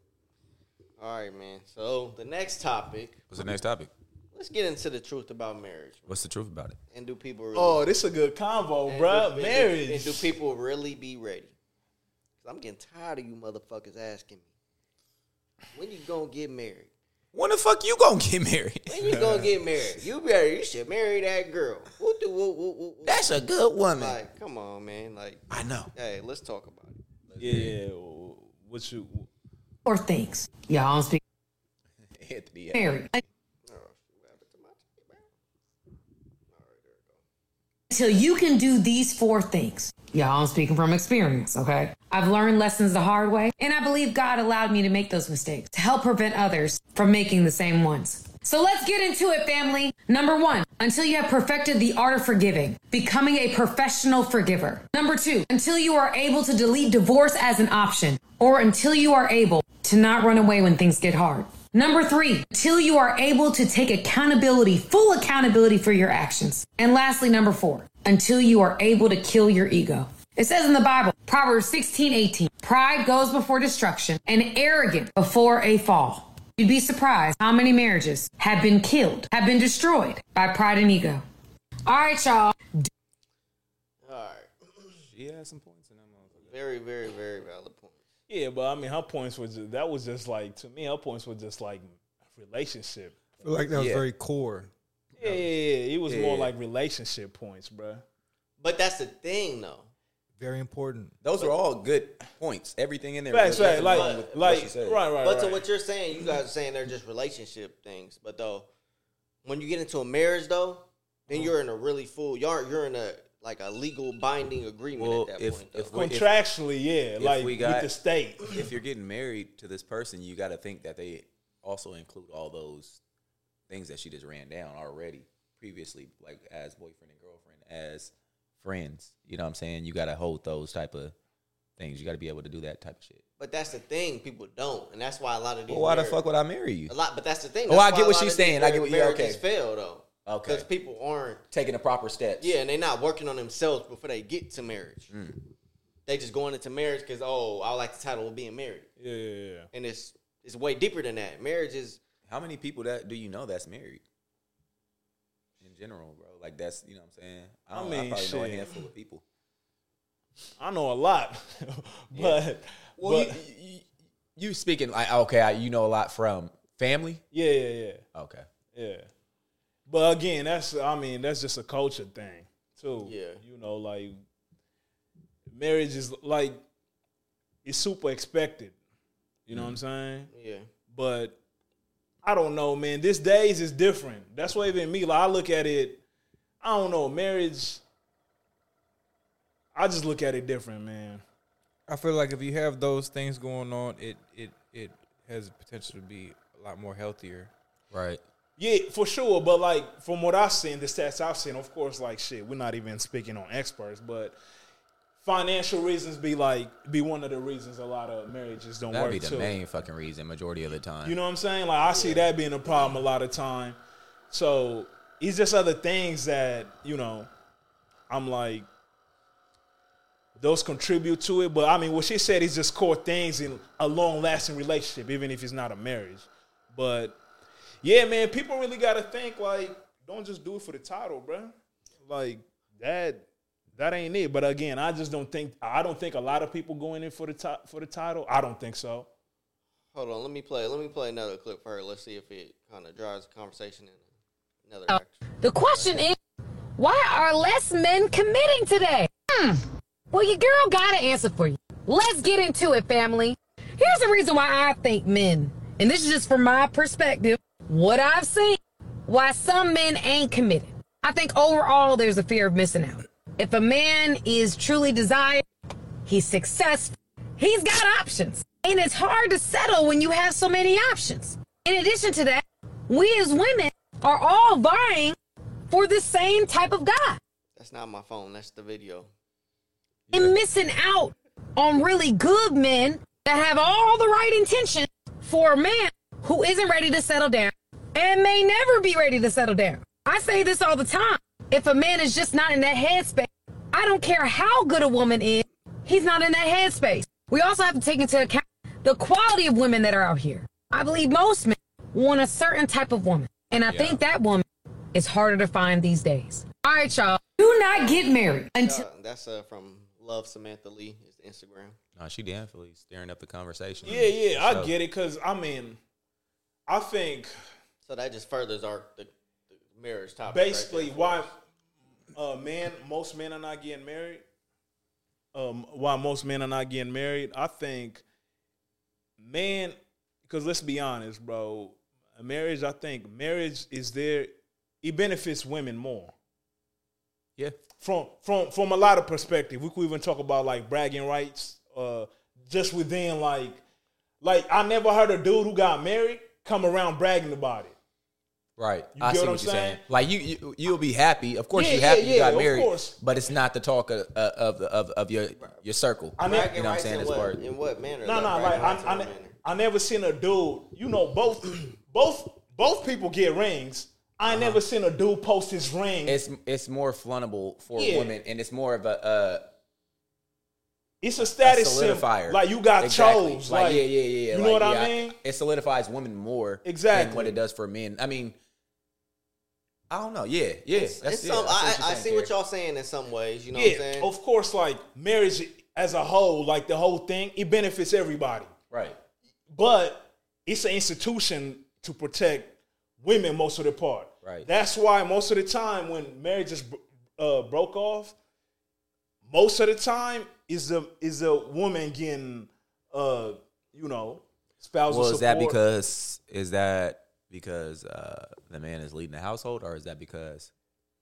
[SPEAKER 3] All right, man. So the next topic,
[SPEAKER 1] what's the next topic?
[SPEAKER 3] let's get into the truth about marriage.
[SPEAKER 1] What's the truth about it?
[SPEAKER 3] And do people really?
[SPEAKER 2] oh, this a good convo, bruh.
[SPEAKER 3] and do-
[SPEAKER 2] Marriage.
[SPEAKER 3] And do people really be ready? Cause I'm getting tired of you motherfuckers asking me when you gonna get married.
[SPEAKER 1] When the fuck you gonna get married?
[SPEAKER 3] When you gonna get married? You better. You should marry that girl. What do? What, what, what, what?
[SPEAKER 1] That's a good woman.
[SPEAKER 3] Like, come on, man. Like,
[SPEAKER 1] I know.
[SPEAKER 3] hey, let's talk about it.
[SPEAKER 2] yeah. What you?
[SPEAKER 12] or things. Yeah, I don't speak
[SPEAKER 1] Anthony,
[SPEAKER 12] married. I
[SPEAKER 3] Oh, what happened to my-
[SPEAKER 12] till you can do these four things. Y'all, I'm speaking from experience, okay? I've learned lessons the hard way, and I believe God allowed me to make those mistakes to help prevent others from making the same ones. So let's get into it, family. Number one, until you have perfected the art of forgiving, becoming a professional forgiver. Number two, until you are able to delete divorce as an option, or until you are able to not run away when things get hard. Number three, till you are able to take accountability, full accountability for your actions. And lastly, number four, until you are able to kill your ego. It says in the Bible, Proverbs 16, 18, pride goes before destruction and arrogant before a fall. You'd be surprised how many marriages have been killed, have been destroyed by pride and ego. All right, y'all.
[SPEAKER 9] All right.
[SPEAKER 8] She has some points in that motherfucker.
[SPEAKER 9] Very, very, very valid point.
[SPEAKER 2] Yeah, but I mean, her points were just, that was just like to me. Her points were just like relationship.
[SPEAKER 13] like that was very core.
[SPEAKER 2] Yeah, yeah, yeah. It was more like relationship points, bruh.
[SPEAKER 9] But that's the thing, though.
[SPEAKER 13] Very important.
[SPEAKER 1] Those are all good points. Everything in there.
[SPEAKER 2] Facts,
[SPEAKER 1] really
[SPEAKER 2] right?
[SPEAKER 1] doesn't
[SPEAKER 2] Like,
[SPEAKER 1] wrong with what
[SPEAKER 2] like,
[SPEAKER 1] she
[SPEAKER 2] right,
[SPEAKER 1] said.
[SPEAKER 2] right,
[SPEAKER 9] But to
[SPEAKER 2] right.
[SPEAKER 9] what you're saying, you guys are saying they're just relationship things. But though, when you get into a marriage, though, then you're in a really full. You're you're in a like a legal binding agreement
[SPEAKER 1] Well,
[SPEAKER 9] at that
[SPEAKER 1] if-
[SPEAKER 9] point.
[SPEAKER 1] if
[SPEAKER 9] though.
[SPEAKER 1] we-
[SPEAKER 2] Contractually, yeah, like
[SPEAKER 1] we got-
[SPEAKER 2] with the state.
[SPEAKER 1] if you're getting married to this person, you got to think that they also include all those things that she just ran down already previously, like as boyfriend and girlfriend, as friends. You know what I'm saying? You got to hold those type of things. You got to be able to do that type of shit.
[SPEAKER 9] but that's the thing, people don't, and that's why a lot of these.
[SPEAKER 1] Well, why the
[SPEAKER 9] marriage-
[SPEAKER 1] fuck would I marry you?
[SPEAKER 9] A lot, but that's the thing.
[SPEAKER 1] Oh,
[SPEAKER 9] That's
[SPEAKER 1] I get
[SPEAKER 9] why a
[SPEAKER 1] what
[SPEAKER 9] lot
[SPEAKER 1] she's
[SPEAKER 9] of these
[SPEAKER 1] saying. I get what- yeah,
[SPEAKER 9] marriages
[SPEAKER 1] okay.
[SPEAKER 9] fail though.
[SPEAKER 1] Okay.
[SPEAKER 9] Because people aren't.
[SPEAKER 1] Taking the proper steps.
[SPEAKER 9] Yeah, and they're not working on themselves before they get to marriage.
[SPEAKER 1] Mm.
[SPEAKER 9] They just going into marriage because oh, I like the title of being married,
[SPEAKER 2] Yeah, yeah, yeah.
[SPEAKER 9] and it's it's way deeper than that. Marriage is
[SPEAKER 1] How many people that do you know that's married? In general, bro. Like that's you know what I'm saying. I,
[SPEAKER 2] I
[SPEAKER 1] don't, I probably
[SPEAKER 2] mean,
[SPEAKER 1] know a
[SPEAKER 2] shit.
[SPEAKER 1] handful of people.
[SPEAKER 2] I know a lot, but
[SPEAKER 1] Well,
[SPEAKER 2] but,
[SPEAKER 1] you, you, you speaking like okay, I, you know a lot from family.
[SPEAKER 2] yeah, yeah, yeah.
[SPEAKER 1] Okay.
[SPEAKER 2] Yeah. But again, that's I mean, that's just a culture thing too.
[SPEAKER 9] Yeah.
[SPEAKER 2] You know, like marriage is like it's super expected. You know what I'm saying?
[SPEAKER 9] yeah.
[SPEAKER 2] But I don't know, man. This days is different. That's why even me, like I look at it, I don't know, marriage. I just look at it different, man.
[SPEAKER 8] I feel like if you have those things going on, it it it has potential to be a lot more healthier.
[SPEAKER 1] Right.
[SPEAKER 2] Yeah, for sure. But like from what I've seen, the stats I've seen, of course, like shit, we're not even speaking on experts, but financial reasons be like be one of the reasons a lot of marriages don't
[SPEAKER 1] That'd
[SPEAKER 2] work
[SPEAKER 1] be the
[SPEAKER 2] too.
[SPEAKER 1] main fucking reason majority of the time.
[SPEAKER 2] You know what I'm saying? Like I see that being a problem a lot of time. So it's just other things that you know. I'm like, those contribute to it, but I mean, what she said is just core things in a long lasting relationship, even if it's not a marriage. But yeah, man, people really gotta think like, don't just do it for the title, bruh. Like that, that ain't it. But again, I just don't think I don't think a lot of people going in for the ti- for the title. I don't think so.
[SPEAKER 9] Hold on, let me play. Let me play another clip for her. Let's see if it kind of drives the conversation in another direction.
[SPEAKER 12] The question is, why are less men committing today? Hmm. Well, your girl got an answer for you. Let's get into it, family. Here's the reason why I think men, and this is just from my perspective, what I've seen, why some men ain't committed. I think overall there's a fear of missing out. If a man is truly desired, he's successful, he's got options. And it's hard to settle when you have so many options. In addition to that, we as women are all vying for the same type of guy
[SPEAKER 9] That's not my phone. That's the video.
[SPEAKER 12] and missing out on really good men that have all the right intention for a man who isn't ready to settle down and may never be ready to settle down. I say this all the time. If a man is just not in that headspace, I don't care how good a woman is, he's not in that headspace. We also have to take into account the quality of women that are out here. I believe most men want a certain type of woman. And I think that woman is harder to find these days. All right, y'all. Do not get married until.
[SPEAKER 9] Uh, that's uh, from Love Samantha Lee. It's the Instagram.
[SPEAKER 1] Nah, she definitely stirring up the conversation.
[SPEAKER 2] Yeah, yeah, I
[SPEAKER 1] So-
[SPEAKER 2] get it. Cause I mean, I think
[SPEAKER 9] So that just furthers our the, the marriage topic. right
[SPEAKER 2] basically
[SPEAKER 9] there.
[SPEAKER 2] why uh men most men are not getting married um why most men are not getting married i think man because let's be honest bro marriage i think marriage is there it benefits women more
[SPEAKER 1] Yeah.
[SPEAKER 2] From from from a lot of perspective, we could even talk about like bragging rights. Uh, just within like, like I never heard a dude who got married come around bragging about it.
[SPEAKER 1] Right.
[SPEAKER 2] You
[SPEAKER 1] I
[SPEAKER 2] get
[SPEAKER 1] see
[SPEAKER 2] what
[SPEAKER 1] what,
[SPEAKER 2] I'm
[SPEAKER 1] you're saying.
[SPEAKER 2] saying?
[SPEAKER 1] Like you, you you'll be happy. Of course
[SPEAKER 2] Yeah,
[SPEAKER 1] you're happy
[SPEAKER 2] yeah,
[SPEAKER 1] you got
[SPEAKER 2] yeah, of
[SPEAKER 1] married.
[SPEAKER 2] course.
[SPEAKER 1] But it's not the talk of uh, of, the, of of your your circle.
[SPEAKER 2] I mean-
[SPEAKER 1] you know what I'm saying?
[SPEAKER 3] in
[SPEAKER 1] It's
[SPEAKER 3] what,
[SPEAKER 1] word.
[SPEAKER 3] in what manner?
[SPEAKER 2] No,
[SPEAKER 3] Like,
[SPEAKER 2] no, like
[SPEAKER 3] bragging rights
[SPEAKER 2] I,
[SPEAKER 3] in
[SPEAKER 2] I,
[SPEAKER 3] what
[SPEAKER 2] ne-
[SPEAKER 3] manner?
[SPEAKER 2] I never seen a dude. You know, both, both, both people get rings. I ain't never seen a dude post his ring. It's,
[SPEAKER 1] Uh-huh. It's it's more flammable for
[SPEAKER 2] Yeah.
[SPEAKER 1] women, and it's more of a uh,
[SPEAKER 2] a status
[SPEAKER 1] solidifier.
[SPEAKER 2] symbol. Like you got
[SPEAKER 1] Exactly.
[SPEAKER 2] chose.
[SPEAKER 1] Like, yeah, yeah, yeah.
[SPEAKER 2] You
[SPEAKER 1] like,
[SPEAKER 2] know what
[SPEAKER 1] yeah,
[SPEAKER 2] I mean?
[SPEAKER 1] It solidifies women more
[SPEAKER 2] Exactly.
[SPEAKER 1] than what it does for men. I mean, I don't know. Yeah, yeah.
[SPEAKER 3] It's,
[SPEAKER 1] that's,
[SPEAKER 3] it's
[SPEAKER 1] yeah,
[SPEAKER 3] some,
[SPEAKER 1] I
[SPEAKER 3] I,
[SPEAKER 1] see what you're saying,
[SPEAKER 3] I, I see what
[SPEAKER 1] Kerry.
[SPEAKER 3] y'all saying in some ways. You know what I'm
[SPEAKER 2] yeah,
[SPEAKER 3] saying?
[SPEAKER 2] of course. Like marriage as a whole, like the whole thing, it benefits everybody.
[SPEAKER 1] Right.
[SPEAKER 2] but it's an institution to protect women most of the part.
[SPEAKER 1] Right.
[SPEAKER 2] That's why most of the time when marriages uh, broke off, most of the time is the is a woman getting uh you know spousal
[SPEAKER 1] Well, is that
[SPEAKER 2] support.
[SPEAKER 1] because is that because uh, the man is leading the household, or is that because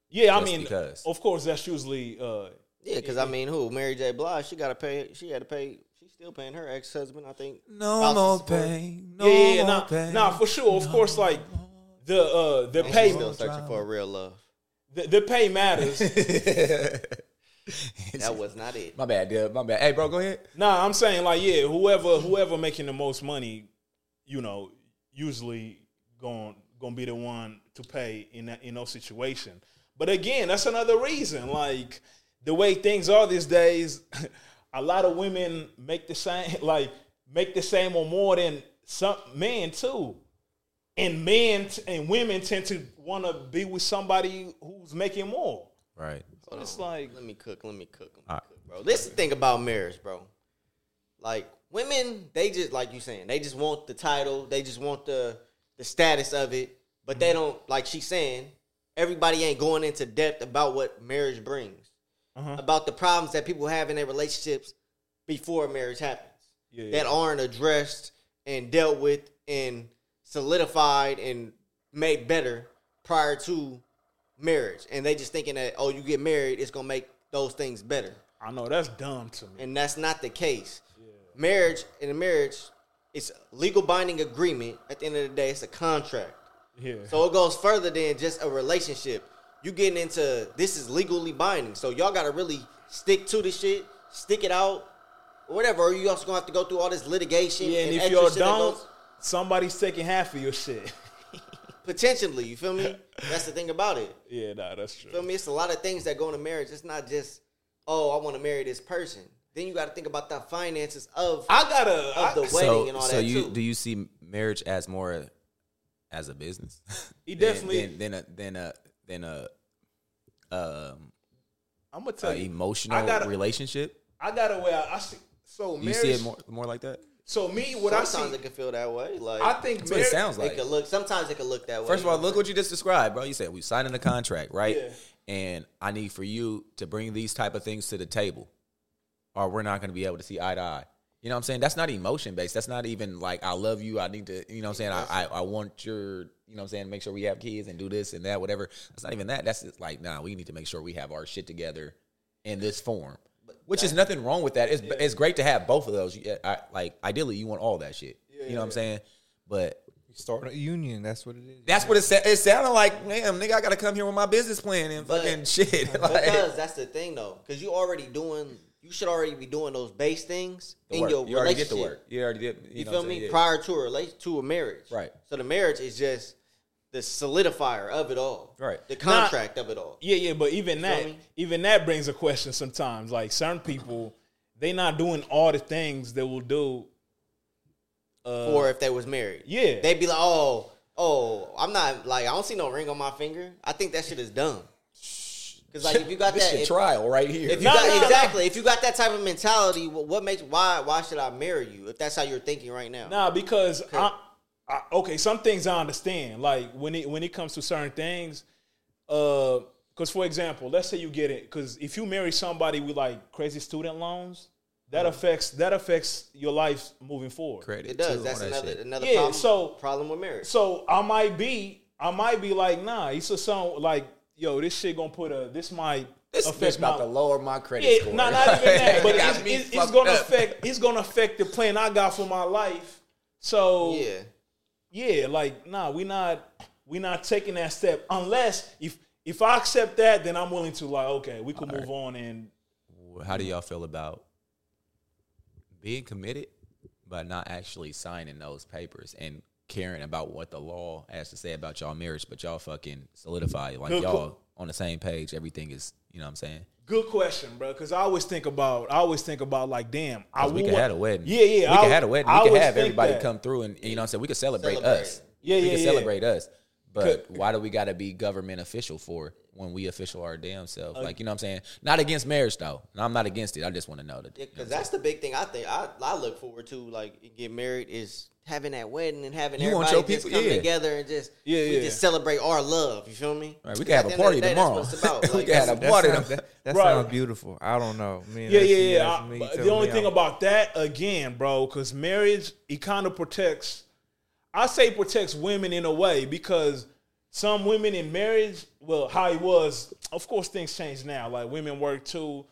[SPEAKER 2] yeah I
[SPEAKER 1] just
[SPEAKER 2] mean
[SPEAKER 1] because?
[SPEAKER 2] of course that's usually uh
[SPEAKER 3] yeah, because I mean, who? Mary J. Blige. She got to pay. She had to pay. She's still paying her ex husband. I think.
[SPEAKER 1] no
[SPEAKER 3] spousal
[SPEAKER 1] more
[SPEAKER 3] support.
[SPEAKER 1] pain? No
[SPEAKER 2] yeah yeah, yeah
[SPEAKER 1] more
[SPEAKER 2] nah,
[SPEAKER 1] pain.
[SPEAKER 2] nah for sure of course like the uh the
[SPEAKER 3] She's
[SPEAKER 2] pay
[SPEAKER 3] still searching for a real love.
[SPEAKER 2] the, the pay matters
[SPEAKER 3] That was not it.
[SPEAKER 1] My bad, dude. My bad. Hey, bro, go ahead.
[SPEAKER 2] Nah, I'm saying like yeah, whoever whoever making the most money, you know, usually going gonna be the one to pay in that in those situation. But again, that's another reason. Like the way things are these days, a lot of women make the same like make the same or more than some men too. And men t- and women tend to want to be with somebody who's making more.
[SPEAKER 1] Right.
[SPEAKER 3] Hold
[SPEAKER 2] It's
[SPEAKER 3] on.
[SPEAKER 2] like-
[SPEAKER 3] let me cook, let me cook, let me
[SPEAKER 1] All right.
[SPEAKER 3] cook, bro. This is the thing about marriage, bro. Like women, they just like you saying, they just want the title, they just want the the status of it, but
[SPEAKER 2] Mm-hmm.
[SPEAKER 3] they don't like she's saying. Everybody ain't going into depth about what marriage brings,
[SPEAKER 2] Uh-huh.
[SPEAKER 3] about the problems that people have in their relationships before marriage happens
[SPEAKER 2] Yeah,
[SPEAKER 3] that aren't addressed and dealt with and solidified and made better prior to marriage. And they just thinking that, oh, you get married, it's gonna make those things better.
[SPEAKER 2] I know that's dumb to me.
[SPEAKER 3] And that's not the case. Marriage in a marriage, it's a legal binding agreement. At the end of the day, it's a contract.
[SPEAKER 2] Yeah.
[SPEAKER 3] So it goes further than just a relationship. You getting into this is legally binding. So y'all gotta really stick to the shit, stick it out, whatever. Or you also gonna have to go through all this litigation.
[SPEAKER 2] Yeah, and if
[SPEAKER 3] extra
[SPEAKER 2] y'all
[SPEAKER 3] shit that
[SPEAKER 2] don't,
[SPEAKER 3] goes-
[SPEAKER 2] somebody's taking half of your shit.
[SPEAKER 3] potentially, you feel me? That's the thing about it.
[SPEAKER 2] yeah, nah, that's
[SPEAKER 3] Feel
[SPEAKER 2] true.
[SPEAKER 3] me? It's a lot of things that go into marriage. It's not just, oh, I want to marry this person. Then you got to think about the finances of
[SPEAKER 2] I gotta. I,
[SPEAKER 3] of the wedding
[SPEAKER 1] So,
[SPEAKER 3] and all
[SPEAKER 1] so
[SPEAKER 3] that
[SPEAKER 1] you
[SPEAKER 3] too.
[SPEAKER 1] do you see marriage as more as a business?
[SPEAKER 2] He
[SPEAKER 1] Than-
[SPEAKER 2] definitely-
[SPEAKER 1] than, than a than a than a um
[SPEAKER 2] I'm gonna tell
[SPEAKER 1] a
[SPEAKER 2] you.
[SPEAKER 1] emotional
[SPEAKER 2] I gotta-
[SPEAKER 1] relationship.
[SPEAKER 2] I gotta wear. I see. So
[SPEAKER 1] You
[SPEAKER 2] marriage.
[SPEAKER 1] see it more more like that.
[SPEAKER 2] So me, what
[SPEAKER 3] sometimes
[SPEAKER 2] I see.
[SPEAKER 3] it can feel that way. Like
[SPEAKER 2] I think
[SPEAKER 1] That's what it
[SPEAKER 2] marriage-
[SPEAKER 1] sounds
[SPEAKER 3] it
[SPEAKER 1] like.
[SPEAKER 3] could look. Sometimes it could look that way.
[SPEAKER 1] First of all, look what you just described, bro. You said we signing a contract, right?
[SPEAKER 2] Yeah.
[SPEAKER 1] And I need for you to bring these type of things to the table, or we're not going to be able to see eye to eye. You know what I'm saying? That's not emotion based. That's not even like I love you. I need to, you know what I'm saying? I, I I want your, you know what I'm saying? Make sure we have kids and do this and that, whatever. That's not even that. That's just like, nah, we need to make sure we have our shit together in this form. Which is nothing wrong with that. It's it's great to have both of those. You- I, like ideally, you want all that shit. you know what I'm saying? But
[SPEAKER 13] Start a union. That's what it is.
[SPEAKER 1] that's what it sa- it sounded like. Damn, nigga, I gotta come here with my business plan and
[SPEAKER 3] But-
[SPEAKER 1] fucking shit. like,
[SPEAKER 3] because that's the thing though, because you already doing. You should already be doing those base things
[SPEAKER 1] the
[SPEAKER 3] in
[SPEAKER 1] work.
[SPEAKER 3] your
[SPEAKER 1] you already
[SPEAKER 3] relationship.
[SPEAKER 1] did the work. You already did.
[SPEAKER 3] You,
[SPEAKER 1] know
[SPEAKER 3] feel
[SPEAKER 1] what I'm
[SPEAKER 3] me?
[SPEAKER 1] saying? Yeah.
[SPEAKER 3] Prior to a relation to a marriage,
[SPEAKER 1] Right.
[SPEAKER 3] So the marriage is just the solidifier of it all,
[SPEAKER 1] Right.
[SPEAKER 3] The
[SPEAKER 2] Nah.
[SPEAKER 3] contract of it all.
[SPEAKER 2] Yeah, yeah, but even that,
[SPEAKER 3] me?
[SPEAKER 2] even that brings a question sometimes. Like certain people, they not doing all the things they will do.
[SPEAKER 1] Uh,
[SPEAKER 3] or if they was married.
[SPEAKER 2] Yeah.
[SPEAKER 3] They'd be like, oh, oh, I'm not like I don't see no ring on my finger. I think that shit is dumb. Cause like if you got
[SPEAKER 1] this
[SPEAKER 3] that,
[SPEAKER 1] your
[SPEAKER 3] if,
[SPEAKER 1] trial right here.
[SPEAKER 3] if you
[SPEAKER 2] No,
[SPEAKER 3] got
[SPEAKER 2] no, no.
[SPEAKER 3] exactly, if you got that type of mentality, wh- what makes why why should I marry you if that's how you're thinking right now?
[SPEAKER 2] Nah, because I, I okay, some things I understand. Like when it when it comes to certain things, uh, because for example, let's say you get it, because if you marry somebody with like crazy student loans, that affects that affects your life moving forward.
[SPEAKER 1] Credit too,
[SPEAKER 3] it does.
[SPEAKER 1] all
[SPEAKER 3] That's
[SPEAKER 1] that
[SPEAKER 3] another
[SPEAKER 1] shit.
[SPEAKER 3] another
[SPEAKER 2] Yeah,
[SPEAKER 3] problem.
[SPEAKER 2] so-
[SPEAKER 3] problem with marriage.
[SPEAKER 2] So I might be, I might be like, nah, it's a song like, yo, this shit gonna put a, this might
[SPEAKER 1] This
[SPEAKER 2] affect
[SPEAKER 1] bitch about
[SPEAKER 2] my-
[SPEAKER 1] to lower my credit
[SPEAKER 2] yeah,
[SPEAKER 1] score.
[SPEAKER 2] nah, not even that. But
[SPEAKER 1] Got
[SPEAKER 2] it's,
[SPEAKER 1] me
[SPEAKER 2] it's, it's
[SPEAKER 1] fucked
[SPEAKER 2] gonna
[SPEAKER 1] up.
[SPEAKER 2] affect it's gonna affect the plan I got for my life. So
[SPEAKER 3] Yeah.
[SPEAKER 2] yeah, like nah, we not we not taking that step unless if if I accept that, then I'm willing to like okay, we can move on and
[SPEAKER 1] How do y'all feel about being committed but not actually signing those papers and caring about what the law has to say about y'all marriage, but y'all fucking solidify like
[SPEAKER 2] Good
[SPEAKER 1] y'all
[SPEAKER 2] call.
[SPEAKER 1] on the same page. Everything is, you know what I'm saying?
[SPEAKER 2] Good question, bro. Because I always think about, I always think about like, damn, I
[SPEAKER 1] 'Cause we could
[SPEAKER 2] want-
[SPEAKER 1] have a wedding.
[SPEAKER 2] Yeah, yeah.
[SPEAKER 1] We
[SPEAKER 2] I-
[SPEAKER 1] could have a wedding.
[SPEAKER 2] I
[SPEAKER 1] We could
[SPEAKER 2] always
[SPEAKER 1] have
[SPEAKER 2] think
[SPEAKER 1] everybody
[SPEAKER 2] that.
[SPEAKER 1] come through and, and you know what I'm saying? We could celebrate,
[SPEAKER 2] Celebrate.
[SPEAKER 1] us.
[SPEAKER 2] Yeah,
[SPEAKER 1] We
[SPEAKER 2] yeah,
[SPEAKER 1] could
[SPEAKER 2] yeah.
[SPEAKER 1] celebrate us. But why do we gotta be government official for when we official our damn self?
[SPEAKER 3] Uh,
[SPEAKER 1] Like, you know what I'm saying? Not against marriage though. And I'm not against it. I just wanna know that.
[SPEAKER 3] Yeah, because that's the big thing I think I, I look forward to, like in get married, is having that wedding and having
[SPEAKER 1] You want
[SPEAKER 3] everybody
[SPEAKER 1] your
[SPEAKER 3] just
[SPEAKER 1] people-
[SPEAKER 3] come
[SPEAKER 1] yeah.
[SPEAKER 3] together and just
[SPEAKER 1] Yeah,
[SPEAKER 3] we
[SPEAKER 1] yeah.
[SPEAKER 3] just celebrate our love. You feel me?
[SPEAKER 1] Right, we
[SPEAKER 3] 'Cause
[SPEAKER 1] can have
[SPEAKER 3] at
[SPEAKER 1] a
[SPEAKER 3] the end of
[SPEAKER 1] party
[SPEAKER 3] the day,
[SPEAKER 1] tomorrow.
[SPEAKER 3] That's what it's about.
[SPEAKER 1] We
[SPEAKER 3] Like,
[SPEAKER 1] can have a
[SPEAKER 3] that's-
[SPEAKER 1] party
[SPEAKER 8] sound-
[SPEAKER 1] tomorrow.
[SPEAKER 8] that, that
[SPEAKER 2] Right.
[SPEAKER 8] sounds beautiful. I don't know. Me and
[SPEAKER 2] yeah,
[SPEAKER 8] that's-
[SPEAKER 2] yeah, yeah.
[SPEAKER 8] that's
[SPEAKER 2] I-
[SPEAKER 8] me
[SPEAKER 2] but the
[SPEAKER 8] telling
[SPEAKER 2] only
[SPEAKER 8] me
[SPEAKER 2] thing
[SPEAKER 8] I'm-
[SPEAKER 2] about that, again, bro, because marriage, it kind of protects. I say protects women in a way because some women in marriage, well, how it was, of course, things change now. Like women work too,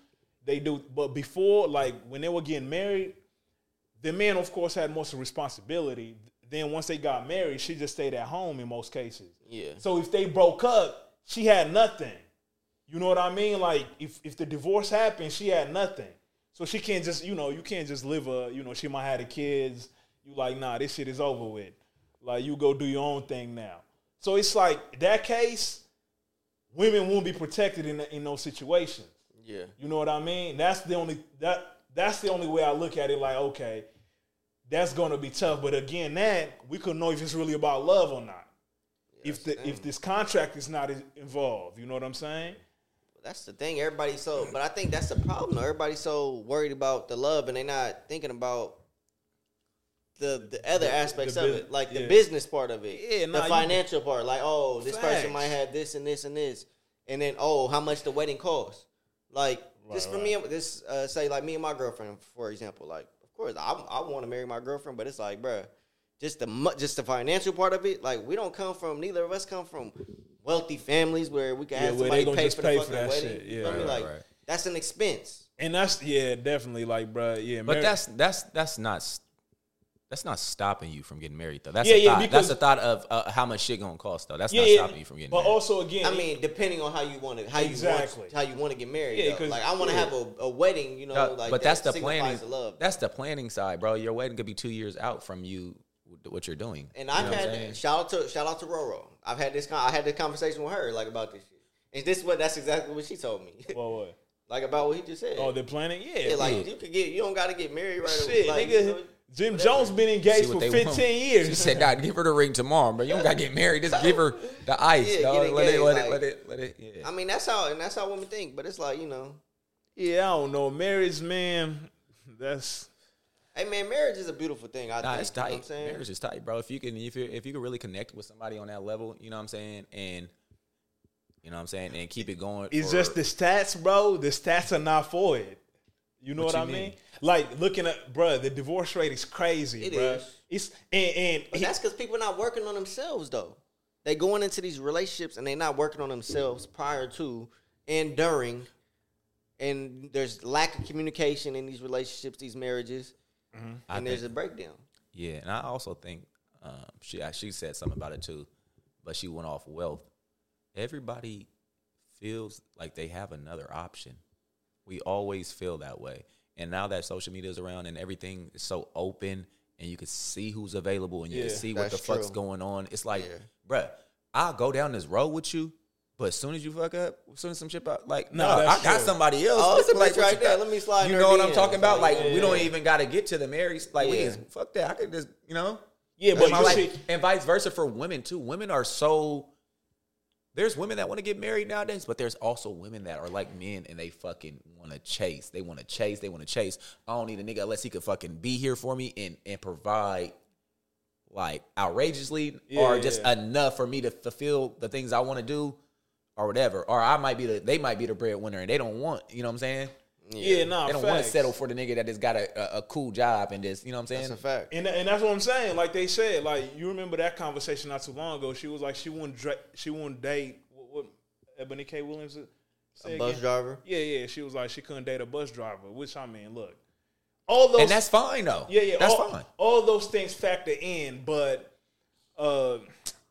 [SPEAKER 2] they do. But before, like when they were getting married, the men, of course, had most of the responsibility. Then once they got married, she just stayed at home in most cases.
[SPEAKER 3] Yeah.
[SPEAKER 2] So if they broke up, she had nothing. You know what I mean? Like if if the divorce happened, she had nothing. So she can't just you know you can't just live a you know she might have the kids. You like nah, this shit is over with. Like you go do your own thing now. So it's like that case, women won't be protected in in those situations.
[SPEAKER 3] Yeah.
[SPEAKER 2] You know what I mean? That's the only that that's the only way I look at it. Like, okay, that's gonna be tough. But again, that we could know if it's really about love or not. if the if this contract is not in- involved, you know what I'm saying?
[SPEAKER 3] That's the thing. Everybody's so, but I think that's the problem. though. Everybody's so worried about the love, and they're not thinking about the the other
[SPEAKER 9] The-
[SPEAKER 3] aspects
[SPEAKER 9] the
[SPEAKER 3] of
[SPEAKER 9] bus-
[SPEAKER 3] it, like
[SPEAKER 9] yeah.
[SPEAKER 3] the business part of it,
[SPEAKER 9] Yeah, nah,
[SPEAKER 3] the
[SPEAKER 9] you-
[SPEAKER 3] financial part. Like, oh, this person
[SPEAKER 9] Facts.
[SPEAKER 3] might have this and this and this, and then oh, how much the wedding costs. Like, just for me, and- this uh, say like me and my girlfriend, for example. Like, of course, I I want to marry my girlfriend, but it's like, bruh, just the mu- just the financial part of it. Like, we don't come from neither of us come from wealthy families where we can
[SPEAKER 2] Yeah,
[SPEAKER 3] have
[SPEAKER 2] where they
[SPEAKER 3] somebody
[SPEAKER 2] gonna
[SPEAKER 3] pay
[SPEAKER 2] just
[SPEAKER 3] for the
[SPEAKER 2] pay for
[SPEAKER 3] fucking
[SPEAKER 2] that
[SPEAKER 3] wedding.
[SPEAKER 2] shit.
[SPEAKER 3] You
[SPEAKER 2] Yeah,
[SPEAKER 3] feel me?
[SPEAKER 2] right,
[SPEAKER 3] like
[SPEAKER 2] right.
[SPEAKER 3] that's an expense.
[SPEAKER 2] And that's yeah, definitely like, bruh, yeah.
[SPEAKER 1] But
[SPEAKER 2] marriage-
[SPEAKER 1] that's that's that's not s- that's not stopping you from getting married though. That's
[SPEAKER 2] Yeah,
[SPEAKER 1] a
[SPEAKER 2] yeah,
[SPEAKER 1] thought.
[SPEAKER 2] because-
[SPEAKER 1] that's a thought of uh, how much shit gonna cost though. That's
[SPEAKER 2] Yeah,
[SPEAKER 1] not
[SPEAKER 2] yeah,
[SPEAKER 1] stopping you from getting
[SPEAKER 2] but
[SPEAKER 1] married.
[SPEAKER 2] also again,
[SPEAKER 3] I mean, depending on how you want to, how
[SPEAKER 2] Exactly.
[SPEAKER 3] you want, how you want to get married.
[SPEAKER 2] Yeah,
[SPEAKER 3] though.
[SPEAKER 2] 'cause-
[SPEAKER 3] like I want to
[SPEAKER 2] yeah.
[SPEAKER 3] have a, a wedding, you know,
[SPEAKER 1] Yeah,
[SPEAKER 3] like
[SPEAKER 1] but
[SPEAKER 3] that
[SPEAKER 1] that's the
[SPEAKER 3] signifies
[SPEAKER 1] planning.
[SPEAKER 3] the love.
[SPEAKER 1] That's the planning side, bro. Your wedding could be two years out from you what you're doing.
[SPEAKER 3] And
[SPEAKER 1] You
[SPEAKER 3] I've
[SPEAKER 1] know what I'm
[SPEAKER 3] had
[SPEAKER 1] saying?
[SPEAKER 3] shout out to shout out to Roro. I've had this con- I had this conversation with her like about this shit. And this what that's exactly what she told me.
[SPEAKER 2] What what?
[SPEAKER 3] like about what he just said.
[SPEAKER 2] Oh, the planning? Yeah.
[SPEAKER 3] like
[SPEAKER 2] Yeah.
[SPEAKER 3] you could get you don't got to get married right away.
[SPEAKER 2] shit,
[SPEAKER 3] like,
[SPEAKER 2] nigga.
[SPEAKER 3] you know,
[SPEAKER 2] Jim Jones been engaged
[SPEAKER 1] See
[SPEAKER 2] for
[SPEAKER 1] what they
[SPEAKER 2] 15
[SPEAKER 1] want.
[SPEAKER 2] years.
[SPEAKER 1] She said, "God, give her the ring tomorrow, bro. You don't gotta get married. Just give her the ice,
[SPEAKER 3] Yeah, get
[SPEAKER 1] dog. Let it,
[SPEAKER 3] engaged,
[SPEAKER 1] let it,
[SPEAKER 3] like-
[SPEAKER 1] let it, let it. Yeah.
[SPEAKER 3] I mean, that's how and that's how women think, but it's like, you know,
[SPEAKER 2] yeah, I don't know, marriage, man. That's
[SPEAKER 3] hey man, marriage is a beautiful thing. I
[SPEAKER 1] Nah,
[SPEAKER 3] think,
[SPEAKER 1] it's
[SPEAKER 3] you know what
[SPEAKER 1] tight.
[SPEAKER 3] I'm saying?
[SPEAKER 1] Marriage is tight, bro. If you can, if you if you can really connect with somebody on that level, you know what I'm saying, and you know what I'm saying, and keep it going.
[SPEAKER 2] It's
[SPEAKER 1] for-
[SPEAKER 2] just the stats, bro. The stats are not for it. You know what,
[SPEAKER 1] What you
[SPEAKER 2] I mean?
[SPEAKER 1] mean?
[SPEAKER 2] Like looking at, bruh, the divorce rate is crazy,
[SPEAKER 3] It
[SPEAKER 2] bruh.
[SPEAKER 3] is.
[SPEAKER 2] It's and and
[SPEAKER 3] But that's because people not working on themselves though. They going into these relationships and they not working on themselves prior to and during. And there's lack of communication in these relationships, these marriages,
[SPEAKER 9] Mm-hmm.
[SPEAKER 1] I
[SPEAKER 3] and there's
[SPEAKER 1] think-
[SPEAKER 3] a breakdown.
[SPEAKER 1] Yeah, and I also think um, she I- she said something about it too, but she went off wealth. Everybody feels like they have another option. We always feel that way, and now that social media is around and everything is so open, and you can see who's available and you
[SPEAKER 2] Yeah,
[SPEAKER 1] can see what the
[SPEAKER 3] that's
[SPEAKER 1] fuck's
[SPEAKER 3] true.
[SPEAKER 1] going on. It's like, bruh, I'll go down this road with you. But as soon as you fuck up, as soon as some shit pop, like
[SPEAKER 2] No,
[SPEAKER 1] no, I
[SPEAKER 2] that's
[SPEAKER 1] got
[SPEAKER 2] true.
[SPEAKER 1] somebody else.
[SPEAKER 3] Oh, it's a bitch
[SPEAKER 1] what
[SPEAKER 3] right
[SPEAKER 1] you
[SPEAKER 3] there.
[SPEAKER 1] got-
[SPEAKER 3] Let me slide
[SPEAKER 1] You
[SPEAKER 3] her
[SPEAKER 1] know what I'm
[SPEAKER 3] DMs.
[SPEAKER 1] talking about? Like
[SPEAKER 3] Like,
[SPEAKER 1] we don't even got to get to the marriage. Like we
[SPEAKER 3] Yeah.
[SPEAKER 1] can fuck that. I could just you know.
[SPEAKER 2] yeah,
[SPEAKER 1] That's
[SPEAKER 2] but
[SPEAKER 1] my
[SPEAKER 2] you
[SPEAKER 1] life.
[SPEAKER 2] see,
[SPEAKER 1] and vice versa for women too. Women are so. There's women that want to get married nowadays, but there's also women that are like men and they fucking want to chase. They want to chase. They want to chase. I don't need a nigga unless he could fucking be here for me and and provide like outrageously or
[SPEAKER 2] Yeah,
[SPEAKER 1] just
[SPEAKER 2] yeah.
[SPEAKER 1] enough for me to fulfill the things I want to do or whatever. Or I might be the they might be the breadwinner and they don't want. You know what I'm saying?
[SPEAKER 2] yeah, nah,
[SPEAKER 1] they don't want to
[SPEAKER 2] facts.
[SPEAKER 1] settle for the nigga that has got a, a, a cool job and just you know what I'm saying.
[SPEAKER 3] fact.
[SPEAKER 2] And, and that's what I'm saying. Like they said, like you remember that conversation not too long ago. She was like, she wouldn't dra- she wouldn't date what, what Ebony K Williams. is? Say
[SPEAKER 9] bus
[SPEAKER 2] again?
[SPEAKER 9] driver?
[SPEAKER 2] Yeah, yeah. She was like, she couldn't date a bus driver, which I mean, look. All those
[SPEAKER 1] And that's fine, though.
[SPEAKER 2] Yeah, yeah.
[SPEAKER 1] That's
[SPEAKER 2] all,
[SPEAKER 1] fine.
[SPEAKER 2] All those things factor in, but uh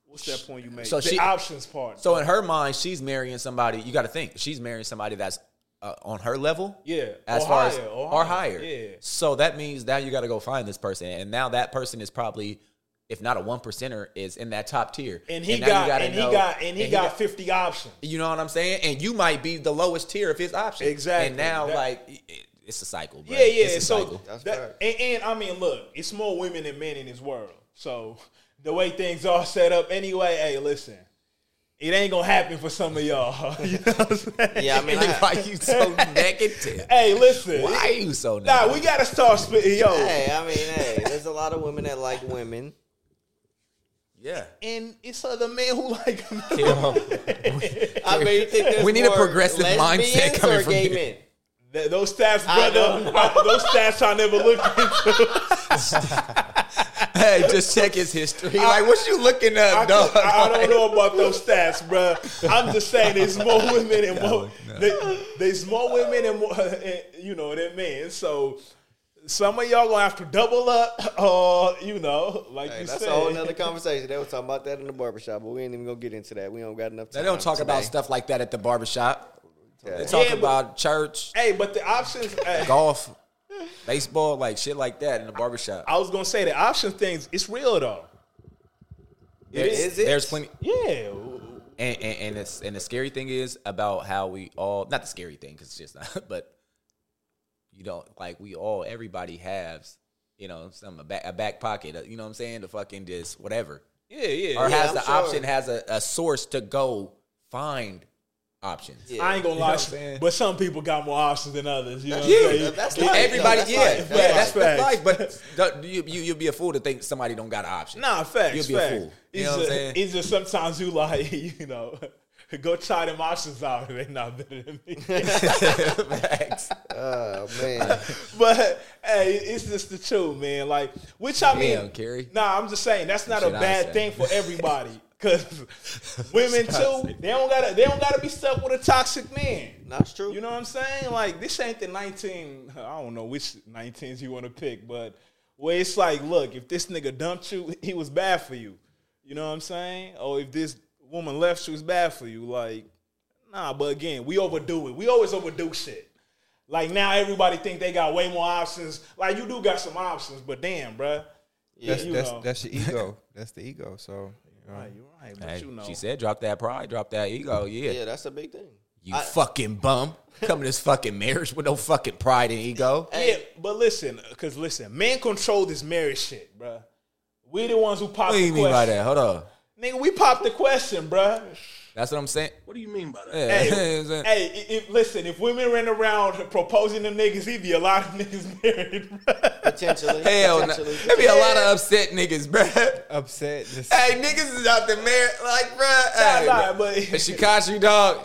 [SPEAKER 2] what's that point you made?
[SPEAKER 1] So
[SPEAKER 2] the
[SPEAKER 1] she-
[SPEAKER 2] options part.
[SPEAKER 1] So in her mind, she's marrying somebody. You got to think she's marrying somebody that's uh, on her level.
[SPEAKER 2] Yeah,
[SPEAKER 1] as
[SPEAKER 2] or
[SPEAKER 1] far as
[SPEAKER 2] higher, or
[SPEAKER 1] or
[SPEAKER 2] higher,
[SPEAKER 1] higher.
[SPEAKER 2] yeah.
[SPEAKER 1] So that means now you got to go find this person, and now that person is probably, if not a one percenter, is in that top tier.
[SPEAKER 2] and he
[SPEAKER 1] now you
[SPEAKER 2] got
[SPEAKER 1] gotta
[SPEAKER 2] and,
[SPEAKER 1] know-
[SPEAKER 2] he got and he got
[SPEAKER 1] got-
[SPEAKER 2] fifty options.
[SPEAKER 1] You know what I'm saying? And you might be the lowest tier of his option.
[SPEAKER 2] Exactly.
[SPEAKER 1] And now,
[SPEAKER 2] That-
[SPEAKER 1] like, it- it- it's a cycle. Bro.
[SPEAKER 2] Yeah, yeah.
[SPEAKER 1] It's a
[SPEAKER 2] So
[SPEAKER 1] cycle.
[SPEAKER 2] that, and, and I mean, look, it's more women than men in this world. So the way things are set up, anyway. Hey, listen, it ain't gonna happen for some of y'all. you know what I'm saying?
[SPEAKER 9] Yeah, I mean, I-
[SPEAKER 1] why you so negative?
[SPEAKER 2] Hey, listen.
[SPEAKER 1] Why are you so negative?
[SPEAKER 2] Nah, we gotta start splitting. Yo,
[SPEAKER 9] Hey, I mean, hey, there's a lot of women that like women.
[SPEAKER 1] yeah.
[SPEAKER 2] and it's other men who like.
[SPEAKER 9] I mean, you think there's
[SPEAKER 1] We need a
[SPEAKER 9] more
[SPEAKER 1] progressive mindset
[SPEAKER 9] lesbians
[SPEAKER 1] coming
[SPEAKER 9] or
[SPEAKER 1] from
[SPEAKER 9] gay
[SPEAKER 1] you.
[SPEAKER 9] men?
[SPEAKER 2] Th- those stats,
[SPEAKER 9] I
[SPEAKER 2] brother.
[SPEAKER 9] don't
[SPEAKER 2] those stats I never looked into.
[SPEAKER 1] hey, just check his history. like, what you looking up,
[SPEAKER 2] I,
[SPEAKER 1] dog?
[SPEAKER 2] I don't know about those stats, bro. I'm just saying there's more women and more
[SPEAKER 1] no.
[SPEAKER 2] there- there's more women and more and, you know than men. So some of y'all gonna have to double up, uh, you know, like
[SPEAKER 9] Hey,
[SPEAKER 2] you
[SPEAKER 9] that's
[SPEAKER 2] said.
[SPEAKER 9] a whole nother conversation. They were talking about that in the barbershop, but we ain't even gonna get into that. We don't got enough
[SPEAKER 1] They
[SPEAKER 9] time.
[SPEAKER 1] don't talk about
[SPEAKER 9] today.
[SPEAKER 1] stuff like that at the barbershop. They
[SPEAKER 9] Yeah.
[SPEAKER 1] talk
[SPEAKER 2] Yeah, but-
[SPEAKER 1] about church,
[SPEAKER 2] hey, but the options. hey,
[SPEAKER 1] golf, baseball, like shit like that in the barbershop.
[SPEAKER 2] I was gonna say the option things. It's real though.
[SPEAKER 1] There's-
[SPEAKER 9] is it?
[SPEAKER 1] There's plenty.
[SPEAKER 2] Yeah.
[SPEAKER 1] And, and, and, it's, and the scary thing is about how we all, not the scary thing, because it's just not, but you don't, like we all, everybody has, you know, some, a back, a back pocket, uh, you know what I'm saying? The fucking just whatever.
[SPEAKER 2] Yeah, yeah.
[SPEAKER 1] Or has
[SPEAKER 9] I'm
[SPEAKER 1] the
[SPEAKER 9] sure.
[SPEAKER 1] option, has a, a source to go find options.
[SPEAKER 9] Yeah.
[SPEAKER 2] I ain't gonna
[SPEAKER 1] what
[SPEAKER 2] lie,
[SPEAKER 1] I'm saying?
[SPEAKER 2] but some people got more options than others. You know what
[SPEAKER 1] Yeah,
[SPEAKER 2] I'm saying?
[SPEAKER 9] that's
[SPEAKER 2] Yeah.
[SPEAKER 9] life.
[SPEAKER 1] Everybody,
[SPEAKER 9] No, that's
[SPEAKER 1] yeah,
[SPEAKER 9] life.
[SPEAKER 1] yeah,
[SPEAKER 9] That's
[SPEAKER 1] that's,
[SPEAKER 2] life.
[SPEAKER 1] that's life. But don't- you, you, you'll be a fool to think somebody don't got an option.
[SPEAKER 2] Nah, facts.
[SPEAKER 1] You'll be
[SPEAKER 2] facts.
[SPEAKER 1] a fool. You
[SPEAKER 2] it's,
[SPEAKER 1] know what I'm
[SPEAKER 2] just,
[SPEAKER 1] saying?
[SPEAKER 2] it's just sometimes you like, you know, go try them options out. They not better than me.
[SPEAKER 1] Facts.
[SPEAKER 9] Oh man,
[SPEAKER 2] but hey, it's just the truth, man. Like, which I mean,
[SPEAKER 1] Damn, Kerry.
[SPEAKER 2] nah, I'm just saying that's not
[SPEAKER 1] Shit
[SPEAKER 2] a
[SPEAKER 1] I
[SPEAKER 2] bad
[SPEAKER 1] said.
[SPEAKER 2] thing for everybody. Cause women too, they don't gotta, they don't gotta be stuck with a toxic man.
[SPEAKER 9] that's true.
[SPEAKER 2] You know what I'm saying? Like this ain't the 19. I don't know which 19s you want to pick, but where it's like, look, if this nigga dumped you, he was bad for you. You know what I'm saying? Or if this woman left, she was bad for you. Like, nah. But again, we overdo it. We always overdo shit. Like now, everybody think they got way more options. Like you do got some options, but damn, bruh.
[SPEAKER 8] That's
[SPEAKER 2] you
[SPEAKER 8] that's
[SPEAKER 2] know.
[SPEAKER 8] that's your ego. That's the ego. So you know.
[SPEAKER 2] Right, you're right, but
[SPEAKER 1] Hey,
[SPEAKER 2] you know.
[SPEAKER 1] She said, "Drop that pride, drop that ego." Yeah,
[SPEAKER 9] Yeah, that's a big thing.
[SPEAKER 1] you fucking bum. Come to this fucking marriage with no fucking pride and ego.
[SPEAKER 2] Yeah, but listen, because listen, men control this marriage shit, bruh. We the ones who pop
[SPEAKER 1] What do
[SPEAKER 2] the
[SPEAKER 1] you mean by
[SPEAKER 2] question.
[SPEAKER 1] that? Hold on.
[SPEAKER 2] Nigga, we popped the question, bruh.
[SPEAKER 1] That's what I'm saying.
[SPEAKER 6] What do you mean by that?
[SPEAKER 1] Yeah.
[SPEAKER 2] Hey,
[SPEAKER 1] I'm saying-
[SPEAKER 2] hey i- if, listen, if women ran around proposing to niggas, he'd be a lot of niggas married, bruh.
[SPEAKER 9] Potentially,
[SPEAKER 1] Hell no.
[SPEAKER 9] potentially.
[SPEAKER 1] There be a lot of upset niggas, bruh.
[SPEAKER 8] upset. Just,
[SPEAKER 1] Hey, niggas is out the marriage, like, bruh. Hey,
[SPEAKER 2] Nah, nah, but
[SPEAKER 1] And Shikashi, dog.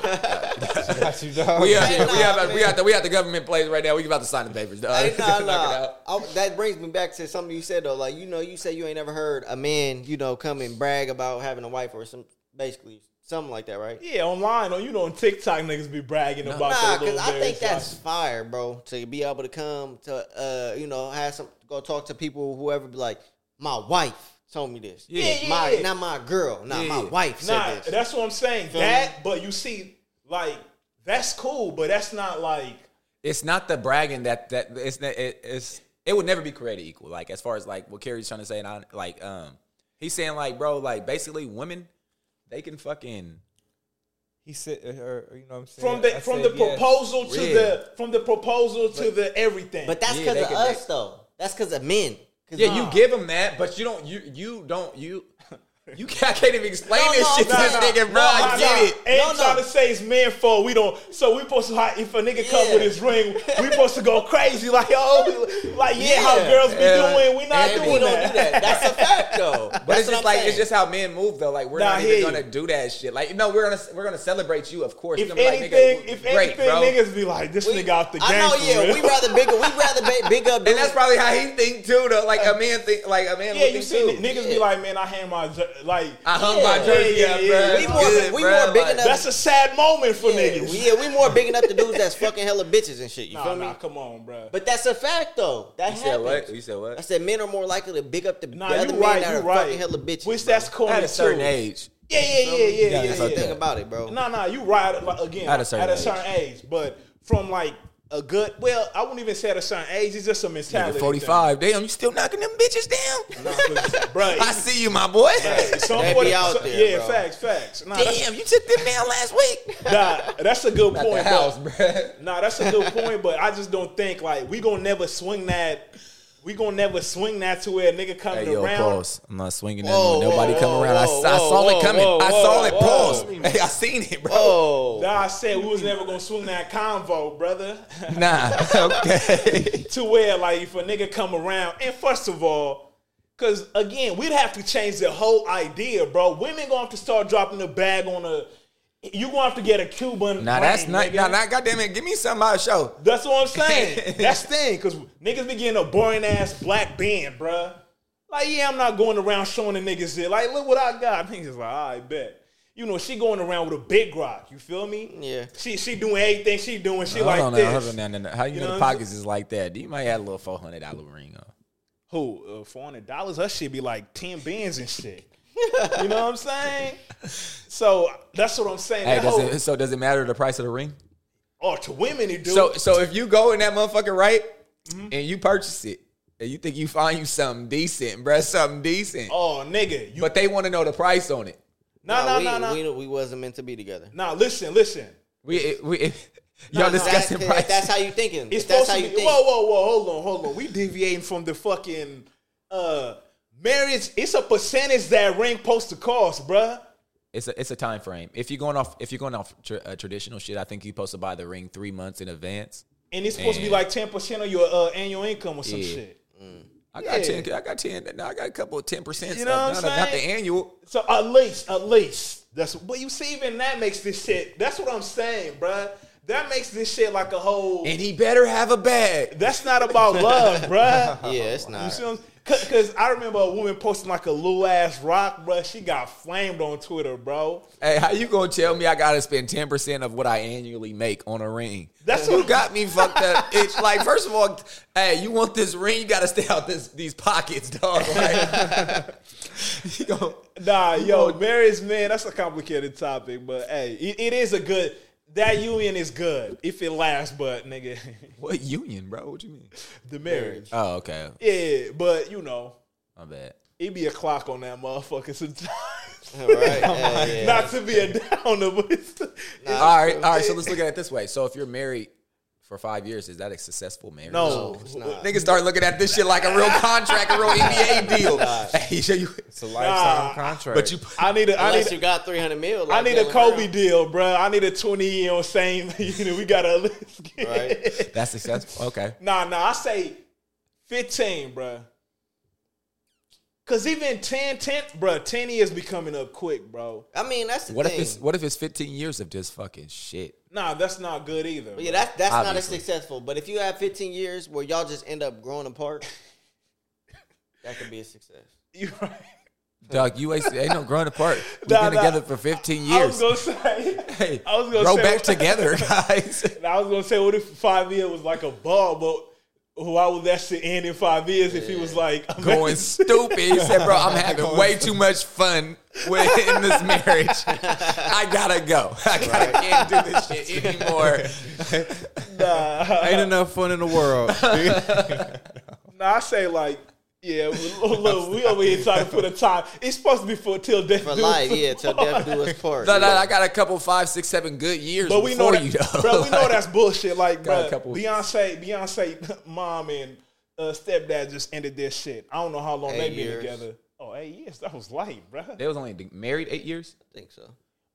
[SPEAKER 8] got you, dog.
[SPEAKER 1] We have, we
[SPEAKER 9] nah,
[SPEAKER 1] have, we have, the, we have the government place right now. We about to sign the papers, dog.
[SPEAKER 9] Hey, nah,
[SPEAKER 1] Knock it
[SPEAKER 9] nah.
[SPEAKER 1] out.
[SPEAKER 9] I, that brings me back to something you said though. Like you know, you say you ain't never heard a man, you know, come and brag about having a wife or some, basically something like that, right?
[SPEAKER 2] yeah, online, or you know, on TikTok, niggas be bragging about
[SPEAKER 9] Nah,
[SPEAKER 2] their
[SPEAKER 9] because
[SPEAKER 2] little
[SPEAKER 9] I think
[SPEAKER 2] marriage
[SPEAKER 9] that's
[SPEAKER 2] life.
[SPEAKER 9] fire, bro. To be able to come to, uh, you know, have some go talk to people, whoever, be like, my wife told me this.
[SPEAKER 2] Yeah, yeah,
[SPEAKER 9] my
[SPEAKER 2] yeah.
[SPEAKER 9] not my girl, not my
[SPEAKER 1] Yeah.
[SPEAKER 9] wife said
[SPEAKER 2] Nah,
[SPEAKER 9] this.
[SPEAKER 2] that's what I'm saying. That, but you see, like, that's cool, but that's not like.
[SPEAKER 1] it's not the bragging that that it's not- it, it's it would never be created equal. Like as far as like what Kerry's trying to say, and I like um he's saying like bro, like basically women they can fucking
[SPEAKER 8] he said, uh, or, you know what I'm saying?
[SPEAKER 2] From the
[SPEAKER 8] I
[SPEAKER 2] from the
[SPEAKER 8] said yes.
[SPEAKER 2] proposal to
[SPEAKER 1] Yeah.
[SPEAKER 2] the from the proposal to the everything,
[SPEAKER 9] but that's because
[SPEAKER 1] Yeah, they
[SPEAKER 9] of
[SPEAKER 1] could-
[SPEAKER 9] us, though. That's because of men. 'Cause
[SPEAKER 1] yeah
[SPEAKER 9] nah.
[SPEAKER 1] you give them that, but you don't you you don't you you can't, I can't even explain
[SPEAKER 9] No,
[SPEAKER 1] this
[SPEAKER 9] no,
[SPEAKER 1] shit to
[SPEAKER 9] no,
[SPEAKER 1] this
[SPEAKER 9] no.
[SPEAKER 1] nigga, bro.
[SPEAKER 9] No,
[SPEAKER 1] I
[SPEAKER 9] no,
[SPEAKER 1] get
[SPEAKER 9] no.
[SPEAKER 1] it.
[SPEAKER 2] And
[SPEAKER 9] No, no.
[SPEAKER 2] trying to say it's man fault. We don't. So we supposed to like if a nigga come
[SPEAKER 9] Yeah.
[SPEAKER 2] with his ring, we supposed to go crazy like oh like yeah, how
[SPEAKER 9] Yeah.
[SPEAKER 2] girls be
[SPEAKER 1] Yeah.
[SPEAKER 2] doing. We not
[SPEAKER 1] Yeah,
[SPEAKER 2] doing
[SPEAKER 1] we don't
[SPEAKER 2] that.
[SPEAKER 9] do that. That's a fact, though.
[SPEAKER 1] But
[SPEAKER 9] That's
[SPEAKER 1] it's
[SPEAKER 9] what
[SPEAKER 1] just
[SPEAKER 9] I'm
[SPEAKER 1] like
[SPEAKER 9] saying.
[SPEAKER 1] it's just how men move though. Like we're
[SPEAKER 2] Nah, I
[SPEAKER 1] not
[SPEAKER 2] hear
[SPEAKER 1] even
[SPEAKER 2] you.
[SPEAKER 1] gonna do that shit. Like no, we're gonna we're gonna celebrate you, of course.
[SPEAKER 2] If
[SPEAKER 1] We're gonna be
[SPEAKER 2] anything,
[SPEAKER 1] like, nigga,
[SPEAKER 2] if
[SPEAKER 1] great,
[SPEAKER 2] anything,
[SPEAKER 1] bro.
[SPEAKER 2] niggas be like this nigga out the game.
[SPEAKER 9] I know, yeah.
[SPEAKER 2] for real.
[SPEAKER 9] We rather big, we rather big, big up.
[SPEAKER 1] and that's
[SPEAKER 9] dudes.
[SPEAKER 1] probably how he think too, though. Like a man think, like a man.
[SPEAKER 2] yeah,
[SPEAKER 1] would
[SPEAKER 2] you
[SPEAKER 1] think,
[SPEAKER 2] see
[SPEAKER 1] too.
[SPEAKER 2] niggas be like, man, I hand my jer- like
[SPEAKER 1] I hung my jersey up, bruh.
[SPEAKER 3] We
[SPEAKER 1] It's
[SPEAKER 3] more,
[SPEAKER 1] good,
[SPEAKER 3] we
[SPEAKER 1] bruh.
[SPEAKER 3] more big
[SPEAKER 1] Like-
[SPEAKER 3] enough.
[SPEAKER 2] That's a sad moment for
[SPEAKER 3] yeah,
[SPEAKER 2] niggas.
[SPEAKER 3] we- yeah, we more big enough to dudes that's fucking hella bitches and shit. You
[SPEAKER 2] nah,
[SPEAKER 3] feel me?
[SPEAKER 2] nah, come on, bro.
[SPEAKER 3] But that's a fact though. That
[SPEAKER 1] You said
[SPEAKER 3] happens.
[SPEAKER 1] what? You said
[SPEAKER 3] I
[SPEAKER 1] what?
[SPEAKER 3] said men are more likely to big up the,
[SPEAKER 2] Nah,
[SPEAKER 3] the
[SPEAKER 2] you
[SPEAKER 3] other men
[SPEAKER 2] right,
[SPEAKER 3] that
[SPEAKER 2] you
[SPEAKER 3] are
[SPEAKER 2] right.
[SPEAKER 3] fucking hella bitches.
[SPEAKER 2] Which that's
[SPEAKER 3] bro.
[SPEAKER 2] corny
[SPEAKER 1] At a certain
[SPEAKER 2] too.
[SPEAKER 1] age,
[SPEAKER 2] Yeah, yeah, yeah, yeah,
[SPEAKER 1] gotta
[SPEAKER 2] yeah.
[SPEAKER 1] fuck
[SPEAKER 2] yeah.
[SPEAKER 1] that.
[SPEAKER 3] Think about it, bro.
[SPEAKER 2] No, no, you right like, again
[SPEAKER 1] At a certain
[SPEAKER 2] age. but from like a good well, I wouldn't even say at a certain age. It's just a
[SPEAKER 1] nigga,
[SPEAKER 2] mentality. thing.
[SPEAKER 1] forty five. Damn, you still knocking them bitches down?
[SPEAKER 2] Nah, 'cause, bro.
[SPEAKER 1] I see you, my boy.
[SPEAKER 2] Some
[SPEAKER 3] They
[SPEAKER 2] 40
[SPEAKER 3] be out
[SPEAKER 2] some-
[SPEAKER 3] there,
[SPEAKER 2] yeah,
[SPEAKER 3] bro.
[SPEAKER 2] facts, facts. Nah, that's,
[SPEAKER 1] Damn, you took them down last week.
[SPEAKER 2] nah, that's a good
[SPEAKER 1] At the
[SPEAKER 2] point.
[SPEAKER 1] house,
[SPEAKER 2] But,
[SPEAKER 1] bruh.
[SPEAKER 2] nah, that's a good point, but I just don't think like we gonna never swing that. We gonna never swing that to where a nigga coming
[SPEAKER 1] Hey, yo,
[SPEAKER 2] around.
[SPEAKER 1] pause. I'm not swinging that.
[SPEAKER 3] Whoa,
[SPEAKER 1] one. Nobody
[SPEAKER 3] whoa,
[SPEAKER 1] come
[SPEAKER 3] whoa,
[SPEAKER 1] around. I,
[SPEAKER 3] whoa,
[SPEAKER 1] I saw
[SPEAKER 3] whoa,
[SPEAKER 1] it coming.
[SPEAKER 3] whoa,
[SPEAKER 1] I saw it.
[SPEAKER 3] whoa,
[SPEAKER 1] Pause. Hey, I seen it, bro.
[SPEAKER 3] Oh,
[SPEAKER 2] Nah, I said we was never gonna swing that convo, brother.
[SPEAKER 1] Nah. Okay.
[SPEAKER 2] to where like if a nigga come around and first of all because again we'd have to change the whole idea bro women gonna have to start dropping the bag on a you gonna have to get a cuban
[SPEAKER 1] Now
[SPEAKER 2] ring,
[SPEAKER 1] that's not.
[SPEAKER 2] nigga.
[SPEAKER 1] Now, now, goddamn it, give me something out of show.
[SPEAKER 2] that's what i'm saying that's the thing because niggas be getting a boring ass black band bruh. like yeah i'm not going around showing the niggas it like look what i got niggas like i bet you know she going around with a big rock. You feel me?
[SPEAKER 3] Yeah.
[SPEAKER 2] She she doing everything she doing. She like
[SPEAKER 1] hold on, now,
[SPEAKER 2] this.
[SPEAKER 1] hold on, now, now, now. How you,
[SPEAKER 2] You
[SPEAKER 1] know,
[SPEAKER 2] know
[SPEAKER 1] the
[SPEAKER 2] what I'm
[SPEAKER 1] pockets is like that? You might add a little four hundred dollar ring on.
[SPEAKER 2] who uh, four hundred dollars? Her shit be like ten bands and shit. you know what I'm saying? So that's what I'm saying.
[SPEAKER 1] Hey,
[SPEAKER 2] That
[SPEAKER 1] does
[SPEAKER 2] whole-
[SPEAKER 1] it, so does it matter the price of the ring?
[SPEAKER 2] oh, to women it do.
[SPEAKER 1] So so if you go in that motherfucker right and you purchase it and you think you find you something decent, bruh, something decent,
[SPEAKER 2] oh, nigga, you
[SPEAKER 1] but they want to know the price on it.
[SPEAKER 2] no no
[SPEAKER 3] we,
[SPEAKER 2] no no
[SPEAKER 3] We, we wasn't meant to be together.
[SPEAKER 2] no. Listen, listen.
[SPEAKER 1] We we y'all discussing
[SPEAKER 3] That-
[SPEAKER 1] price.
[SPEAKER 3] That's how you thinking.
[SPEAKER 2] It's
[SPEAKER 3] If that's
[SPEAKER 2] supposed
[SPEAKER 3] how
[SPEAKER 2] to
[SPEAKER 3] you
[SPEAKER 2] be.
[SPEAKER 3] think.
[SPEAKER 2] Whoa whoa whoa. Hold on hold on. We deviating from the fucking uh marriage. It's a percentage that ring post to cost, bruh.
[SPEAKER 1] it's a it's a time frame. If you're going off if you're going off tra- uh, traditional shit, I think you supposed to buy the ring three months in advance.
[SPEAKER 2] And it's supposed to be
[SPEAKER 1] Man.
[SPEAKER 2] like ten percent of your uh, annual income or some
[SPEAKER 1] Yeah.
[SPEAKER 2] shit.
[SPEAKER 1] I got
[SPEAKER 2] Yeah.
[SPEAKER 1] ten. I got ten. No, I got a couple of ten percent.
[SPEAKER 2] You know what
[SPEAKER 1] not,
[SPEAKER 2] I'm
[SPEAKER 1] not the
[SPEAKER 2] saying?
[SPEAKER 1] annual.
[SPEAKER 2] So at least, at least that's what you see. Even that makes this shit. That's what I'm saying, bruh. That makes this shit like a whole.
[SPEAKER 1] And he better have a bag.
[SPEAKER 2] That's not about love, bruh.
[SPEAKER 3] Yeah, it's
[SPEAKER 2] You
[SPEAKER 3] not.
[SPEAKER 2] see, what I'm- cause, cause I remember a woman posting like a little ass rock, bruh. She got flamed on Twitter, bro.
[SPEAKER 1] Hey, how you gonna tell me I gotta spend ten percent of what I annually make on a ring?
[SPEAKER 2] That's
[SPEAKER 1] you
[SPEAKER 2] what-
[SPEAKER 1] got me fucked up. It's like, first of all, hey, you want this ring? You gotta stay out this these pockets, dog. Like, you gon-
[SPEAKER 2] Nah, yo, marriage, man, that's a complicated topic, but hey, it, it is a good. That union is good if it lasts, but nigga,
[SPEAKER 1] what union, bro? What you mean?
[SPEAKER 2] the marriage.
[SPEAKER 1] Oh, okay,
[SPEAKER 2] Yeah, but you know,
[SPEAKER 1] my bad.
[SPEAKER 2] it be a clock on that motherfucker sometimes.
[SPEAKER 3] Right? Yeah, yeah.
[SPEAKER 2] Not to be a downer, but it's,
[SPEAKER 1] all right, all right. So let's look at it this way. So if you're married for five years, is that a successful marriage?
[SPEAKER 2] no.
[SPEAKER 1] Niggas start looking at this shit like a real contract, a real NBA deal. Hey, so you,
[SPEAKER 8] It's a lifetime
[SPEAKER 2] Nah,
[SPEAKER 8] contract.
[SPEAKER 1] but you,
[SPEAKER 2] I need a I
[SPEAKER 3] Unless
[SPEAKER 2] need
[SPEAKER 3] you
[SPEAKER 2] a,
[SPEAKER 3] got three hundred mil.
[SPEAKER 2] I
[SPEAKER 3] like
[SPEAKER 2] need a
[SPEAKER 3] Jalen
[SPEAKER 2] Kobe
[SPEAKER 3] Brown.
[SPEAKER 2] deal, bro. I need a twenty year on same. You know, we got to
[SPEAKER 3] Right.
[SPEAKER 1] that's successful. Okay,
[SPEAKER 2] Nah, nah. I say fifteen, bro. Cause even 10, 10, bro, ten years be coming up quick, bro.
[SPEAKER 3] I mean, that's the
[SPEAKER 1] what if
[SPEAKER 3] thing.
[SPEAKER 1] it's what if it's 15 years of just fucking shit?
[SPEAKER 2] Nah, that's not good either.
[SPEAKER 3] But yeah, that's that's not as
[SPEAKER 1] Obviously.
[SPEAKER 3] successful. But if you have 15 years where y'all just end up growing apart, that could be a success.
[SPEAKER 2] you right.
[SPEAKER 1] Dog, you ain't, ain't no growing apart. We've
[SPEAKER 2] Nah,
[SPEAKER 1] been
[SPEAKER 2] nah.
[SPEAKER 1] together for 15
[SPEAKER 2] I
[SPEAKER 1] years.
[SPEAKER 2] was gonna say.
[SPEAKER 1] hey,
[SPEAKER 2] I was gonna
[SPEAKER 1] grow
[SPEAKER 2] say-
[SPEAKER 1] back together, guys.
[SPEAKER 2] I was gonna say, what if five years was like a ball, but why would that shit end in five years if he was like I'm
[SPEAKER 1] Going stupid. He said, bro, I'm having way too much fun with in this marriage. I gotta go. I gotta, can't do this shit anymore.
[SPEAKER 8] ain't enough fun in the world.
[SPEAKER 2] Nah, I say like, yeah, we- look, we over here trying to put a time. It's supposed to be for till death
[SPEAKER 3] For
[SPEAKER 2] do
[SPEAKER 3] life,
[SPEAKER 2] us
[SPEAKER 3] yeah, till death do us part.
[SPEAKER 1] No, no, I got a couple, five, six, seven good years
[SPEAKER 2] But
[SPEAKER 1] but
[SPEAKER 2] we
[SPEAKER 1] before
[SPEAKER 2] know that,
[SPEAKER 1] you, though.
[SPEAKER 2] bro. We know
[SPEAKER 1] Like,
[SPEAKER 2] that's bullshit. Like,
[SPEAKER 1] Got a
[SPEAKER 2] bro,
[SPEAKER 1] couple-
[SPEAKER 2] Beyonce, Beyonce, mom and uh, stepdad just ended their shit. I don't know how long
[SPEAKER 3] Eight
[SPEAKER 2] they been
[SPEAKER 3] years.
[SPEAKER 2] together. Oh, eight years. That was light, bro.
[SPEAKER 1] They was only married eight years.
[SPEAKER 3] I think so.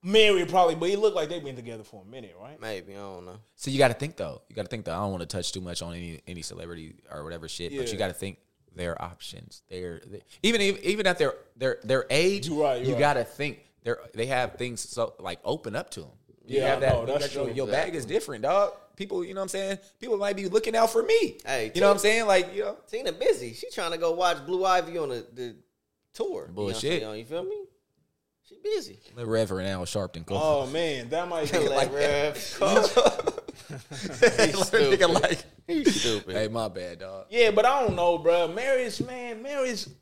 [SPEAKER 2] Married probably, but it looked like they been together for a minute, right?
[SPEAKER 3] Maybe I don't know.
[SPEAKER 1] So you got to think though. You got to think though. I don't want to touch too much on any any celebrity or whatever shit, but
[SPEAKER 2] Yeah.
[SPEAKER 1] you got to think their options. Their they, even even at their their their age,
[SPEAKER 2] You right, you
[SPEAKER 1] you
[SPEAKER 2] right.
[SPEAKER 1] got to think they they have things so like open up to them. You
[SPEAKER 2] Yeah,
[SPEAKER 1] have
[SPEAKER 2] I
[SPEAKER 1] that.
[SPEAKER 2] know, that's
[SPEAKER 1] your,
[SPEAKER 2] true.
[SPEAKER 1] your bag is different, dog. People, you know what I'm saying? People might be looking out for me.
[SPEAKER 3] Hey,
[SPEAKER 1] you know what I'm saying? Like, you know,
[SPEAKER 3] Tina busy. She trying to go watch Blue Ivy on the, the tour.
[SPEAKER 1] Bullshit.
[SPEAKER 3] Beyonce on, you feel me? She busy.
[SPEAKER 1] Let Reverend Al Sharpton go.
[SPEAKER 2] Oh man, that might be
[SPEAKER 3] Like,
[SPEAKER 2] like
[SPEAKER 1] Nigga like,
[SPEAKER 3] He's stupid.
[SPEAKER 1] hey, my bad, dog.
[SPEAKER 2] Yeah, but I don't know, bro. Marriage, man, marriage.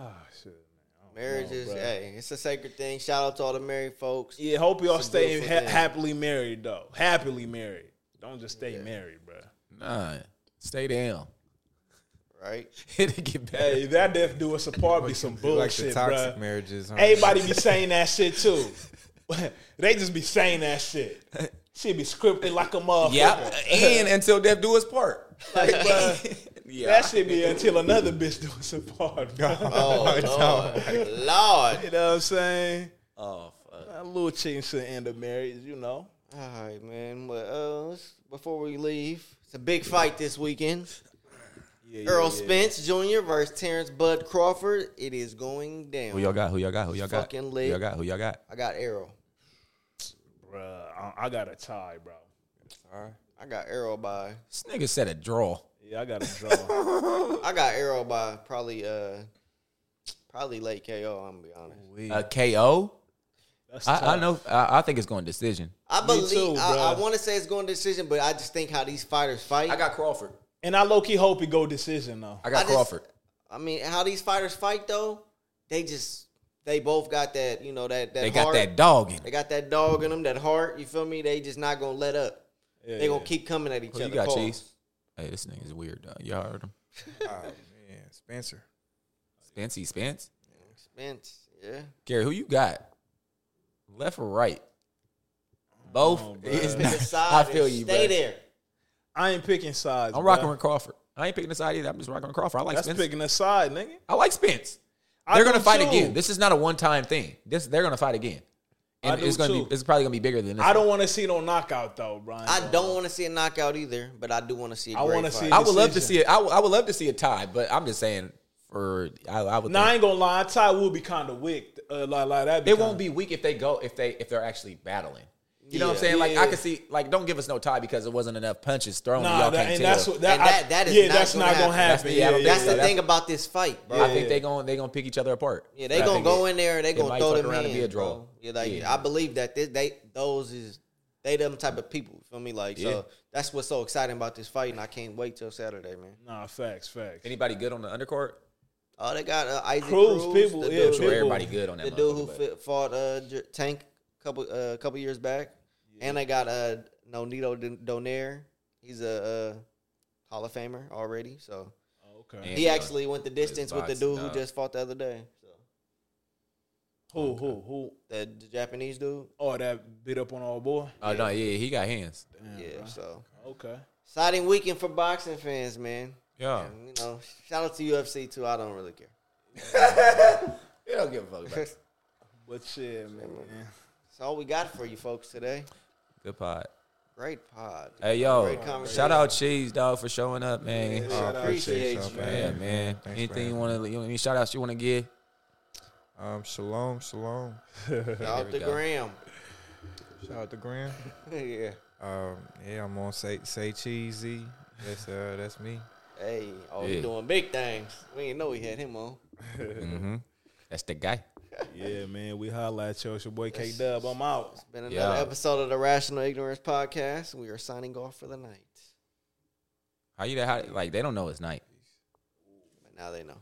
[SPEAKER 2] Oh shit.
[SPEAKER 3] Marriage is,
[SPEAKER 2] bruh.
[SPEAKER 3] hey, it's a sacred thing. Shout out to all the married folks.
[SPEAKER 2] Yeah, hope y'all
[SPEAKER 3] It's a
[SPEAKER 2] stay
[SPEAKER 3] beautiful
[SPEAKER 2] ha-
[SPEAKER 3] thing.
[SPEAKER 2] happily married though. Happily married. Don't just stay married, bro.
[SPEAKER 1] Nah, stay down.
[SPEAKER 3] Right?
[SPEAKER 1] It'll get better.
[SPEAKER 2] Hey, that death do us apart be some
[SPEAKER 8] Like the
[SPEAKER 2] bullshit,
[SPEAKER 8] toxic
[SPEAKER 2] bro.
[SPEAKER 1] Oh,
[SPEAKER 8] marriages. Huh?
[SPEAKER 2] Everybody be saying that shit too. they just be saying that shit. She be scripted like a motherfucker.
[SPEAKER 1] Yep. and until death do us part.
[SPEAKER 2] Like, bruh,
[SPEAKER 1] Yeah.
[SPEAKER 2] That shit be until another bitch do us apart, bro.
[SPEAKER 3] Oh, Lord. Lord.
[SPEAKER 2] You know what I'm saying?
[SPEAKER 1] oh, fuck.
[SPEAKER 2] A little chicken should end up married, you know.
[SPEAKER 3] All right, man. But uh, let's- before we leave, it's a big fight this weekend. Earl Spence Jr. versus Terrence Bud Crawford. It is going down.
[SPEAKER 1] Who y'all got? Who y'all got? Who y'all got?
[SPEAKER 3] Fucking
[SPEAKER 1] Who
[SPEAKER 3] lit.
[SPEAKER 1] y'all got? Who y'all got?
[SPEAKER 3] I got Errol.
[SPEAKER 2] Bruh, I, I got a tie, bro.
[SPEAKER 3] I got Errol by.
[SPEAKER 1] This nigga said a draw.
[SPEAKER 2] Yeah, I got a draw.
[SPEAKER 3] I got Errol by probably uh probably late KO. I'm gonna be honest.
[SPEAKER 1] A KO.
[SPEAKER 2] That's
[SPEAKER 1] I, I
[SPEAKER 2] tough.
[SPEAKER 1] know. I, I think it's going decision.
[SPEAKER 3] I believe
[SPEAKER 2] too,
[SPEAKER 3] I, I
[SPEAKER 2] bruh.
[SPEAKER 3] want to say it's going decision, but I just think how these fighters fight.
[SPEAKER 1] got Crawford.
[SPEAKER 2] And I low key hope it go decision though.
[SPEAKER 1] I
[SPEAKER 3] I
[SPEAKER 1] got
[SPEAKER 3] just-
[SPEAKER 1] Crawford.
[SPEAKER 3] I mean, how these fighters fight though, they just they both got that you know that that
[SPEAKER 1] they got
[SPEAKER 3] heart.
[SPEAKER 1] that dog in.
[SPEAKER 3] They
[SPEAKER 1] It.
[SPEAKER 3] got that dog in them, that heart. You feel me? They just not gonna let up. they gonna keep coming at each
[SPEAKER 1] Who
[SPEAKER 3] other.
[SPEAKER 1] Oh, you got,
[SPEAKER 3] Pause.
[SPEAKER 1] Cheese? Hey, this nigga's weird. Dog. Y'all heard him?
[SPEAKER 8] Oh, man, Spencer.
[SPEAKER 1] Spency Spence.
[SPEAKER 3] Spence, yeah.
[SPEAKER 1] Gary, who you got? Left or right? Both. It's
[SPEAKER 3] Pick
[SPEAKER 1] not-
[SPEAKER 3] a side.
[SPEAKER 1] I feel
[SPEAKER 3] and
[SPEAKER 1] you.
[SPEAKER 3] Stay
[SPEAKER 1] bruh.
[SPEAKER 3] there.
[SPEAKER 2] I ain't picking sides.
[SPEAKER 1] I'm
[SPEAKER 2] bruh.
[SPEAKER 1] rocking with Crawford. I ain't picking a side either. I'm just rocking with Crawford. I like
[SPEAKER 2] That's
[SPEAKER 1] Spence.
[SPEAKER 2] picking a side, nigga.
[SPEAKER 1] I like Spence.
[SPEAKER 2] I
[SPEAKER 1] they're
[SPEAKER 2] do
[SPEAKER 1] gonna fight
[SPEAKER 2] too.
[SPEAKER 1] again. This is not a one time thing. This they're gonna fight again,
[SPEAKER 2] I
[SPEAKER 1] and
[SPEAKER 2] do
[SPEAKER 1] it's gonna
[SPEAKER 2] too.
[SPEAKER 1] be it's probably gonna be bigger than this.
[SPEAKER 2] I
[SPEAKER 1] one.
[SPEAKER 2] don't want to see no knockout though, Brian.
[SPEAKER 3] I don't want to see a knockout either, but I do want to see. I
[SPEAKER 2] I
[SPEAKER 3] want
[SPEAKER 2] wanna
[SPEAKER 3] to
[SPEAKER 2] see-
[SPEAKER 1] I would love to
[SPEAKER 2] decision.
[SPEAKER 1] see it. I would- I would love to see a tie, but I'm just saying for I, I would.
[SPEAKER 2] Now I
[SPEAKER 1] think-
[SPEAKER 2] ain't gonna lie, Ty will be kind of wicked. Uh, like, like that.
[SPEAKER 1] it won't be weak if they go if they if they're actually battling. You know what I'm saying? Like I
[SPEAKER 2] Yeah.
[SPEAKER 1] could see like don't give us no tie because it wasn't enough punches thrown. and
[SPEAKER 2] Nah,
[SPEAKER 1] y'all
[SPEAKER 2] that,
[SPEAKER 1] can't
[SPEAKER 2] and
[SPEAKER 1] tell.
[SPEAKER 2] that's what that,
[SPEAKER 3] And
[SPEAKER 2] I-
[SPEAKER 3] that- that is
[SPEAKER 2] yeah,
[SPEAKER 3] not
[SPEAKER 2] that's
[SPEAKER 3] gonna
[SPEAKER 2] not gonna
[SPEAKER 3] happen.
[SPEAKER 2] happen.
[SPEAKER 1] That's the-
[SPEAKER 2] yeah,
[SPEAKER 1] I don't
[SPEAKER 2] yeah,
[SPEAKER 1] think
[SPEAKER 3] That's
[SPEAKER 1] so.
[SPEAKER 3] the thing about this fight, bro.
[SPEAKER 1] I think they going they gonna pick each other apart.
[SPEAKER 3] Yeah, they
[SPEAKER 1] But I
[SPEAKER 3] gonna
[SPEAKER 1] think
[SPEAKER 3] go
[SPEAKER 1] it-
[SPEAKER 3] in there. They
[SPEAKER 1] it
[SPEAKER 3] gonna
[SPEAKER 1] might
[SPEAKER 3] throw
[SPEAKER 1] fuck
[SPEAKER 3] them
[SPEAKER 1] around
[SPEAKER 3] in.
[SPEAKER 1] and be a draw.
[SPEAKER 3] bro. Yeah, like
[SPEAKER 1] Yeah.
[SPEAKER 3] I believe that this, they those is they them type of people. Feel me? Like
[SPEAKER 1] Yeah.
[SPEAKER 3] so that's what's so exciting about this fight, and I can't wait till Saturday, man.
[SPEAKER 2] Nah, facts, facts.
[SPEAKER 1] Anybody good on the undercard?
[SPEAKER 3] Oh, they got uh, Isaac
[SPEAKER 2] Cruz,
[SPEAKER 3] Cruz,
[SPEAKER 2] people,
[SPEAKER 3] the
[SPEAKER 2] yeah,
[SPEAKER 3] dude,
[SPEAKER 2] people.
[SPEAKER 1] Sure, everybody good on that.
[SPEAKER 3] the dude who
[SPEAKER 1] motherfucker, but-
[SPEAKER 3] fi- fought uh, J- Tank a couple uh, couple years back, and they got uh, Nonito Don- Donaire. He's a uh, Hall of Famer already, so
[SPEAKER 2] Oh, Okay.
[SPEAKER 1] And,
[SPEAKER 3] he
[SPEAKER 1] uh,
[SPEAKER 3] actually went the distance with the
[SPEAKER 1] boxing,
[SPEAKER 3] dude who
[SPEAKER 1] uh,
[SPEAKER 3] just fought the other day. So
[SPEAKER 2] Who, who, who?
[SPEAKER 3] the, the Japanese dude,
[SPEAKER 2] Oh, that beat up on our boy.
[SPEAKER 1] Oh no, yeah, he got hands.
[SPEAKER 3] yeah. So
[SPEAKER 2] Okay.
[SPEAKER 3] exciting weekend for boxing fans, man.
[SPEAKER 1] Yeah,
[SPEAKER 3] And, you know, shout out to UFC too. I don't really care.
[SPEAKER 1] they don't give a fuck about. it.
[SPEAKER 2] But shit, man.
[SPEAKER 3] That's all we got for you folks today.
[SPEAKER 1] Good pod.
[SPEAKER 3] Great pod.
[SPEAKER 1] Hey yo,
[SPEAKER 3] Great conversation.
[SPEAKER 1] shout out Cheese dog for showing up, man. Yeah,
[SPEAKER 3] I appreciate you,
[SPEAKER 8] so,
[SPEAKER 3] man.
[SPEAKER 1] man.
[SPEAKER 8] Thanks,
[SPEAKER 1] Anything
[SPEAKER 8] man.
[SPEAKER 1] you want to, you know, any shout outs you want to give?
[SPEAKER 8] Um, shalom, shalom.
[SPEAKER 3] Out the
[SPEAKER 1] go.
[SPEAKER 3] gram.
[SPEAKER 8] Shout out to Graham.
[SPEAKER 3] yeah.
[SPEAKER 8] Um, yeah, I'm on say say cheesy. That's uh, that's me.
[SPEAKER 3] Hey, oh, he
[SPEAKER 1] Yeah.
[SPEAKER 3] doing big things. We didn't know he had him on.
[SPEAKER 1] That's the guy.
[SPEAKER 2] Yeah, man. We holla at you. It's your boy K Dub. I'm out.
[SPEAKER 3] Been another
[SPEAKER 1] Yeah.
[SPEAKER 3] episode of the Rational Ignorance Podcast. We are signing off for the night.
[SPEAKER 1] How you that? How, like they don't know it's night.
[SPEAKER 3] But now they know.